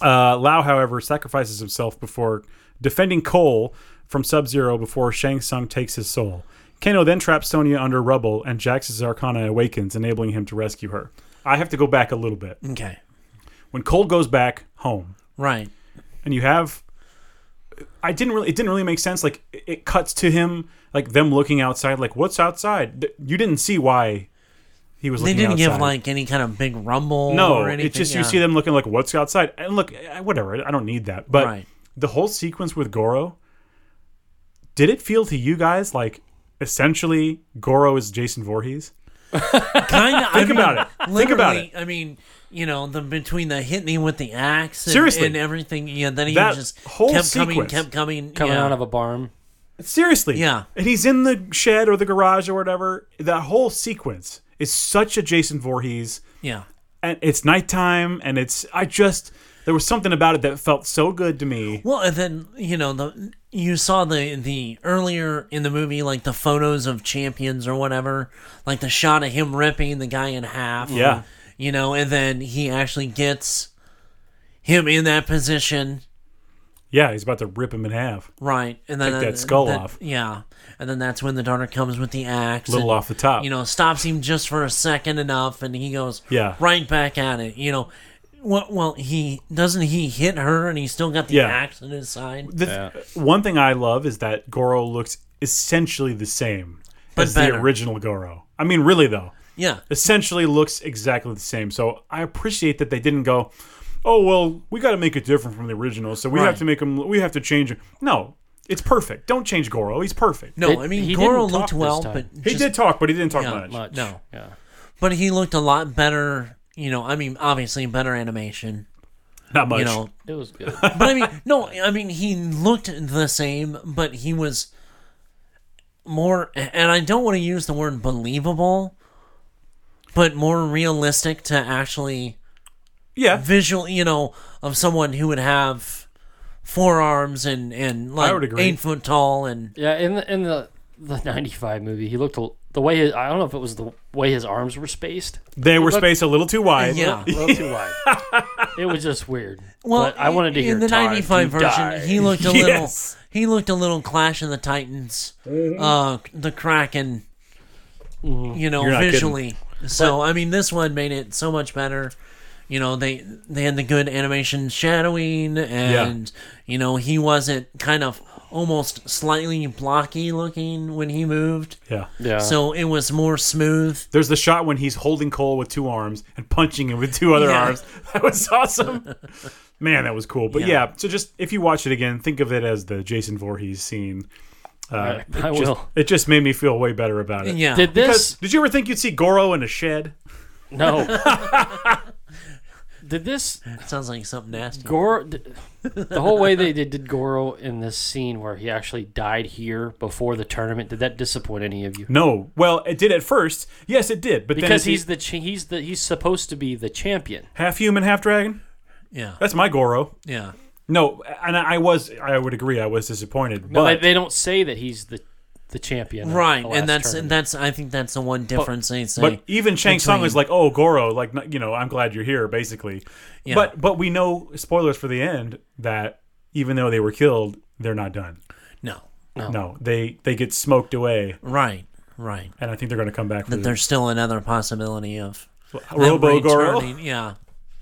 Uh, Lao, however, sacrifices himself before defending Cole from Sub Zero before Shang Tsung takes his soul. Kano then traps Sonya under rubble, and Jax's Arcana awakens, enabling him to rescue her. I have to go back a little bit. okay, When Cole goes back home, right. and you have I didn't really it didn't really make sense like it- it cuts to him like them looking outside like what's outside Th- you didn't see why he was They looking didn't give outside. like any kind of big rumble. no or anything. it's just yeah. you see them looking like what's outside and look I- whatever I don't need that but Right. the whole sequence with Goro did it feel to you guys like essentially Goro is Jason Voorhees Kind of. Think about it. Think about it. I mean, you know, the between the hit me with the axe, and, Seriously. and everything. Yeah, then he That just whole kept coming, sequence. kept coming, Coming yeah. out of a barn. seriously Yeah. and he's in the shed or the garage or whatever that whole sequence is such a Jason Voorhees yeah. and it's nighttime and it's I just there was something about it that felt so good to me. Well, and then you know the you saw the the earlier in the movie like the photos of champions or whatever, like the shot of him ripping the guy in half. Yeah. you know, and then he actually gets him in that position, Yeah, he's about to rip him in half. right? And then uh, Take that skull that- off. Yeah, and then that's when the daughter comes with the axe, Little and, off the top. You know, stops him just for a second enough, and he goes Yeah. right back at it. You know. Well, well, he doesn't he hit her, and he's still got the Yeah. axe in his side. The- One thing I love is that Goro looks essentially the same But as better. the original Goro. I mean, really though, Yeah, essentially looks exactly the same. So I appreciate that they didn't go, "Oh well, we got to make it different from the original, so we Right. have to make him. We have to change it." No, it's perfect. Don't change Goro. He's perfect. No, It- I mean he Goro didn't talk looked this well, but time. he just- did talk, but he didn't talk Yeah, much. Much. No. Yeah. but he looked a lot better. You know, I mean, obviously better animation. Not much. You know, It was good. but I mean, no, I mean he looked the same, but he was more. And I don't want to use the word believable, but more realistic to actually yeah, visual. You know, of someone who would have forearms and and like would agree. eight foot tall and Yeah, in the in the the '95 movie, he looked a l- the way his, I don't know if it was the way his arms were spaced. they were Look- spaced a little too wide. yeah. A little too wide. It was just weird. Well, but I wanted to in hear the "Time '95 to version. Die." He looked a Yes. little. He looked a little Clash of the Titans, uh, the Kraken. Mm-hmm. You know, You're not visually. So I mean, this one made it so much better. You know, they they had the good animation shadowing, and you know he wasn't kind of almost slightly blocky looking when he moved. yeah. yeah. So it was more smooth. There's the shot when he's holding Cole with two arms and punching him with two other Yeah. arms. That was awesome. Man, that was cool. But Yeah. yeah. so just if you watch it again, think of it as the Jason Voorhees scene. Uh, I just- will. It just made me feel way better about it. Yeah. Did Because this? did you ever think you'd see Goro in a shed? No. Did this Sounds like something nasty. Goro? Did, the whole way they did, did Goro in this scene where he actually died here before the tournament. Did that disappoint any of you? No. Well, it did at first. Yes, it did. But Because then he's the cha- he's the he's supposed to be the champion. half human, half dragon. Yeah. That's my Goro. Yeah. No, and I I was. I would agree. I was disappointed. No, but they, they don't say that he's the the champion. of Right, the last and that's and tournament. that's I think that's the one difference they say. But even Shang Tsung between- is like, "Oh, Goro, like n- you know, I'm glad you're here." Basically, but but we know spoilers for the end that even though they were killed, they're not done. no, No, they they get smoked away, right, right. and I think they're going to come back for Mm. That the there's still another possibility of them Robo Goro. returning. Yeah,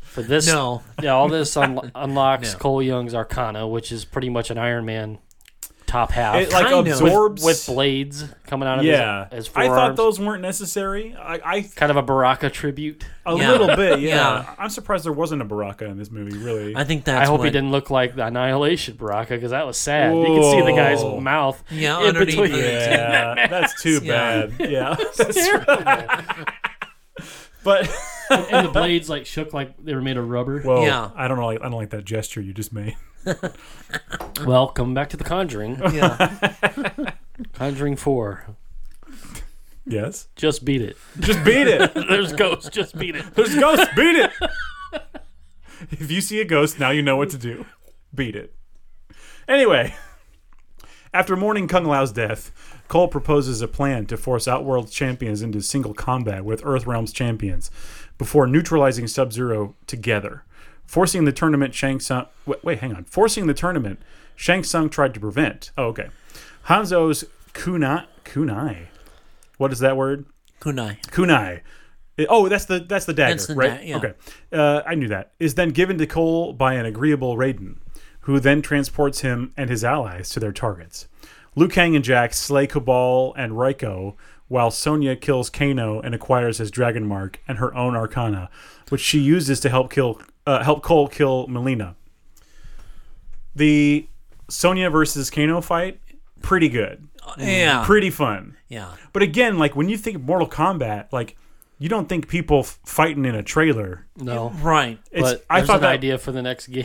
for this. no, Yeah, all this un- unlocks No. Cole Young's Arcana, which is pretty much an Iron Man top half. It, like, Kind of. absorbs- with, with blades coming out of yeah, his, his I forearms. thought those weren't necessary. I, I kind of a Baraka tribute. a Yeah. little bit, yeah. Yeah. I'm surprised there wasn't a Baraka in this movie. Really, I think that's I hope what, he didn't look like the Annihilation Baraka because that was sad. You can see the guy's Whoa. mouth Yeah, in underneath between. it. yeah, that's too Yeah. bad. Yeah, That's- Terrible. but and the blades like shook like they were made of rubber. well, Yeah. I don't know. Like, I don't like that gesture you just made. Well, come back to the Conjuring. Yeah. Conjuring Four. Yes, Just beat it. just beat it. There's ghosts. Just beat it. There's ghosts. Beat it. if you see a ghost, now you know what to do. Beat it. Anyway, after mourning Kung Lao's death, Cole proposes a plan to force Outworld champions into single combat with Earthrealm's champions before neutralizing Sub Zero together. Forcing the tournament, Shang Tsung. Wait, wait, hang on. Forcing the tournament, Shang Tsung tried to prevent. Oh, okay. Hanzo's kunai. Kunai. What is that word? Kunai. kunai. It- Oh, that's the that's the dagger, That's the right? da- yeah. Okay, uh, I knew that. Is then given to Cole by an agreeable Raiden, who then transports him and his allies to their targets. Liu Kang and Jack slay Cabal and Raiko, while Sonya kills Kano and acquires his dragon mark and her own Arcana, which she uses to help kill uh, help Cole kill Melina. The Sonya versus Kano fight, pretty good, Mm. Yeah. pretty fun. yeah. But again, like when you think of Mortal Kombat, like you don't think people f- fighting in a trailer. No. Right. It's but I there's thought an that, idea for the next game.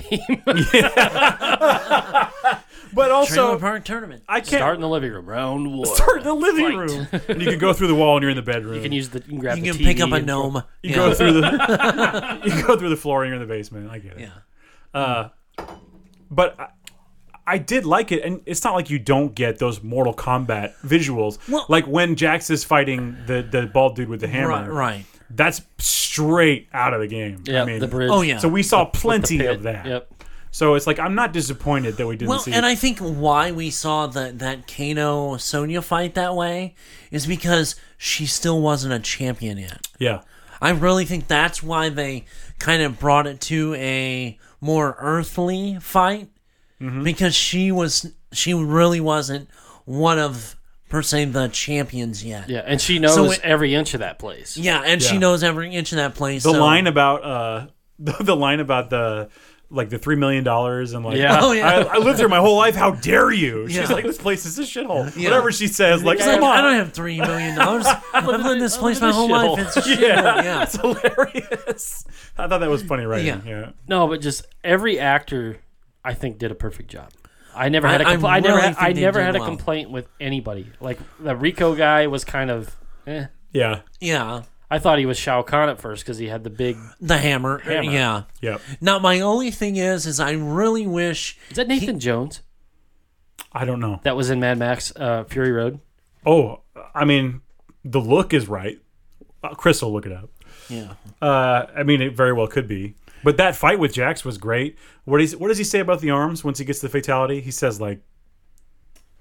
but Trailer also park tournament. I can't Start start, in the living room. Round one. in the living room, and you can go through the wall and you're in the bedroom. You can use the. You can grab You the can TV pick up a and- gnome. You yeah. go through the you go through the floor and you're in the basement. I get it. Uh, Yeah. But I, I did like it, and it's not like you don't get those Mortal Kombat visuals. Well- like when Jax is fighting the the bald dude with the hammer. Right. Right. That's straight out of the game. Yeah, I mean, the bridge. Oh yeah. So we saw The plenty pit. of that. Yep. So it's like I'm not disappointed that we didn't well, see. and I think why we saw that that Kano Sonya fight that way is because she still wasn't a champion yet. yeah, I really think that's why they kind of brought it to a more earthly fight because she was she really wasn't one of per se the champions yet. Yeah, and she knows it- every inch of that place. Yeah, and she Yeah. knows every inch of that place. the so- line about uh, the, the line about the like the three million dollars and like Yeah. Oh yeah. I, I lived here my whole life. How dare you? She's Yeah. like this place is a shithole. Yeah. Whatever she says, like It's like, come I on, don't have three million dollars. I've lived in this I place live my in whole a life. It's shit. Yeah. yeah. it's hilarious. I thought that was funny, right? Yeah. Yeah. No, but just every actor, I think, did a perfect job. I never had a I- I compl- I never really had, I think they never did had a well. complaint with anybody. Like the Rico guy was kind of. Eh. yeah, I thought he was Shao Kahn at first because he had the big. The hammer. uh, Hammer. Yeah. yeah. Now my only thing is is I really wish Is that Nathan Jones I don't know. that was in Mad Max uh, Fury Road? Oh, I mean, the look is right. Uh, Chris will look it up. Yeah. Uh, I mean, it very well could be. But that fight with Jax was great. What is what does he say about the arms once he gets the fatality? He says like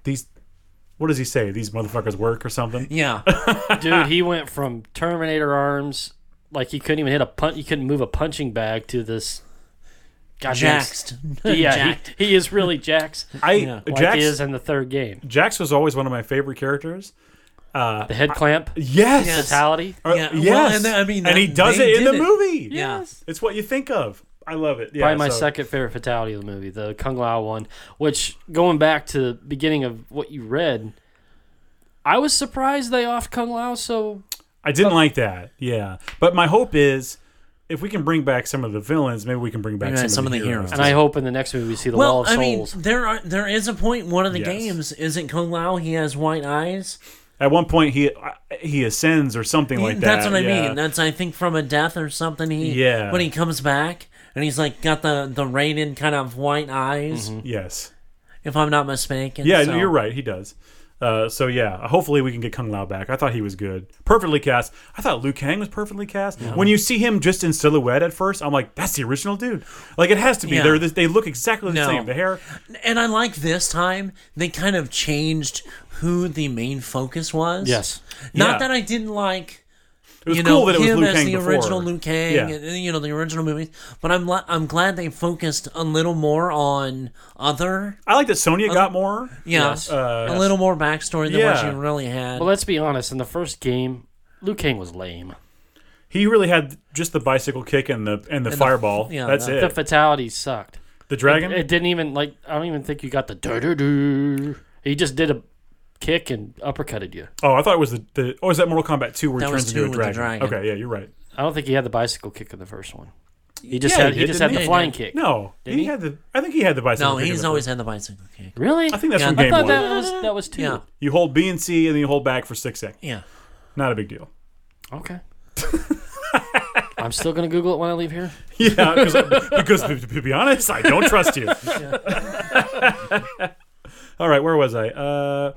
these. What does he say? These motherfuckers work or something? Yeah. Dude, he went from Terminator arms, like he couldn't even hit a punch. He couldn't move a punching bag to this. goddamn s- Jaxed. Yeah, Jacked. he, he is really Jax. I Like Jax he is in the third game. Jax was always one of my favorite characters. The head clamp. Yes. Uh, Yes. Oh, Fatality. Uh, Yeah, well, yes. and I mean, and he that- does they it in the did it. movie. Yeah. It's what you think of. I love it. Yeah, Probably my so- second favorite fatality of the movie, the Kung Lao one, which going back to the beginning of what you read, I was surprised they offed Kung Lao so I didn't like that. Yeah. But my hope is if we can bring back some of the villains, maybe we can bring back Bring some, back some of the heroes. and I hope in the next movie we see the Wall Well, of I mean, Souls. there are there is a point. One of the Yes. games isn't Kung Lao. He has white eyes. At one point, he uh, he ascends or something like that. That's what I yeah. mean. That's I think from a death or something. He Yeah. When he comes back and he's like got the the Raiden kind of white eyes, Mm-hmm. yes. if I'm not mistaken. Yeah, so- you're right. He does. Uh, so yeah, hopefully we can get Kung Lao back. I thought he was good, perfectly cast. I thought Liu Kang was perfectly cast. When you see him just in silhouette at first, I'm like, that's the original dude. Like it has to be. Yeah. They're this, they look exactly the No. same. The hair. And I like this time they kind of changed who the main focus was. Yes. Not Yeah. that I didn't like It was you cool know, that it was him Liu as Kang the before. original Liu Kang, Yeah. and, and, you know, the original movies. But I'm li- I'm glad they focused a little more on other, I like that Sonya got more. yeah, Yes. a little more backstory than what Uh, Yeah. she really had. Well, let's be honest. In the first game, Liu Kang was lame. He really had just the bicycle kick and the and the fireball. yeah, That's the- it. The fatality sucked. the dragon. It didn't even like. I don't even think you got the do do do. He just did a kick and uppercutted you. oh, I thought it was the, the oh, is that Mortal Kombat two where he That turns was into a two with the dragon? dragon. Okay, yeah, you're right. I don't think he had the bicycle kick in the first one. He just Yeah, had. he He, did, just had didn't the he? flying kick. No, he, he? had the. I think he had the bicycle. no, kick in he's the always first- had the bicycle kick. Really? I think that's Yeah. from I Game thought Boy. that was that was two. Yeah, You hold B and C, and then you hold back for six seconds. yeah. Not a big deal. Okay. I'm still gonna Google it when I leave here. Yeah, 'cause- because to, to be honest, I don't trust you. All right, where was I? Uh,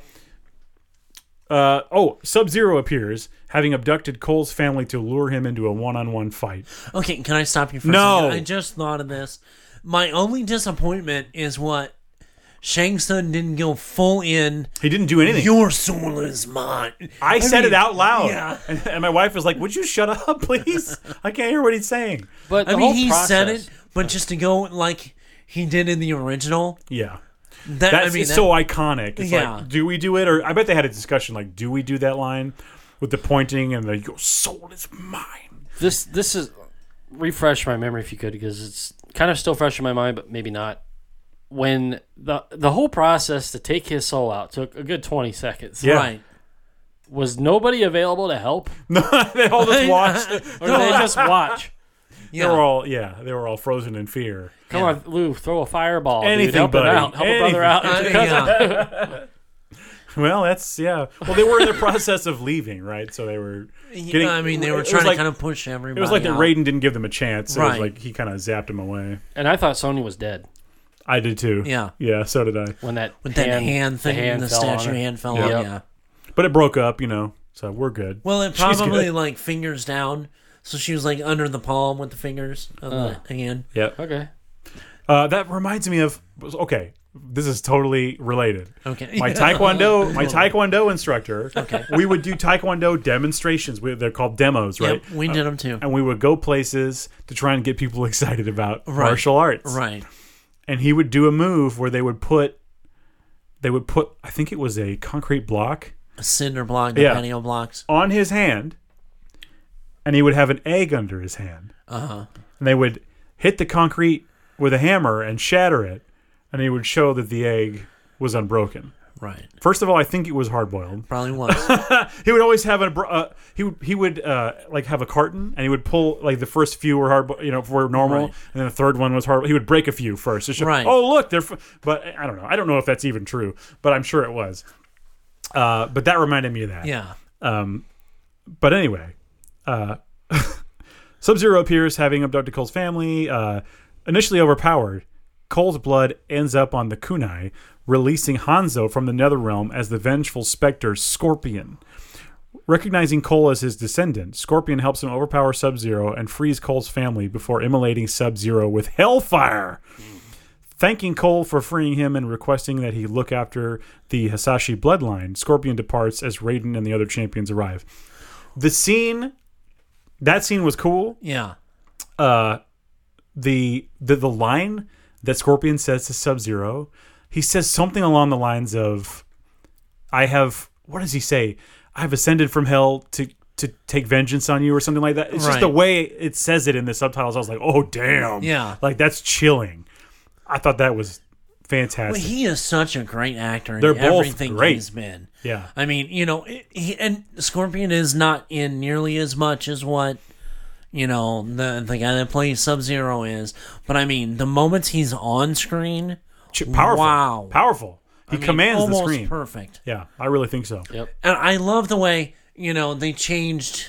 uh, oh, Sub Zero appears, having abducted Cole's family to lure him into a one-on-one fight. Okay, can I stop you for No. a second? I just thought of this. My only disappointment is what Shang Tsung didn't go full in. He didn't do anything. Your soul is mine. I, said it out loud, yeah. and, and my wife was like, "Would you shut up, please? I can't hear what he's saying." But I the mean, whole he process, said it, but just to go like he did in the original. Yeah, That that's I mean, it's that- so iconic. It's Yeah. like, do we do it, or I bet they had a discussion like, "Do we do that line with the pointing and the your soul is mine"? This this is refresh my memory if you could because it's kind of still fresh in my mind, but maybe not. When the the whole process to take his soul out took a good twenty seconds. Yeah. right. Was nobody available to help, they all just watched. or did they just watch? Yeah. Uh, They were all yeah, they were all frozen in fear. Come on, Lou, throw a fireball. dude. Anything, help buddy. it out. Help a brother out. I mean, yeah. Well, that's yeah. Well, they were in the process of leaving, right? So they were getting. I mean, they it were was trying like- to kind of push It everybody. was like that out. Raiden didn't give them a chance. It was Right. like he kind of zapped him away. And I thought Sonya was dead I did too. Yeah. Yeah. So did I. when that with that hand, thing, the hand the fell on statue her. hand fell Yep. on. Yeah. But it broke up, you know. So we're good. Well, it She's probably good. like fingers down, so she was like under the palm with the fingers of Uh. the hand. Yep. Okay. Uh, that reminds me of. Okay, this is totally related. Okay. My taekwondo, my taekwondo instructor. Okay. We would do taekwondo demonstrations. We, they're called demos, right? Uh, Yep, we did them too. and we would go places to try and get people excited about Right. martial arts. Right. And he would do a move where they would put they would put I think it was a concrete block A cinder block, the Yeah. patio blocks. on his hand and he would have an egg under his hand. Uh-huh. And they would hit the concrete with a hammer and shatter it and he would show that the egg was unbroken. Right. First of all, I think it was hard boiled. Probably was. He would always have a br- uh, he would he would uh, like have a carton and he would pull like the first few were hard you know were normal Right. and then the third one was hard he would break a few first to show- Right. oh look they're f-. but I don't know I don't know if that's even true but I'm sure it was uh, but that reminded me of that yeah. but anyway uh, Sub Zero appears having abducted Cole's family uh, initially overpowered Cole's blood ends up on the kunai releasing Hanzo from the Netherrealm as the vengeful specter Scorpion. Recognizing Cole as his descendant, Scorpion helps him overpower Sub Zero and frees Cole's family before immolating Sub Zero with Hellfire. Thanking Cole for freeing him and requesting that he look after the Hisashi bloodline, Scorpion departs as Raiden and the other champions arrive. The scene, that scene was cool. Yeah. The the, the line that Scorpion says to Sub Zero, he says something along the lines of, "I have what does he say? I have ascended from hell to." To take vengeance on you or something like that. It's just Right. the way it says it in the subtitles. I was like, oh damn, Yeah. like that's chilling. I thought that was fantastic. But he is such a great actor in They're both everything great. he's been. Yeah. I mean, you know, it, he, and Scorpion is not in nearly as much as what you know the the guy that plays Sub Zero is. But I mean, the moments he's on screen, Ch- powerful. Wow. Powerful. He I mean, commands the almost screen. perfect. yeah, I really think so. And I love the way you know they changed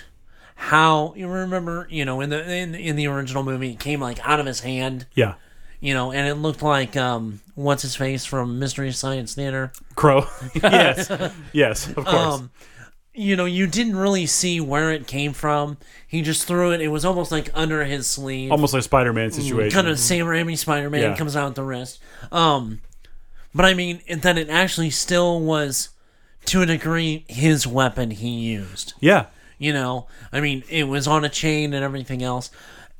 how you remember you know in the in, in the original movie it came like out of his hand Yeah. you know and it looked like um what's his face from Mystery Science Theater Crow. yes. Yes, of course. um, you know, you didn't really see where it came from. He just threw it. It was almost like under his sleeve. Almost like a Spider Man situation. kind of Sam Raimi Spider Man Oh Yeah. comes out the wrist. Um, but I mean, and then it actually still was, to a degree, his weapon he used. yeah. You know, I mean, it was on a chain and everything else.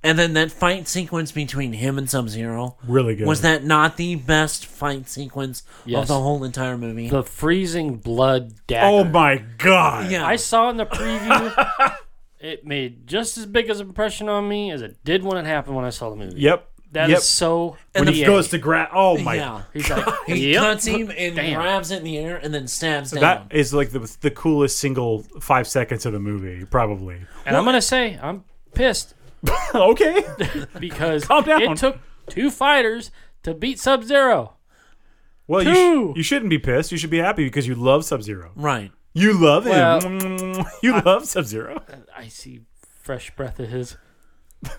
And then that fight sequence between him and Sub Zero Really good. was that not the best fight sequence Yes. of the whole entire movie? The freezing blood dagger. Oh my god! yeah, I saw in the preview. it made just as big as an impression on me as it did when it happened when I saw the movie. Yep. That is yep. so. when he BA. goes to grab. Oh my. yeah. he's like, He yep. cuts him and Damn. grabs it in the air and then stabs down. That is like the the coolest single five seconds of the movie, probably. And I'm gonna say I'm pissed okay. because down. it took two fighters to beat Sub Zero. Well, you, sh- Two. you shouldn't be pissed. You should be happy because you love Sub Zero. right. You love him. Well, you love Sub Zero. I see fresh breath of his.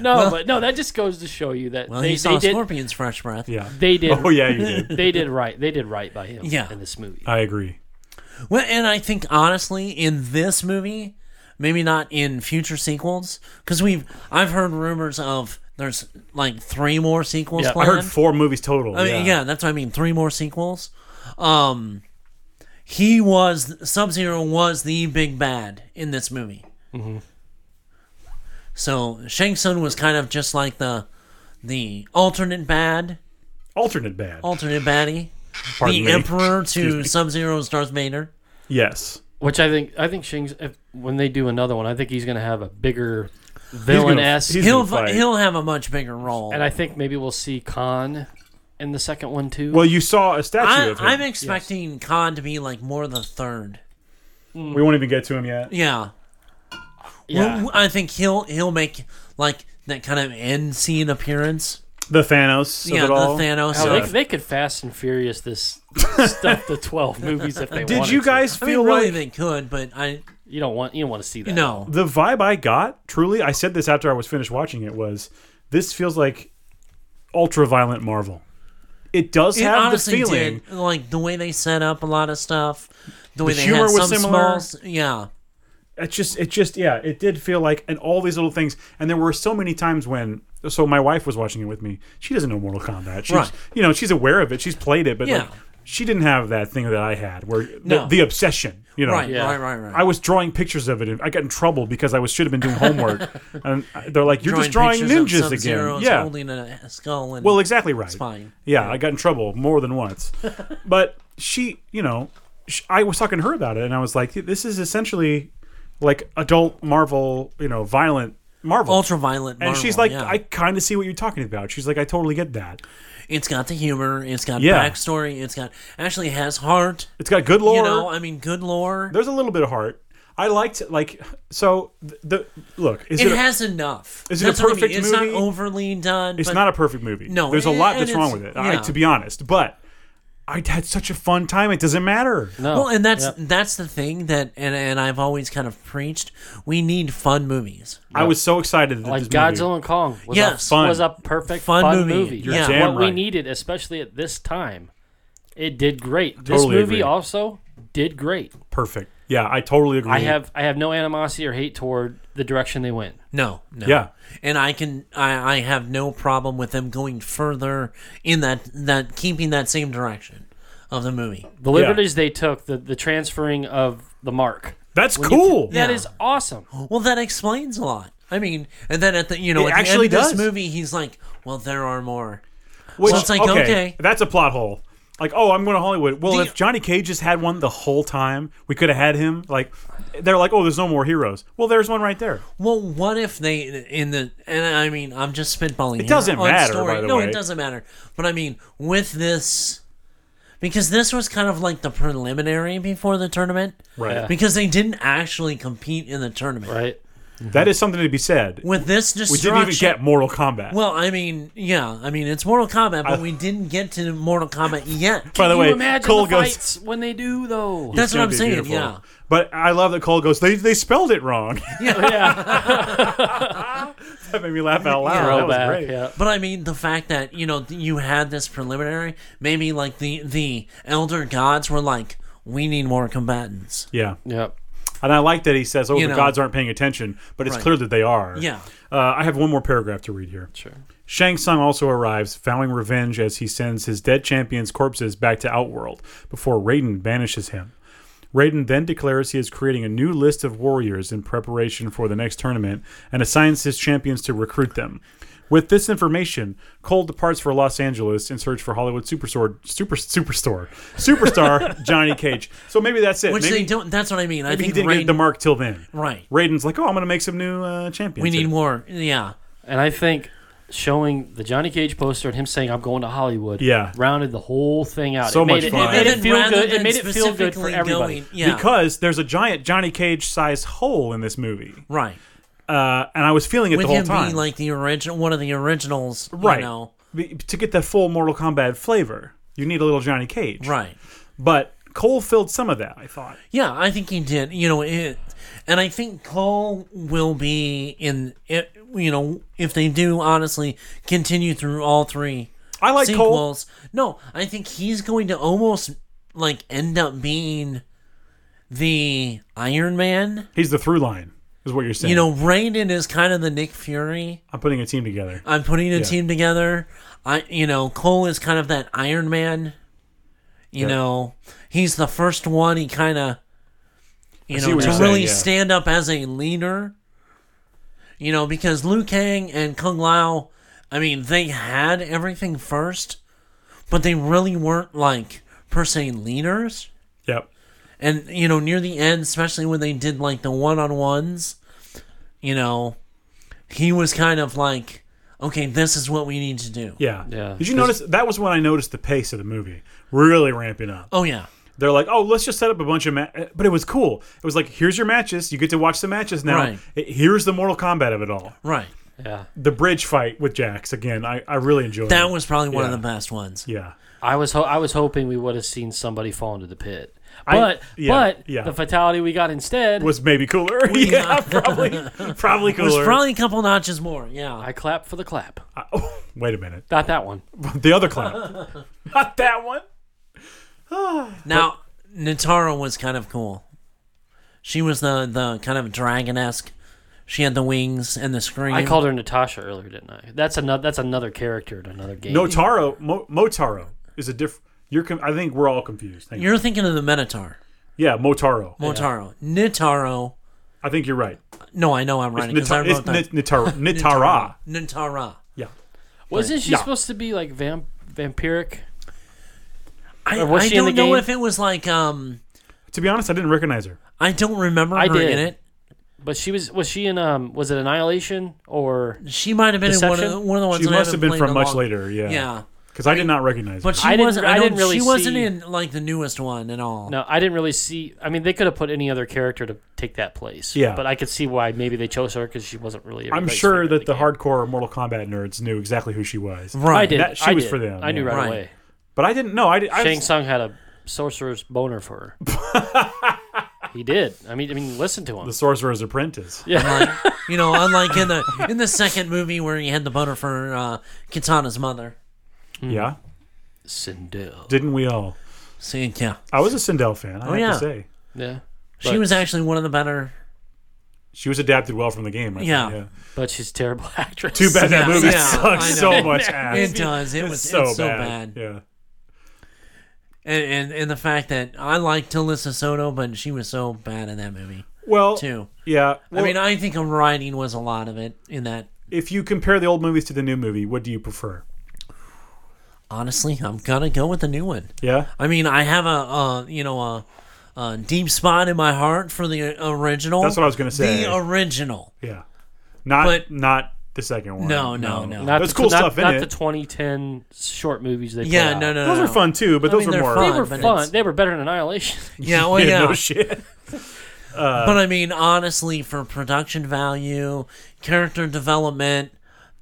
no, but no, that just goes to show you that Well, they, he saw they did. Scorpion's fresh breath. Yeah. They did. Oh yeah, you did. They did right. They did right by him. Yeah. in this movie. I agree. Well, and I think honestly, in this movie, maybe not in future sequels, because we've I've heard rumors of there's like three more sequels Yeah, I planned. I heard four movies total. I mean, yeah. that's what I mean. Three more sequels. Um, he was Sub Zero was the big bad in this movie. Mm-hmm. So Shang Tsung was kind of just like the the alternate bad, Alternate bad. alternate baddie, Pardon the me. Emperor to Sub Zero's Darth Vader. Yes. Which I think I think Shing's if, when they do another one, I think he's gonna have a bigger villain esque, he's- He'll gonna fight. he'll have a much bigger role. and I think maybe we'll see Khan in the second one too. Well, you saw a statue of him. I, am expecting Khan to be like more the third. we won't even get to him yet. Yeah. yeah, Well, I think he'll he'll make like that kind of end scene appearance. The Thanos. yeah, of it the all. Thanos. uh, Hell, of- they, they could Fast and Furious this stuff to twelve movies if they Did wanted you to. guys I feel mean, really like they could, but I You don't want you don't want to see that. no. the vibe I got, truly, I said this after I was finished watching it, was this feels like ultra violent Marvel. It does It have the honestly feeling. did like the way they set up a lot of stuff, the way they humor had was some similar. small s- Yeah, It just, it just, yeah, it did feel like, and all these little things. And there were so many times when, so my wife was watching it with me. She doesn't know Mortal Kombat. She's, Right. you know, she's aware of it. She's played it, but Yeah. like, she didn't have that thing that I had, where the- No. the, obsession. You know, right, yeah. right, right, right. I was drawing pictures of it, and I got in trouble because I was should have been doing homework. and they're like, "You're just drawing pictures ninjas of again." Sub-Zero as Yeah, holding a a skull and Well, exactly right. fine. Yeah, I got in trouble more than once. but she, you know, sh I was talking to her about it, and I was like, "This is essentially like adult Marvel, you know, violent Marvel." ultraviolet. and Marvel, she's like, yeah. "I kind of see what you're talking about." She's like, "I totally get that. It's got the humor. It's got Yeah. backstory. It's got actually has heart. It's got good lore. you know, I mean, good lore. There's a little bit of heart." I liked like so the, the look is It it, a- has enough. is it a That's what I mean. perfect It's movie? not overly done. It's but not a perfect movie. No, there's a lot and that's wrong it's- with it. I, yeah. to be honest, but I had such a fun time. It doesn't matter. no. Well, and that's Yep. that's the thing that and and I've always kind of preached. We need fun movies. I was so excited that like this Godzilla movie. and Kong was Yes. a, Fun. was a perfect Fun fun, movie. movie. You're It's damn what we right. needed, especially at this time. It did great. this Totally movie agree. also did great. perfect. Yeah, I totally agree. I have I have no animosity or hate toward the direction they went. No, no. Yeah. And I can I, I have no problem with them going further in that that keeping that same direction of the movie. The liberties they took, the, the transferring of the mark. That's cool. That Yeah. is awesome. Well, that explains a lot. I mean, and then at the you know It at actually the end of does. this movie, he's like, "Well, there are more." Which, Well, it's like, okay. that's a plot hole. Like, oh, I'm going to Hollywood. Well, Do you- if Johnny Cage just had one the whole time, we could have had him. Like, they're like, oh, there's no more heroes. Well, there's one right there. Mm-hmm. Well, what if they in the and I mean I'm just spitballing. It doesn't matter, by the no, way. it doesn't matter. But I mean with this because this was kind of like the preliminary before the tournament, Right. Yeah. Because they didn't actually compete in the tournament. Right. That is something to be said. With this we destruction, didn't even get Mortal Kombat. Well, I mean, yeah, I mean it's Mortal Kombat, but we didn't get to Mortal Kombat yet. By the Can way, you imagine Cole the goes. fights when they do though? That's It's what gonna I'm be saying. beautiful. Yeah, But I love that Cole goes. They they spelled it wrong. yeah. that made me laugh out loud. That was Throwback. great. Yeah. But I mean, the fact that you know you had this preliminary, maybe like the the elder gods were like, we need more combatants. Yeah. Yep. And I like that he says, "Oh, You the know. gods aren't paying attention," but it's Right. clear that they are. Yeah. Uh, I have one more paragraph to read here. Sure. Shang Tsung also arrives, vowing revenge as he sends his dead champion's corpses back to Outworld before Raiden banishes him. Raiden then declares he is creating a new list of warriors in preparation for the next tournament and assigns his champions to recruit them. With this information, Cole departs for Los Angeles in search for Hollywood superstar, super, superstore, superstar Johnny Cage. So maybe that's it. Which maybe they don't. That's what I mean. I maybe he think didn't Raiden, get the mark till then. Right. Raiden's like, oh, I'm going to make some new uh, champions. We need here." more. Yeah. And I think showing the Johnny Cage poster and him saying "I'm going to Hollywood" Yeah. rounded the whole thing out. So it made much it, fun. It made And it then feel rather good. It than made it feel good for specifically everybody. going- yeah. Because there's a giant Johnny Cage sized hole in this movie. right. Uh, and I was feeling it With the whole him time. being like the original, one of the originals. right. You know. Be- To get that full Mortal Kombat flavor, you need a little Johnny Cage. Right. But Cole filled some of that, I thought. Yeah, I think he did. You know, it, and I think Cole will be in it. You know, if they do honestly continue through all three I like Cole. sequels, no, I think he's going to almost like end up being the Iron Man. He's the through line, is what you're saying. You know, Raiden is kind of the Nick Fury. I'm putting a team together. I'm putting a team together. I, you know, Cole is kind of that Iron Man. You know, he's the first one. He kind of, you see know, what to you're saying, really yeah. stand up as a leader. You know, because Liu Kang and Kung Lao, I mean, they had everything first, but they really weren't like per se leaders. Yep. And you know, near the end, especially when they did like the one on ones, you know, he was kind of like, okay, this is what we need to do. Yeah. Yeah. Did you notice? That was when I noticed the pace of the movie really ramping up. Oh yeah, They're like, oh, let's just set up a bunch of ma-. eh, But it was cool. It was like, here's your matches. You get to watch the matches now. Right. It- Here's the Mortal Kombat of it all. right. Yeah. The bridge fight with Jax again. I, I really enjoyed That it. was probably one Yeah. of the best ones. yeah. I was ho- I was hoping we would have seen somebody fall into the pit. I- But yeah, but yeah. the fatality we got instead Was maybe cooler. yeah, probably, probably It was cooler. probably a couple notches more. Yeah, I clap for the clap. oh, wait a minute, Not that one. the other clown, not that one. now Natara was kind of cool. She was the the kind of dragon esque. She had the wings and the scream. I called her Natasha earlier, didn't I? That's another that's another character in another game. No, Taro, Mo, Motaro is a different. You're, com- I think we're all confused. Hang on. You're thinking of the Minotaur, yeah, Motaro. Motaro, Nitaro. I think you're right. No, I know I'm right because I Nita- it's wrote Nit- that. Nitara. Nitara. Nitara. Yeah. Wasn't she Yeah. supposed to be like vamp vampiric? I, Or was I she in don't the know game? if it was like um To be honest, I didn't recognize her. I don't remember I her did. in it. But she was was she in um was it Annihilation or She might have been in one of, Deception? the, one of the ones. She that I must have haven't been played from in a much long- later. Yeah. Yeah, Because I did not recognize but her. she I didn't- wasn't. I I, didn't don't. really she wasn't see- in like the newest one at all. No, I didn't really see. I mean, they could have put any other character to take that place. Yeah. but I could see why maybe they chose her because she wasn't really. I'm everybody's sure favorite in that the game. hardcore Mortal Kombat nerds knew exactly who she was. Right. I did. that- she I was did. for them, I knew yeah. right, Right. away. But I didn't know. I, did, I Shang Tsung had a sorcerer's boner for her. he did. I mean, I mean, listen to him. the Sorcerer's Apprentice. Like, you know, unlike in the in the second movie where he had the boner for uh, Kitana's mother. Hmm. Yeah. Sindel. Didn't we all? So yeah, I was a Sindel fan. I have Oh, yeah. to say Yeah, she But- was actually one of the better. she was adapted well from the game. I think, Yeah. but she's a terrible actress. Too bad that Yeah, movie yeah, sucks I know. so much ass. It does. It It's was so, it's so bad. bad. Yeah. And, and and the fact that I liked Tilda Soto, but she was so bad in that movie Well. too. Yeah. Well, I mean, uh, I think her writing was a lot of it in that. if you compare the old movies to the new movie, what do you prefer? Honestly, I'm gonna go with the new one. Yeah. I mean, I have a uh, you know a, a deep spot in my heart for the original. That's what I was gonna say. The original. Yeah. Not But- not the second one. No, no, no. Not There's the, cool not, stuff in not it. the 2010 short movies they. Yeah, put no, out. no, no. Those are no. fun too, but I those mean, are they're more. fun. They were but fun. it's- They were better than Annihilation. Yeah, well, Oh, yeah. No shit. but I mean, honestly, for production value, character development,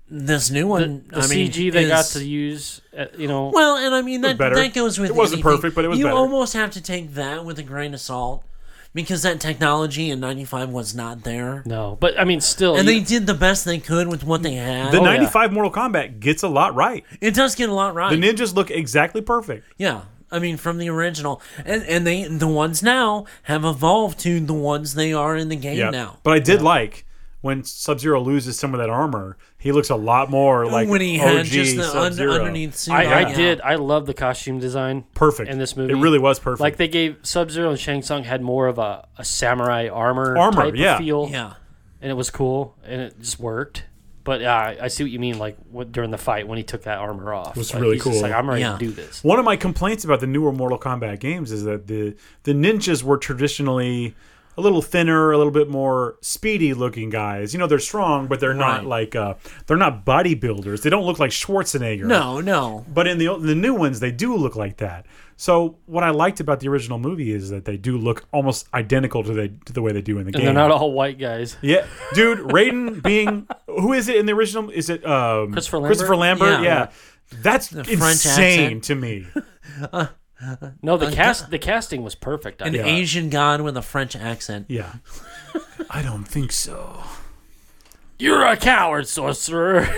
this new one. The I mean, CG they got is- to use, uh, you know, Well, and I mean that better. that goes with It wasn't anything. perfect, but it was You better. almost have to take that with a grain of salt because that technology in '95 was not there, no, but I mean, still, and they you- did the best they could with what they had. Oh, The yeah. 95 Mortal Kombat gets a lot right. it does get a lot right. The ninjas look exactly perfect. Yeah. I mean from the original. And and they the ones now have evolved to the ones they are in the game now. But I did like when Sub Zero loses some of that armor, he looks a lot more like when he OG had just the un- Sub-Zero. underneath suit. I, I yeah. did. I love the costume design. perfect in this movie. It really was perfect. Like they gave Sub Zero and Shang Tsung had more of a, a samurai armor Armor, type of yeah. feel, Yeah. and it was cool, and it just worked. But yeah, I, I see what you mean. Like what, during the fight when he took that armor off, it was really he's just cool. Like I'm ready Yeah. to do this. One of my complaints about the newer Mortal Kombat games is that the the ninjas were traditionally a little thinner, a little bit more speedy looking guys. You know, they're strong, but they're not Right. like uh, they're not bodybuilders. They don't look like Schwarzenegger. No, no. But in the old- the new ones, they do look like that. So what I liked about the original movie is that they do look almost identical to the to the way they do in the And game. they're not all white guys. Yeah, dude, Raiden being who is it in the original? Is it um, Christopher Lambert? Christopher Lambert? Yeah. Yeah, that's French insane accent. to me. No, Uh, the cast the casting was perfect. I An thought. Asian god with a French accent. Yeah, I don't think so. You're a coward, sorcerer.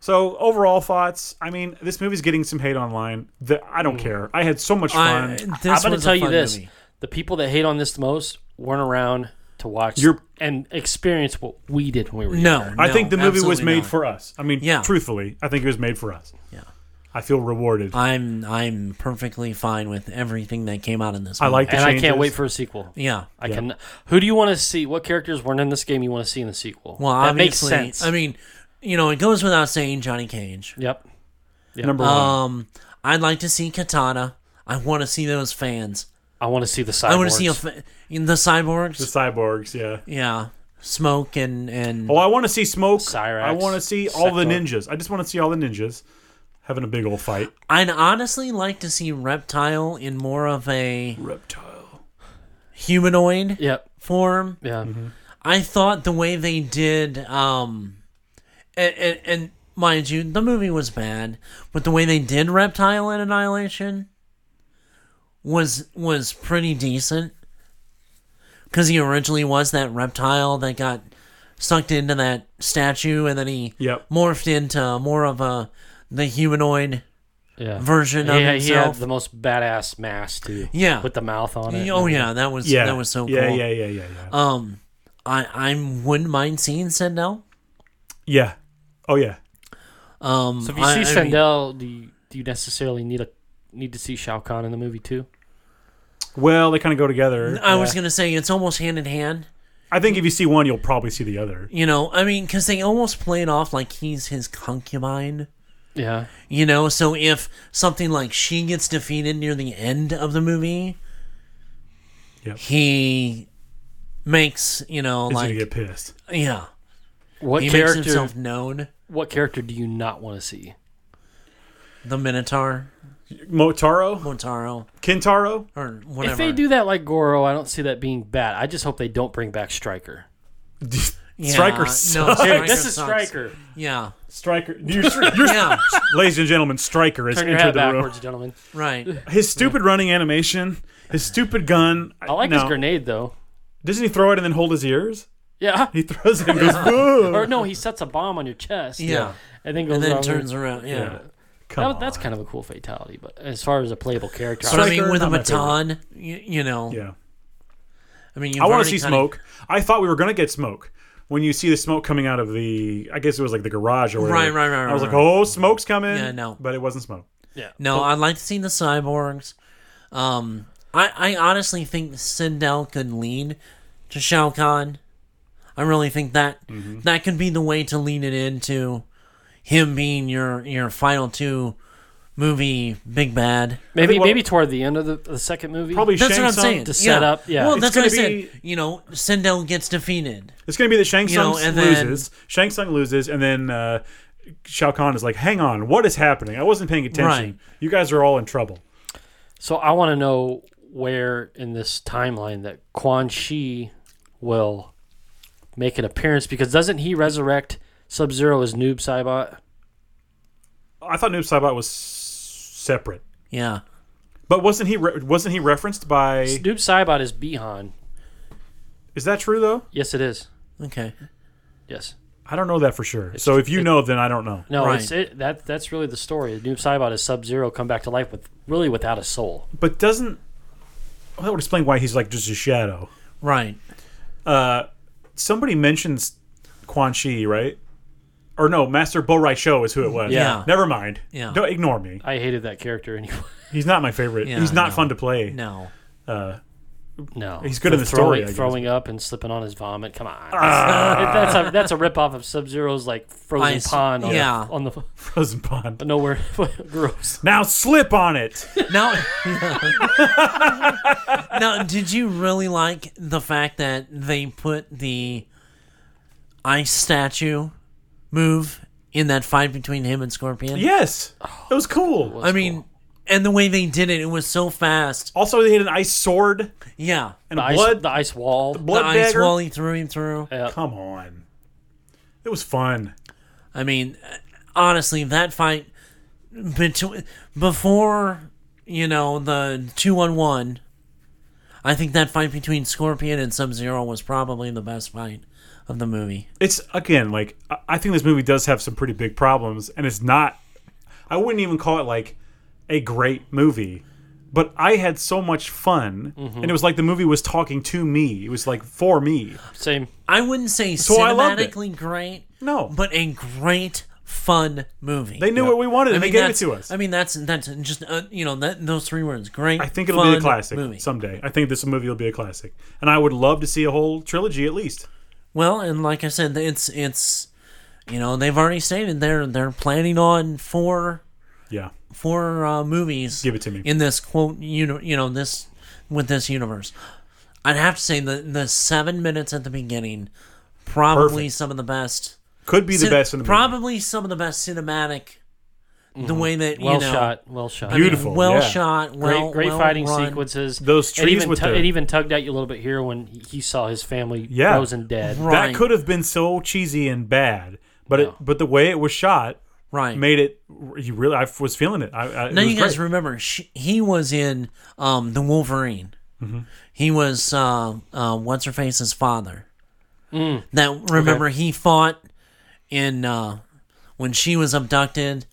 So overall thoughts. I mean, this movie's getting some hate online. The, I don't care. I had so much I, uh, fun. this I'm was going to a tell you fun this: movie. the people that hate on this the most weren't around to watch You're- and experience what we did when we were No, younger. I think the no, movie was absolutely made not. for us. I mean, Yeah. truthfully, I think it was made for us. Yeah. I feel rewarded. I, I'm I'm perfectly fine with everything that came out in this. movie. like the and I can't changes. wait for a sequel. Yeah. I can. Who do you want to see? What characters weren't in this game you want to see in the sequel? Well, that makes obviously, sense. I mean, you know, it goes without saying, Johnny Cage. yep. number one. Um, I'd like to see Katana. I want to see those fans. I want to see the cyborgs. I want to see a fa- in the cyborgs. The cyborgs. Yeah. yeah, smoke and and Oh, I want to see smoke. Cyrax, I want to see all the Sektor. ninjas. I just want to see all the ninjas having a big old fight. I'd honestly like to see Reptile in more of a Reptile. humanoid Yep. form. Yeah. I thought the way they did, um, and, and, and mind you, the movie was bad, but the way they did Reptile and Annihilation was was pretty decent. Because he originally was that reptile that got sucked into that statue, and then he Yep. morphed into more of a the humanoid Yeah. version of yeah, he had himself. the most badass mask too. Yeah. With the mouth on it. oh yeah, that was Mm-hmm. Yeah. that was so yeah, cool. Yeah, yeah, yeah, yeah. Um, I I wouldn't mind seeing Sendel. yeah. Oh yeah. Um, So if you I- see I mean- Sandel, do you, do you necessarily need a need to see Shao Kahn in the movie too? Well, they kind of go together. I was gonna say it's almost hand in hand. I think if you see one, you'll probably see the other. You know, I mean, because they almost play it off like he's his concubine. Yeah. You know, so if something like she gets defeated near the end of the movie, Yep. he makes you know He's like gonna get pissed. yeah, What he makes character? himself known. What character do you not want to see? The Minotaur, Motaro, Montaro, Kintaro. or whatever. If they do that like Goro, I don't see that being bad. I just hope they don't bring back Striker. yeah, Striker no, sucks. Striker This is sucks. Striker. Yeah, Striker, you're, you're, yeah, ladies and gentlemen, Striker has Turn your entered head the room. backwards, gentlemen. right. His stupid running animation, his stupid gun. I like no. his grenade though. Doesn't he throw it and then hold his ears? Yeah. He throws it and goes, "Whoa." Or no, he sets a bomb on your chest. Yeah. And then goes And then around turns with- around. Yeah. Yeah. That- Come that's kind of a cool fatality, but as far as a playable character, So I mean, Striker, with a not my baton, you, you know. on. Yeah. I mean, you've I want already to see kinda- smoke. I thought we were gonna get smoke. When you see the smoke coming out of the, I guess it was like the garage or whatever. Right, right, right, I was right, like, oh, smoke's coming. Yeah, no. But it wasn't smoke. yeah. No, I'd like to see the cyborgs. Um, I, I honestly think Sindel could lead to Shao Kahn. I really think that Mm-hmm. that could be the way to lead it into him being your your final two movie big bad. maybe think what- maybe toward the end of the, the second movie. Probably That's Shang what I'm Tsung- saying. to set up, yeah. Well, It's that's what I gonna be- said. You know, Sindel gets defeated. It's gonna be that Shang You Tsung know, and then- loses. Shang Tsung loses, and then uh, Shao Kahn is like, "Hang on, what is happening? I wasn't paying attention. Right. You guys are all in trouble." So I want to know where in this timeline that Quan Chi will make an appearance because doesn't he resurrect Sub Zero as Noob Saibot? I thought Noob Saibot was s- separate, Yeah. but wasn't he re- wasn't he referenced by? Noob Saibot is Bihan. Is that true though? Yes, it is. Okay. Yes. I don't know that for sure. so if you know, then I don't know. No, Right. it's it, that that's really the story. Noob Saibot is Sub Zero come back to life with really without a soul. But doesn't well, that would explain why he's like just a shadow? Right. Somebody mentions Quan Chi, right? Or no, Master Bo Rai Show is who it was. Yeah. Never mind. Yeah. Don't ignore me. I hated that character anyway. He's not my favorite. Yeah, He's not no. fun to play. No. No, He's good in With the story, throwing, I guess. Ah. throwing up and slipping on his vomit. Come on, that's a that's a ripoff of Sub Zero's like frozen Ice. pond. On Yeah. the, on the Frozen Pond. nowhere. Gross. Now slip on it. Now, now, did you really like the fact that they put the ice statue move in that fight between him and Scorpion? yes. It was cool. I mean, and the way they did it, it was so fast. Also, they had an ice sword Yeah. and The a ice, blood, the ice wall. blood the ice dagger. wall he threw him through. Come on. It was fun. I mean, honestly, that fight between before you know the two on one, I think that fight between Scorpion and Sub Zero was probably the best fight of the movie. It's again like I- I think this movie does have some pretty big problems, and it's not. I wouldn't even call it like a great movie, but I had so much fun, Mm-hmm. and it was like the movie was talking to me. It was like for me. Same. I wouldn't say I loved it. cinematically great, No, but a great fun movie. they knew what we wanted, and they I mean, gave it that's- to us. I mean, that's that's just uh, you know that, those three words. Great. I think it'll be fun a classic movie. someday. I think this movie will be a classic, and I would love to see a whole trilogy at least. Well, and like I said, it's it's you know they've already stated they're they're planning on four Yeah, four uh, movies. Give it to me. in this quote. You know, you know this with this universe. I'd have to say the the seven minutes at the beginning, probably Perfect. some of the best. could be the cin- best in the movie. probably some of the best cinematic. The way that Mm-hmm. Well you know, shot. Well shot. I mean, Beautiful, well yeah. shot, Great, well, great well fighting run. sequences. Those it trees even, with tu- the- it even tugged at you a little bit here when he he saw his family Yeah. frozen dead. Right. That could have been so cheesy and bad, but it, No. but the way it was shot Right. made it. You really, I was feeling it. I, I, Now it was you guys great. remember she, he was in um, the Wolverine. Mm-hmm. He was uh, uh, what's her face's father. Mm. Now remember he fought in uh, when she was abducted.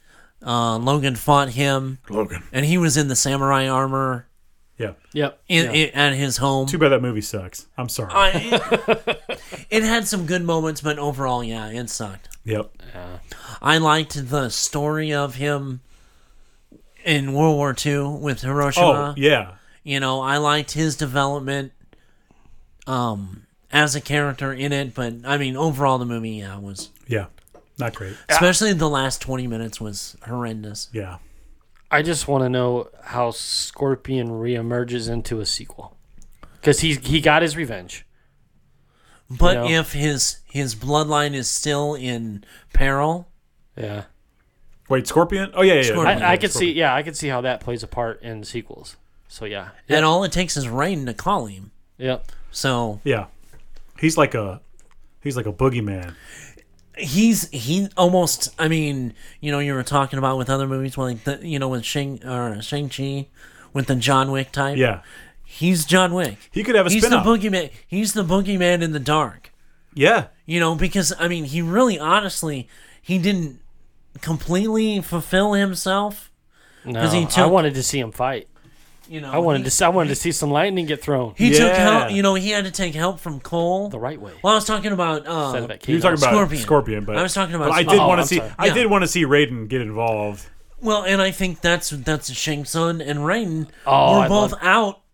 Uh, Logan fought him, Logan. and he was in the samurai armor yeah. Yep. in, yeah. in, at his home. Too bad that movie sucks. I'm sorry. I, it had some good moments, but overall, yeah, it sucked. yep. I liked the story of him in World War II with Hiroshima. Oh yeah. You know, I liked his development um as a character in it, but I mean overall the movie yeah was Yeah. Not great. especially the last 20 minutes was horrendous. Yeah. I just want to know how Scorpion reemerges into a sequel because he's he got his revenge. But Yeah. if his his bloodline is still in peril, Yeah. Wait, Scorpion? Oh yeah, yeah. yeah. Scorpion. I, I could see, yeah, I could see how that plays a part in sequels. So yeah, and all it takes is rain to call him. yep. So Yeah. He's like a he's like a boogeyman. he's he almost I mean, you know, you were talking about with other movies like the, you know with Shang or Shang-Chi with the John Wick type. Yeah. He's John Wick. He could have a He's the spin-off. boogeyman. He's the boogeyman in the dark. yeah. You know, because I mean, he really, honestly, he didn't completely fulfill himself. No, he I took- wanted to see him fight. You know, I wanted to, see, I wanted to see some lightning get thrown He took Yeah. help. You know, he had to take help from Cole. the right way. well, I was talking about. Instead Uh, of that You were talking about Scorpion. Scorpion, but I was talking about But I did Scorpion. want Oh, to I'm see. sorry. I Yeah. did want to see Raiden get involved. well, and I think that's that's Shang Tsung and Raiden Oh, were I both love-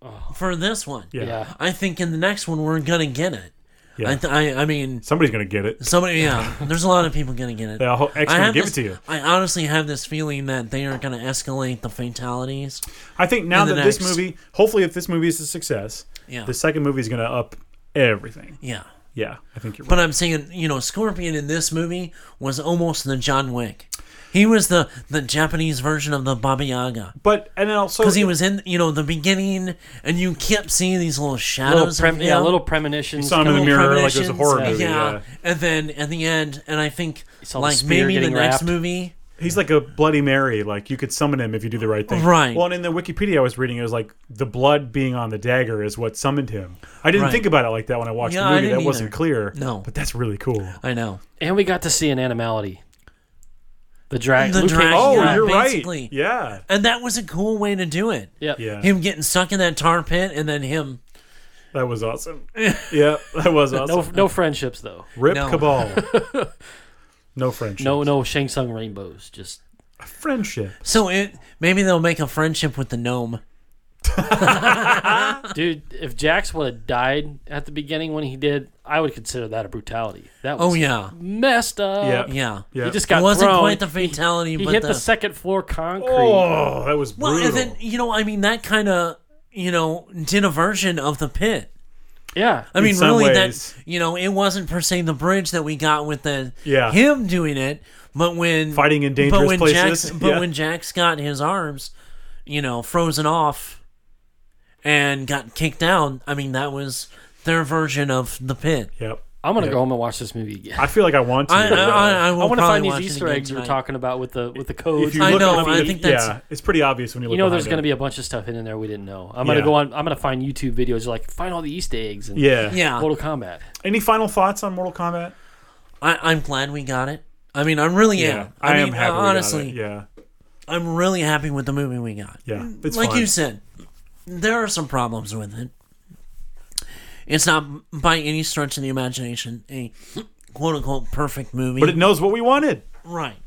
Oh. out for this one. Yeah. yeah, I think in the next one we're gonna get it. Yeah. I, th- I, I mean, Somebody's gonna get it. somebody. Yeah, there's a lot of people gonna get it. They all X I gonna have give this- it to you. I honestly have this feeling that they are going to escalate the fatalities. I think now in that the this next. movie, hopefully, if this movie is a success, Yeah. the second movie is gonna up everything. Yeah. Yeah, I think you're right. But I'm saying, you know, Scorpion in this movie was almost the John Wick. He was the, the Japanese version of the Baba Yaga. But and then also Because he was in, you know, the beginning, and you kept seeing these little shadows. little prem- of him, yeah, little premonitions. saw him in the coming- mirror like it was a premonitions, horror movie, yeah. And then at the end, and I think, saw the like, spear maybe the getting next wrapped. movie. He's like a Bloody Mary. Like you could summon him if you do the right thing. Right. Well, and in the Wikipedia I was reading, it was like the blood being on the dagger is what summoned him. I didn't Right. think about it like that when I watched Yeah, the I movie. That didn't wasn't either. clear. No. But that's really cool. I know. and we got to see an animality. The dragon. The Luke Cage- dragon. Oh, Yeah, you're basically. right. Yeah. And that was a cool way to do it. Yep. Yeah. Him getting stuck in that tar pit, and then him, That was awesome. yeah, that was awesome. No, no friendships though. Rip No. Cabal. no friendship. No, no Shang Tsung rainbows. Just friendship. So it maybe they'll make a friendship with the gnome. dude, if Jax would have died at the beginning when he did, I would consider that a brutality. That was Oh yeah, messed up. Yeah. yeah. Yeah. He just got it wasn't thrown. quite the fatality, he but hit the, the second floor concrete. Oh, that was well, brutal. and then you know, I mean, that kind of you know did a version of the pit. Yeah, I mean, some really, ways. that you know, it wasn't per se the bridge that we got with the Yeah. him doing it, but when Fighting in dangerous but when places, Jack's, but yeah. when Jack's got his arms, you know, frozen off, and got kicked out. I mean, that was their version of the pit. yep. I'm gonna go home and watch this movie again. I feel like I want to. I, I, I, I will I want to probably find these watch it Easter again eggs we were tonight. talking about with the with the codes. I You, look know, up I the- think that's- yeah, it's pretty obvious when you look. know, there's going to gonna be a bunch of stuff hidden in there we didn't know. I'm gonna Yeah. go on. I'm gonna find YouTube videos like find all the Easter eggs and Yeah. Yeah, Mortal Kombat. Any final thoughts on Mortal Kombat? I, I'm glad we got it. I mean, I really am. I, I, mean, am happy. we got it. honestly, Yeah. I'm really happy with the movie we got. Yeah. It's mm, like fine. you said, there are some problems with it. It's not by any stretch of the imagination a quote unquote perfect movie. But it knows what we wanted. right.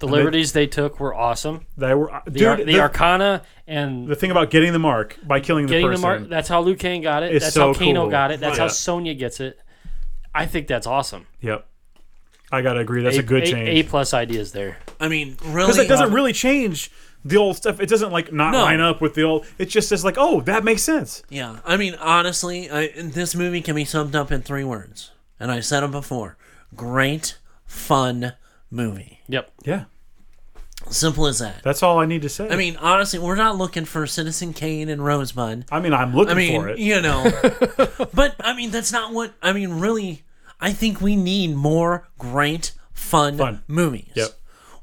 The liberties they took were awesome. They were The, dude. ar- the, the, Arcana and the thing about getting the mark by killing the getting the person. mark. That's how Liu Kang got it. It's that's so how Kano cool. Oh, got it. That's how Yeah. Sonya gets it. I think that's awesome. Yep. I gotta agree. That's a, good change. A plus ideas there. I mean, really. because it doesn't really change the old stuff. It doesn't like not No. line up with the old. It just is like, oh, that makes sense. yeah. I mean, honestly, I, this movie can be summed up in three words. And I said them before great, fun movie. Yep. Yeah, Simple as that. that's all I need to say. I mean, honestly, we're not looking for Citizen Kane and Rosebud. I mean, I'm looking I mean, for it. you know. but I mean, that's not what I mean. Really, I think we need more great, fun, Fun. movies. Yep.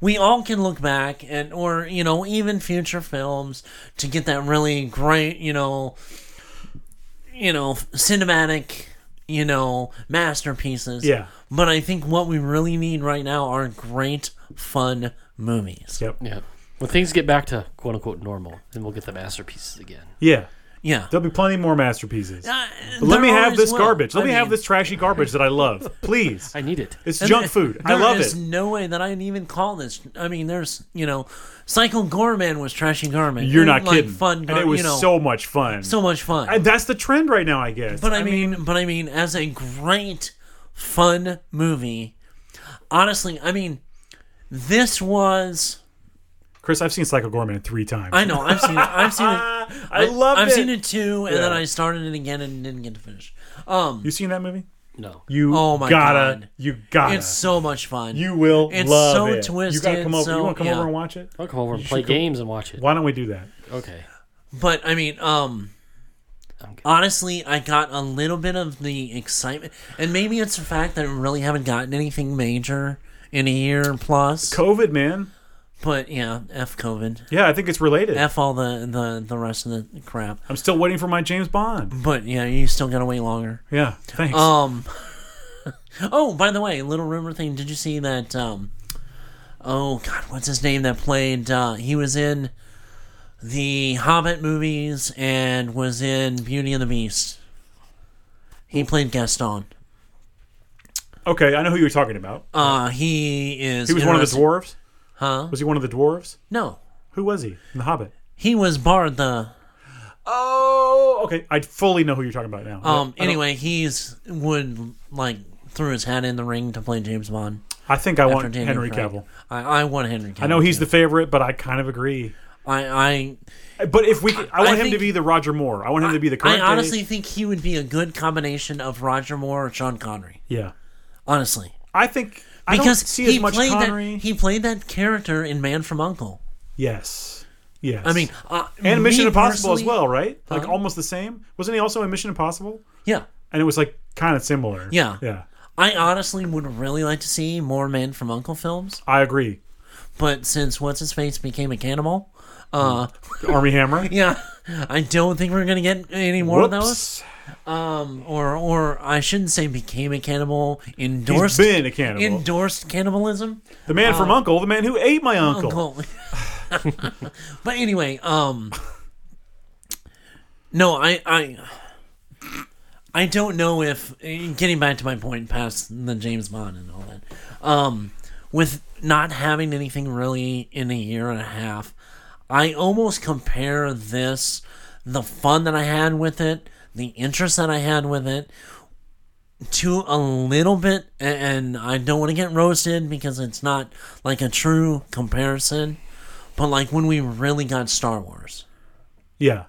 We all can look back and, or you know, even future films to get that really great, you know, you know, cinematic, you know, masterpieces. Yeah. But I think what we really need right now are great, fun movies. Yep. Yeah. When things get back to quote unquote normal, then we'll get the masterpieces again. Yeah, Yeah. there'll be plenty more masterpieces. Uh, But let there me have always this will. garbage. Let I me have mean, this trashy garbage that I love, please. I need it. It's And junk th- food. I love There is it. no way that I can even call this. I mean, there's you know, Cycle Gorman was trashy Gorman. You're And, not like, kidding. Fun, and Gar- it was you know, so much fun. so much fun. And that's the trend right now, I guess. but I, mean, but I mean, as a great fun movie, honestly, I mean, this was. Chris, I've seen Psycho Gorman three times. I know I've seen it. I've seen it. I loved I've it. seen it too, and then Yeah. I started it again and didn't get to finish. Um, You seen that movie? No. You Oh my gotta, God. you gotta. it's so much fun. you will it's love so it. You gotta twisted, come over. so- you want to come yeah. over and watch it? I'll come over and play games and watch it. Why don't we do that? Okay. But I mean, um, Okay. honestly, I got a little bit of the excitement, and maybe it's the fact that I really haven't gotten anything major in a year plus. COVID, man. but yeah, f COVID, Yeah, I think it's related. i f all the the the rest of the crap. I'm still waiting for my James Bond. But yeah, you still gotta wait longer. Yeah, thanks. Um. oh, by the way, little rumor thing. Did you see that? Um. Oh God, what's his name that played? Uh, he was in the Hobbit movies and was in Beauty and the Beast. He played Gaston. okay, I know who you're talking about. Uh, he is. he was one of the interested- dwarves. Huh? Was he one of the dwarves? No, Who was he? In The Hobbit. he was Bard the. Oh, okay. I fully know who you're talking about now. Um. I don't- Anyway, he's would like threw his hat in the ring to play James Bond. I think I after want Daniel Henry Craig. Cavill. I, I want Henry Cavill. I know he's the favorite, but I kind of agree. I I But if we, could, I want him to think- be the Roger Moore. I want him to be the I current. day- honestly think he would be a good combination of Roger Moore or Sean Connery. yeah. Honestly, I think I because don't see he as much played Connery. that he played that character in Man from U.N.C.L.E. yes, yes. I mean, uh, and me Mission Impossible as personally- well, right? Like almost the same. Wasn't he also in Mission Impossible? Yeah, And it was like kind of similar. Yeah. yeah. I honestly would really like to see more Man from U.N.C.L.E. films, I agree. but since what's his face became a cannibal, uh, Army Hammer. yeah, I don't think we're gonna get any more of those. Whoops. Um, or or I shouldn't say became a cannibal He's endorsed been a cannibal. endorsed cannibalism. the man from Uncle, the man who ate my uncle. Uncle. but anyway, um, no, I, I, I don't know if getting back to my point past the James Bond and all that. Um, with not having anything really in a year and a half, I almost compare this the fun that I had with it, the interest that I had with it to a little bit and I don't want to get roasted because it's not like a true comparison, but like when we really got Star Wars. Yeah.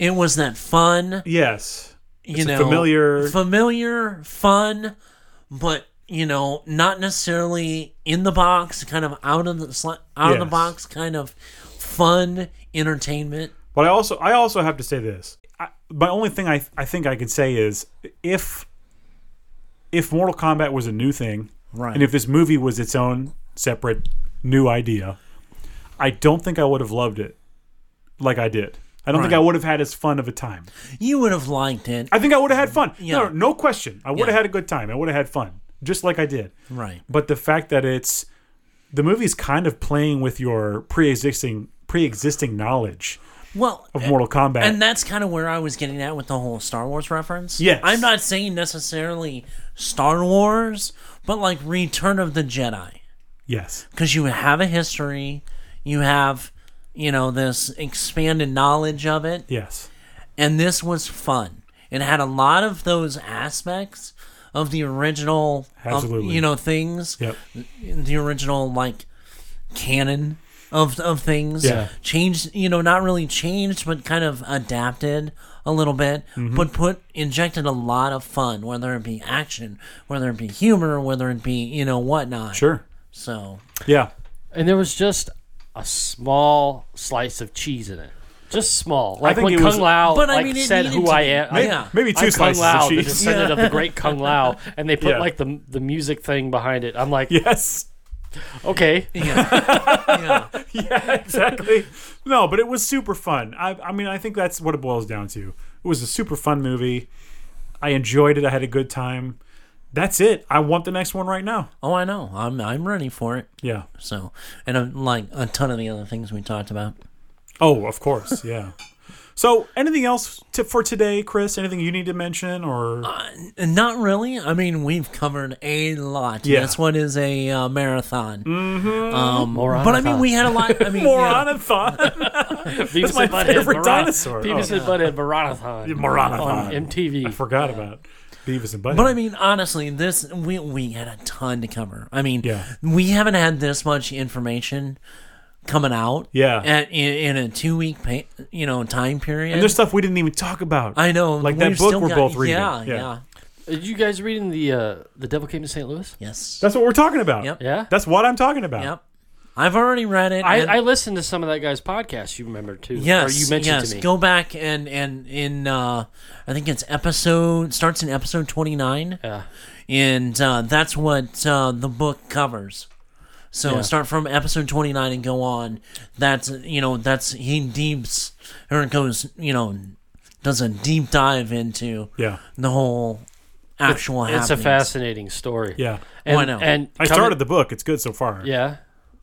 It was that fun Yes. you a know familiar- familiar fun but you know not necessarily in the box kind of out of the sli- out of the Yes. box kind of fun entertainment But I also I also have to say this. I, my only thing I I think I could say is if if Mortal Kombat was a new thing, Right. and if this movie was its own separate new idea, I don't think I would have loved it like I did. I don't think Right. I would have had as fun of a time. you would have liked it I think I would have had fun. No, Yeah. no question. I would Yeah. have had a good time. I would have had fun, just like I did. right But the fact that it's the movie's kind of playing with your pre-existing pre-existing knowledge well of Mortal Kombat. and that's kind of where I was getting at with the whole Star Wars reference. Yes. I'm not saying necessarily Star Wars, but like Return of the Jedi. yes. because you have a history, you have, you know, this expanded knowledge of it, Yes. and this was fun. It had a lot of those aspects of the original, of, Absolutely. you know, things, Yep. the original like canon of of things. Yeah. changed, you know, not really changed, but kind of adapted a little bit, Mm-hmm. but put injected a lot of fun, whether it be action, whether it be humor, whether it be you know whatnot. Sure. So Yeah. and there was just a small slice of cheese in it. Just small, like think when it Kung was- Lao But I like mean, it said needed who to I be- am. May- I, maybe two I'm Kung slices of Lao, the cheese. descendant of the great Kung Lao, and they put Yeah. like the the music thing behind it. I'm like, Yes. okay, Yeah, exactly. no, but it was super fun. I, I mean, I think that's what it boils down to. It was a super fun movie. I enjoyed it. I had a good time. That's it. I want the next one right now. Oh, I know. I'm I'm ready for it. Yeah. So, and uh, like a ton of the other things we talked about. Oh, of course. Yeah. So, anything else to, for today, Chris? Anything you need to mention, or Uh, And not really. I mean, we've covered a lot. Yeah. That's what is a uh, marathon. Mm-hmm. Um, Moron but I mean, we had a lot. I mean, moron yeah. and thought? Beavis That's my and Butthead, favorite Mara- dinosaur. Beavis Oh. and Butthead Marathon on Marathon. I MTV. forgot about Beavis and Butthead. But I mean, honestly, this we we had a ton to cover. I mean, Yeah. we haven't had this much information coming out. Yeah. At, in, in a two week, pa- you know, time period. and there's stuff we didn't even talk about. I know. like we've that book still we're got- both reading. Yeah, yeah. Did you guys reading the uh, the Devil Came to St. Louis? Yes. That's what we're talking about. Yep. Yeah. That's what I'm talking about. Yep. I've already read it. I, and- I listened to some of that guy's podcast. You remember too? yes, or you mentioned yes. to me. Go back and and in uh, I think it's episode starts in episode twenty nine, yeah. and uh, that's what uh, the book covers. So Yeah. start from episode twenty nine and go on. That's you know that's he deeps or goes you know does a deep dive into Yeah. the whole actual. It's a happenings. fascinating story. Yeah. And, Why not? And I coming- started the book. It's good so far. Yeah.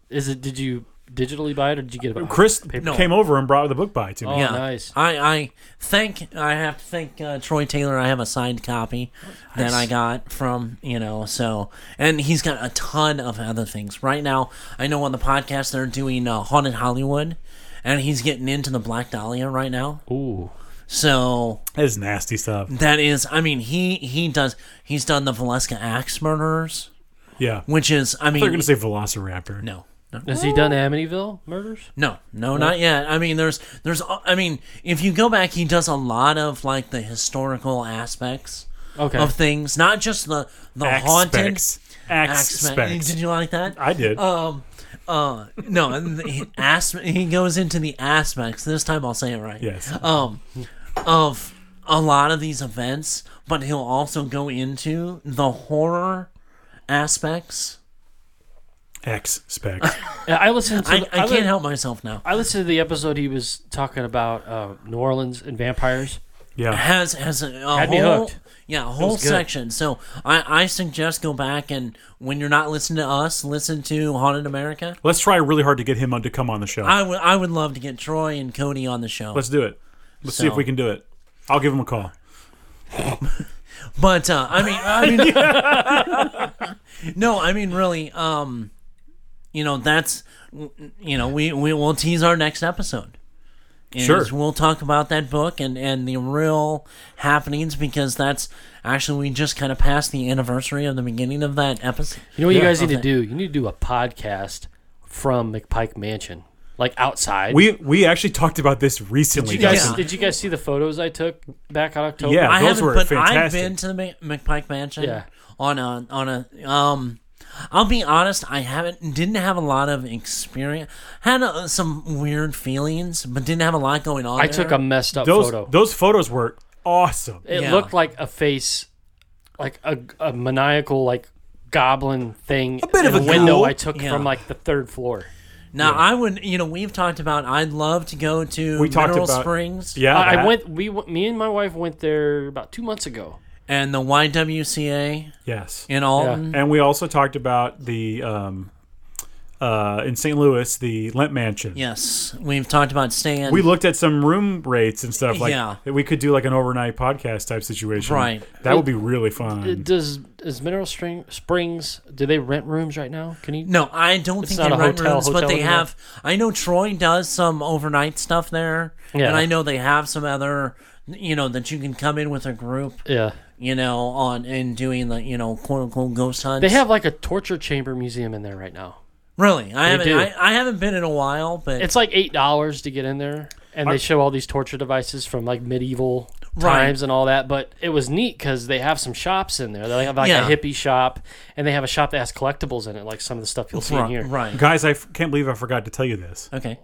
Is it? Did you digitally buy it or did you get it? Chris Paper. came over and brought the book by to me. Oh, Yeah, nice. I, I thank I have to thank uh, Troy Taylor. I have a signed copy that I got from you know so, and he's got a ton of other things right now. I know on the podcast they're doing uh, Haunted Hollywood, and he's getting into the Black Dahlia right now. Ooh. So Oh. That is nasty stuff. that is, I mean, he he does he's done the Valeska Axe Murderers, Yeah. which is I mean They're going to say Velociraptor. no. no. Has he done Amityville murders? No, no, not yet. I mean, there's, there's, I mean, if you go back, he does a lot of like the historical aspects Okay. of things, not just the the haunted Aspects. Aspects. Did you like that? I did. Oh. Um, uh, no, and the, he, as, he goes into the aspects. This time I'll say it right. yes. Um, of a lot of these events, but he'll also go into the horror aspects. X specs. Yeah, I listened to. I, I li- can't help myself now. I listened to the episode he was talking about uh, New Orleans and vampires. Yeah. has has a, a Had me whole hooked. yeah a whole good. section. So I I suggest go back and when you're not listening to us, listen to Haunted America. Let's try really hard to get him on to come on the show. I would I would love to get Troy and Cody on the show. Let's do it. Let's see if So- we can do it. I'll give him a call. But uh, I mean, I mean, no, I mean, really, um, you know, that's you know, we we will tease our next episode. And Sure. We'll talk about that book and and the real happenings because that's actually we just kind of passed the anniversary of the beginning of that episode. You know what you guys need Okay. to do? You need to do a podcast from McPike Mansion, like outside. We we actually talked about this recently. did, you guys, Yeah. did you guys see the photos I took back on October? Yeah. I those haven't, were but I've fantastic. been to the Mc- McPike Mansion Yeah. on a on a um. I'll be honest, I haven't didn't have a lot of experience. Had uh some weird feelings, but didn't have a lot going on. I took a there. messed up those photo. those photos were awesome. It Yeah. looked like a face, like a, a maniacal like goblin thing. A bit of a window ghoul. I took Yeah. from like the third floor. Now I would, you know, we've talked about. I'd love to go to We talked Mineral about- Springs Yeah, I, I that- went. We w- me and my wife went there about two months ago. and the YWCA Yes, in Alton. and we also talked about the um, uh, in St. Louis the Lent Mansion. Yes, we've talked about Stan. We looked at some room rates and stuff like Yeah. that. We could do like an overnight podcast type situation. Right. That would be really fun. Does is Mineral Spring, Springs? Do they rent rooms right now? Can you? no, I don't think not they a rent hotel- rooms, but hotel they anymore. have. I know Troy does some overnight stuff there, Yeah. and I know they have some other, you know, that you can come in with a group, Yeah, you know, on and doing the, you know, quote unquote ghost hunts. they have like a torture chamber museum in there right now. really. I haven't. do. I, I haven't been in a while, but It's like eight dollars to get in there, and they show all these torture devices from like medieval Right. times and all that. But it was neat because they have some shops in there. They have like Yeah. a hippie shop, and they have a shop that has collectibles in it, like some of the stuff you'll see in right, here. right. Guys, I f- can't believe I forgot to tell you this. Okay.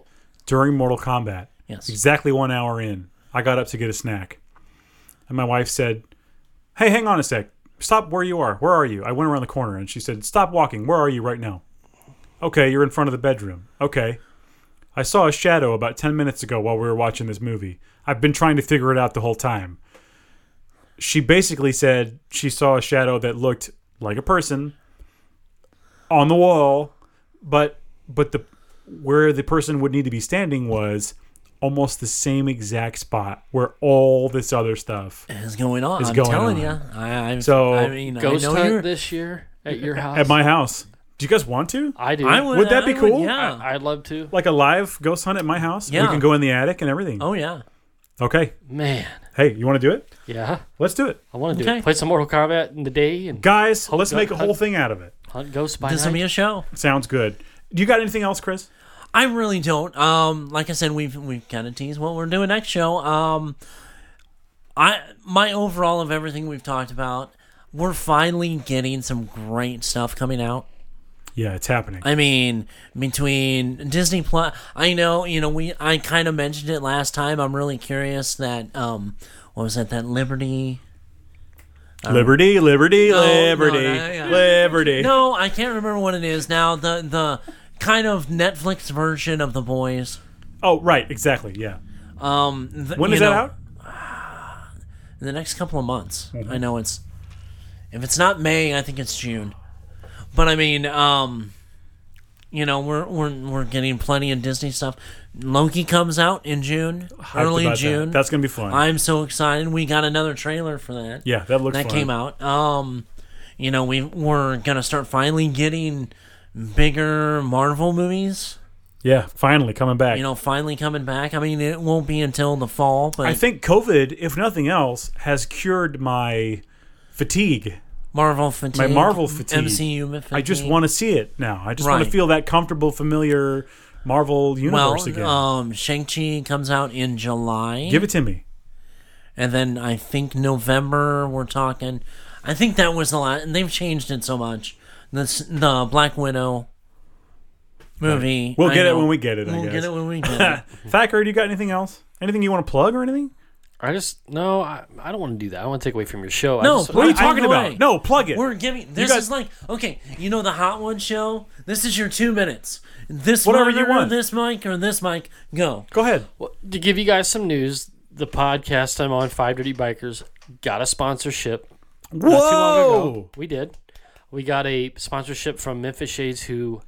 During Mortal Kombat, Yes. exactly one hour in, I got up to get a snack. And my wife said, Hey, hang on a sec. Stop where you are. Where are you? I went around the corner and she said, Stop walking. Where are you right now? Okay, you're in front of the bedroom. Okay. I saw a shadow about 10 minutes ago while we were watching this movie. I've been trying to figure it out the whole time. She basically said she saw a shadow that looked like a person on the wall, but but the where the person would need to be standing was almost the same exact spot where all this other stuff Is going on. Is I'm going telling on. you. I, I, So- I mean, Ghost I know you're. hunt this year at your house. at my house. Do you guys want to? I do. I would, Would that be I would- cool? yeah. I'd love to. Like a live ghost hunt at my house? Yeah. We can go in the attic and everything. oh yeah. Okay. Man, Hey, you want to do it? yeah, Let's do it. I want to do Okay. it. Play some Mortal Kombat in the day and Guys, let's go- make a whole hunt. thing out of it. hunt ghosts by This night. will be a show. Sounds good. Do you got anything else, Chris? I really don't. Um, like I said, we've we've kind of teased what we're doing next show. Um, I my overall of everything we've talked about, we're finally getting some great stuff coming out. Yeah, it's happening. I mean, between Disney Plus, I know you know we I kind of mentioned it last time. I'm really curious that um, what was that that Liberty? liberty, liberty, Uh, No, no, liberty, no, yeah. liberty. No, I can't remember what it is now. The the kind of Netflix version of The Boys. Oh, right, exactly. Yeah. Um, th- When you is know, that out? in the next couple of months. Mm-hmm. I know it's if it's not May, I think it's June. But I mean, um, you know, we're we're we're getting plenty of Disney stuff. Loki comes out in June, Hyped early about that. June. That's gonna be fun. I'm so excited. We got another trailer for that. yeah, that looks. that fun. came out. Um, you know, we we're gonna start finally getting bigger Marvel movies. Yeah, finally coming back. You know, finally coming back. I mean, it won't be until the fall, but I think COVID, if nothing else, has cured my fatigue. Marvel fatigue. Marvel fatigue. MCU fatigue. I just want to see it now. I just want to Right. feel that comfortable, familiar Marvel universe Well, uh, again. um, Shang Chi comes out in July, Give it to me. and then I think November we're talking. I think that was the last, and they've changed it so much. This the Black Widow movie. We'll I get it know. when we get it. I We'll guess. get it when we get it. Mm-hmm. Thacker, do you got anything else? Anything you want to plug or anything? I just no. I, I don't want to do that. I want to take away from your show. No, I just, What are you Either talking way. about? No, plug it. We're giving. This guys- is like okay. You know the Hot One show. This is your two minutes. This Whatever you monitor, want. This mic or this mic. Go. Go ahead. Well, to give you guys some news, the podcast I'm on, Five Dirty Bikers, got a sponsorship. Whoa! Not too long ago, we did. We got a sponsorship from Memphis Shades, who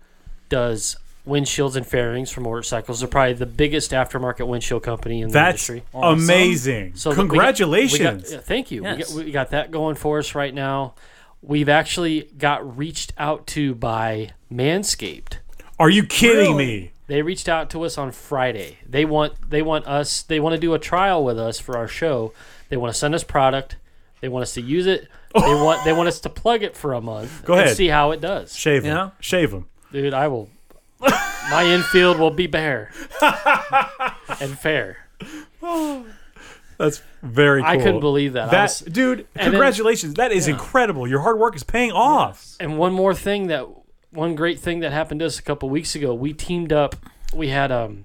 does windshields and fairings for motorcycles. They're probably the biggest aftermarket windshield company in the That's industry. amazing. So that we got- Congratulations. we got- yeah, thank you. Yes. We, got, we got that going for us right now. We've actually got reached out to by Manscaped. Are you kidding me? They reached out to us on Friday. They want they want us they want to do a trial with us for our show. They want to send us product. They want us to use it. They want they want us to plug it for a month. Go ahead. And see how it does. Shave him. Yeah. Shave him. Dude, I will my infield will be bare. and fair. That's very cool. I couldn't believe that. I that. was- dude, then- congratulations. that is incredible. Your hard work is paying off. And one more thing that one great thing that happened to us a couple weeks ago, we teamed up. We had um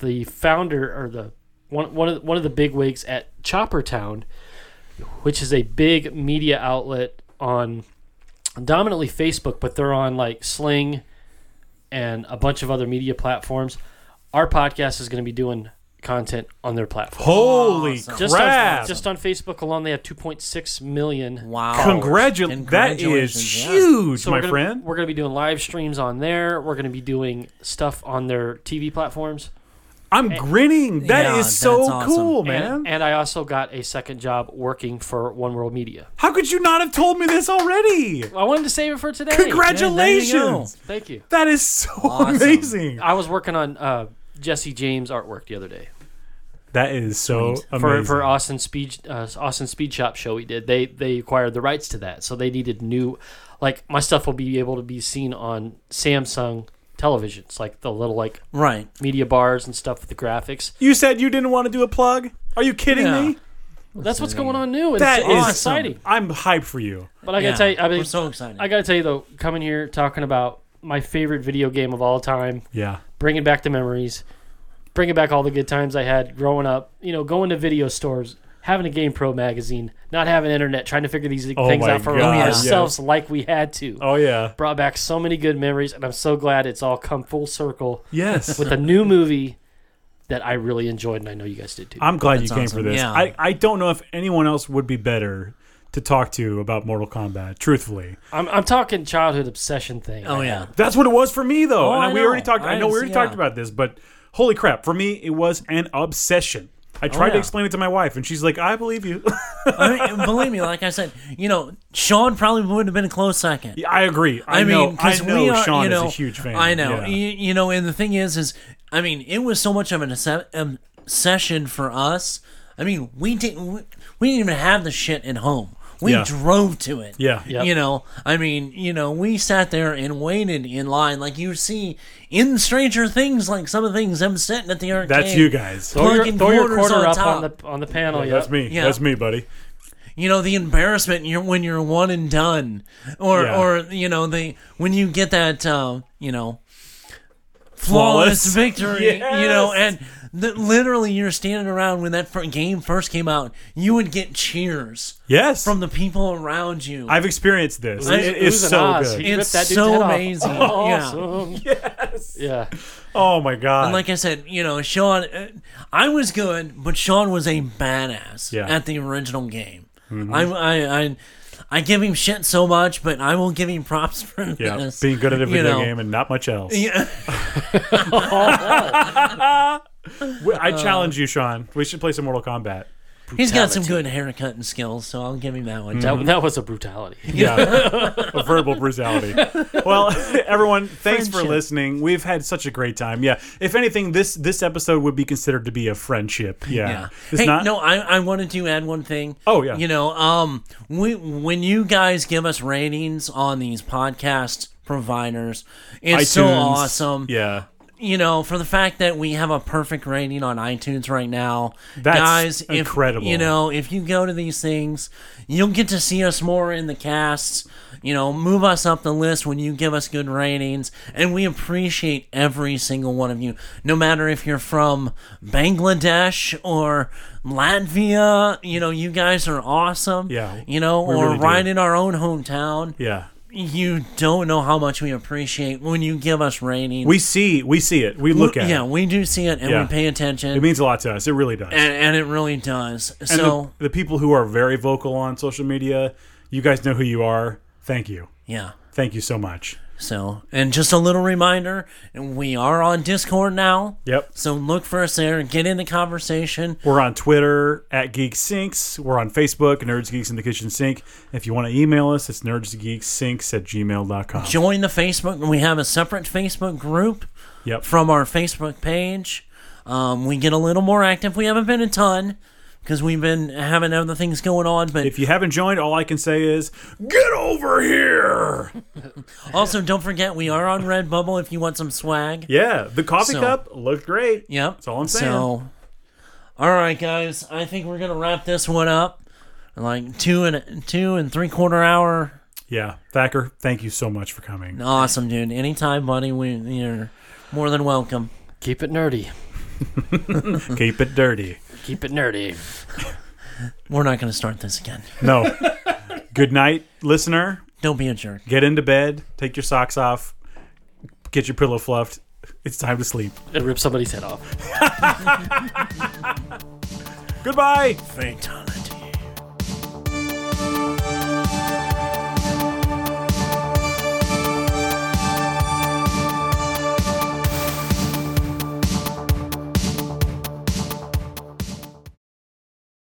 the founder or the one one of the, one of the big wigs at Chopper Town, which is a big media outlet on dominantly Facebook, but they're on like Sling and a bunch of other media platforms. Our podcast is going to be doing content on their platform. Holy Just crap. on, just on Facebook alone, they have 2.6 million Wow. Congratulations. That is Oh, Congratulations, yeah. huge, So my we're gonna, friend. We're going to be doing live streams on there. We're going to be doing stuff on their TV platforms. I'm grinning. That is Yeah, so that's awesome. cool, And- man. And, and I also got a second job working for One World Media. How could you not have told me this already? I wanted to save it for today. Congratulations. Thank you. That is so Awesome. amazing. I was working on uh, Jesse James artwork the other day That is so amazing. for, for Austin Speed uh, Austin Speed Shop show we did. They they acquired the rights to that, so they needed new. Like my stuff will be able to be seen on Samsung televisions, like the little like Right. media bars and stuff with the graphics. you said you didn't want to do a plug? Are you kidding Yeah. me? That's what's going on new. and That it's is- exciting. I'm hyped for you. But I gotta Yeah, tell you, I mean, we're so excited. I gotta tell you though, coming here talking about my favorite video game of all time, Yeah. bringing back the memories, bringing back all the good times I had growing up. You know, going to video stores, having a Game Pro magazine, not having internet, trying to figure these things my out for God, ourselves like we had to. Oh yeah. Brought back so many good memories, and I'm so glad it's all come full circle Yes. with a new movie that I really enjoyed, and I know you guys did too. I'm glad you came awesome. for this. Yeah. I, I don't know if anyone else would be better to talk to about Mortal Kombat, truthfully. I'm, I'm talking childhood obsession thing. Oh I yeah. had. That's what it was for me though. Oh, and I we know. already talked I, I know we was- already talked yeah. about this, but holy crap, for me it was an obsession. I tried to Oh, yeah. explain it to my wife and she's like, "I believe you." I mean, believe me, like I said, you know, Sean probably would have been a close second. I agree. I, I, know, mean, because I know we are, Sean you know, is a huge fan. I know, Yeah. you, you know, and the thing is, is I mean, it was so much of an obse- obsession for us. I mean, we didn't, we, we didn't even have the shit at home. We Yeah. drove to it. Yeah. Yep. you know, I mean, you know, we sat there and waited in line, like you see in Stranger Things, like some of the things I'm sitting at the arcade. That's you guys. Throw your, Plugging throw your quarters on quarter up top. on the on the panel. That's yeah. me. Oh, Yeah. That's me, buddy. you know the embarrassment you're, when you're one and done or Yeah. or you know the when you get that uh, you know flawless, Flawless. victory you know Yes. and th- literally you're standing around when that fir- game first came out you would get cheers Yes. from the people around you I've experienced this. it is Who's an so Oz? good. He ripped It's that dude's so head off. amazing. Awesome. Yes. Yeah. Oh my god. And like I said, you know, Sean, uh, I was good, but Sean was a badass Yeah. Mm-hmm. at the original game. I, I, I, I give him shit so much, but I will give him props for yeah, this. being good at a you video know. game and not much else. Yeah. We- Uh, I challenge you, Sean. We should play some Mortal Kombat. He's got some good haircutting skills, so I'll give him that Mm. one. That, that was a brutality. Yeah. a verbal brutality. Well, everyone, thanks for Friendship. listening. We've had such a great time. Yeah. If anything, this this episode would be considered to be a friendship. Yeah. Yeah. It's hey, not no, I, I wanted to add one thing. Oh, yeah. You know, um, we when you guys give us ratings on these podcast providers, it's so iTunes. awesome. Yeah. you know, for the fact that we have a perfect rating on iTunes right now, That's guys, if, incredible. You know, if you go to these things, you'll get to see us more in the casts. You know, move us up the list when you give us good ratings, and we appreciate every single one of you, no matter if you're from Bangladesh or Latvia. You know, you guys are awesome. Yeah, you know, we or really do. right in our own hometown. Yeah. You don't know how much we appreciate when you give us ratings. We see we see it. We look at Yeah, it. we do see it and Yeah. we pay attention. It means a lot to us. It really does. and, and it really does. And the- so, the, people who are very vocal on social media, you guys know who you are. Thank you. yeah. Thank you so much. So, and just a little reminder, we are on Discord now. Yep. So look for us there and get in the conversation. We're on Twitter at Geek Sinks. We're on Facebook, Nerds Geeks in the Kitchen Sink. If you want to email us, it's nerdsgeeksinks at gmail.com. Join the Facebook, and we have a separate Facebook group Yep. from our Facebook page. Um, we get a little more active. We haven't been a ton because we've been having other things going on, but If you haven't joined, all I can say is get over here. also don't forget we are on Redbubble if you want some swag. Yeah, the coffee So- cup looked great. Yep. That's all I'm saying. So, all right, guys, I think we're gonna wrap this one up. Like two and two and three quarter hour. Yeah, Thacker, thank you so much for coming. Awesome, dude. Anytime, buddy. We you're more than welcome. Keep it nerdy. Keep it dirty. Keep it nerdy. We're not gonna start this again. No. Good night, listener. Don't be a jerk. Get into bed. Take your socks off. Get your pillow fluffed. It's time to sleep. And rip somebody's head off. Goodbye. Thank you.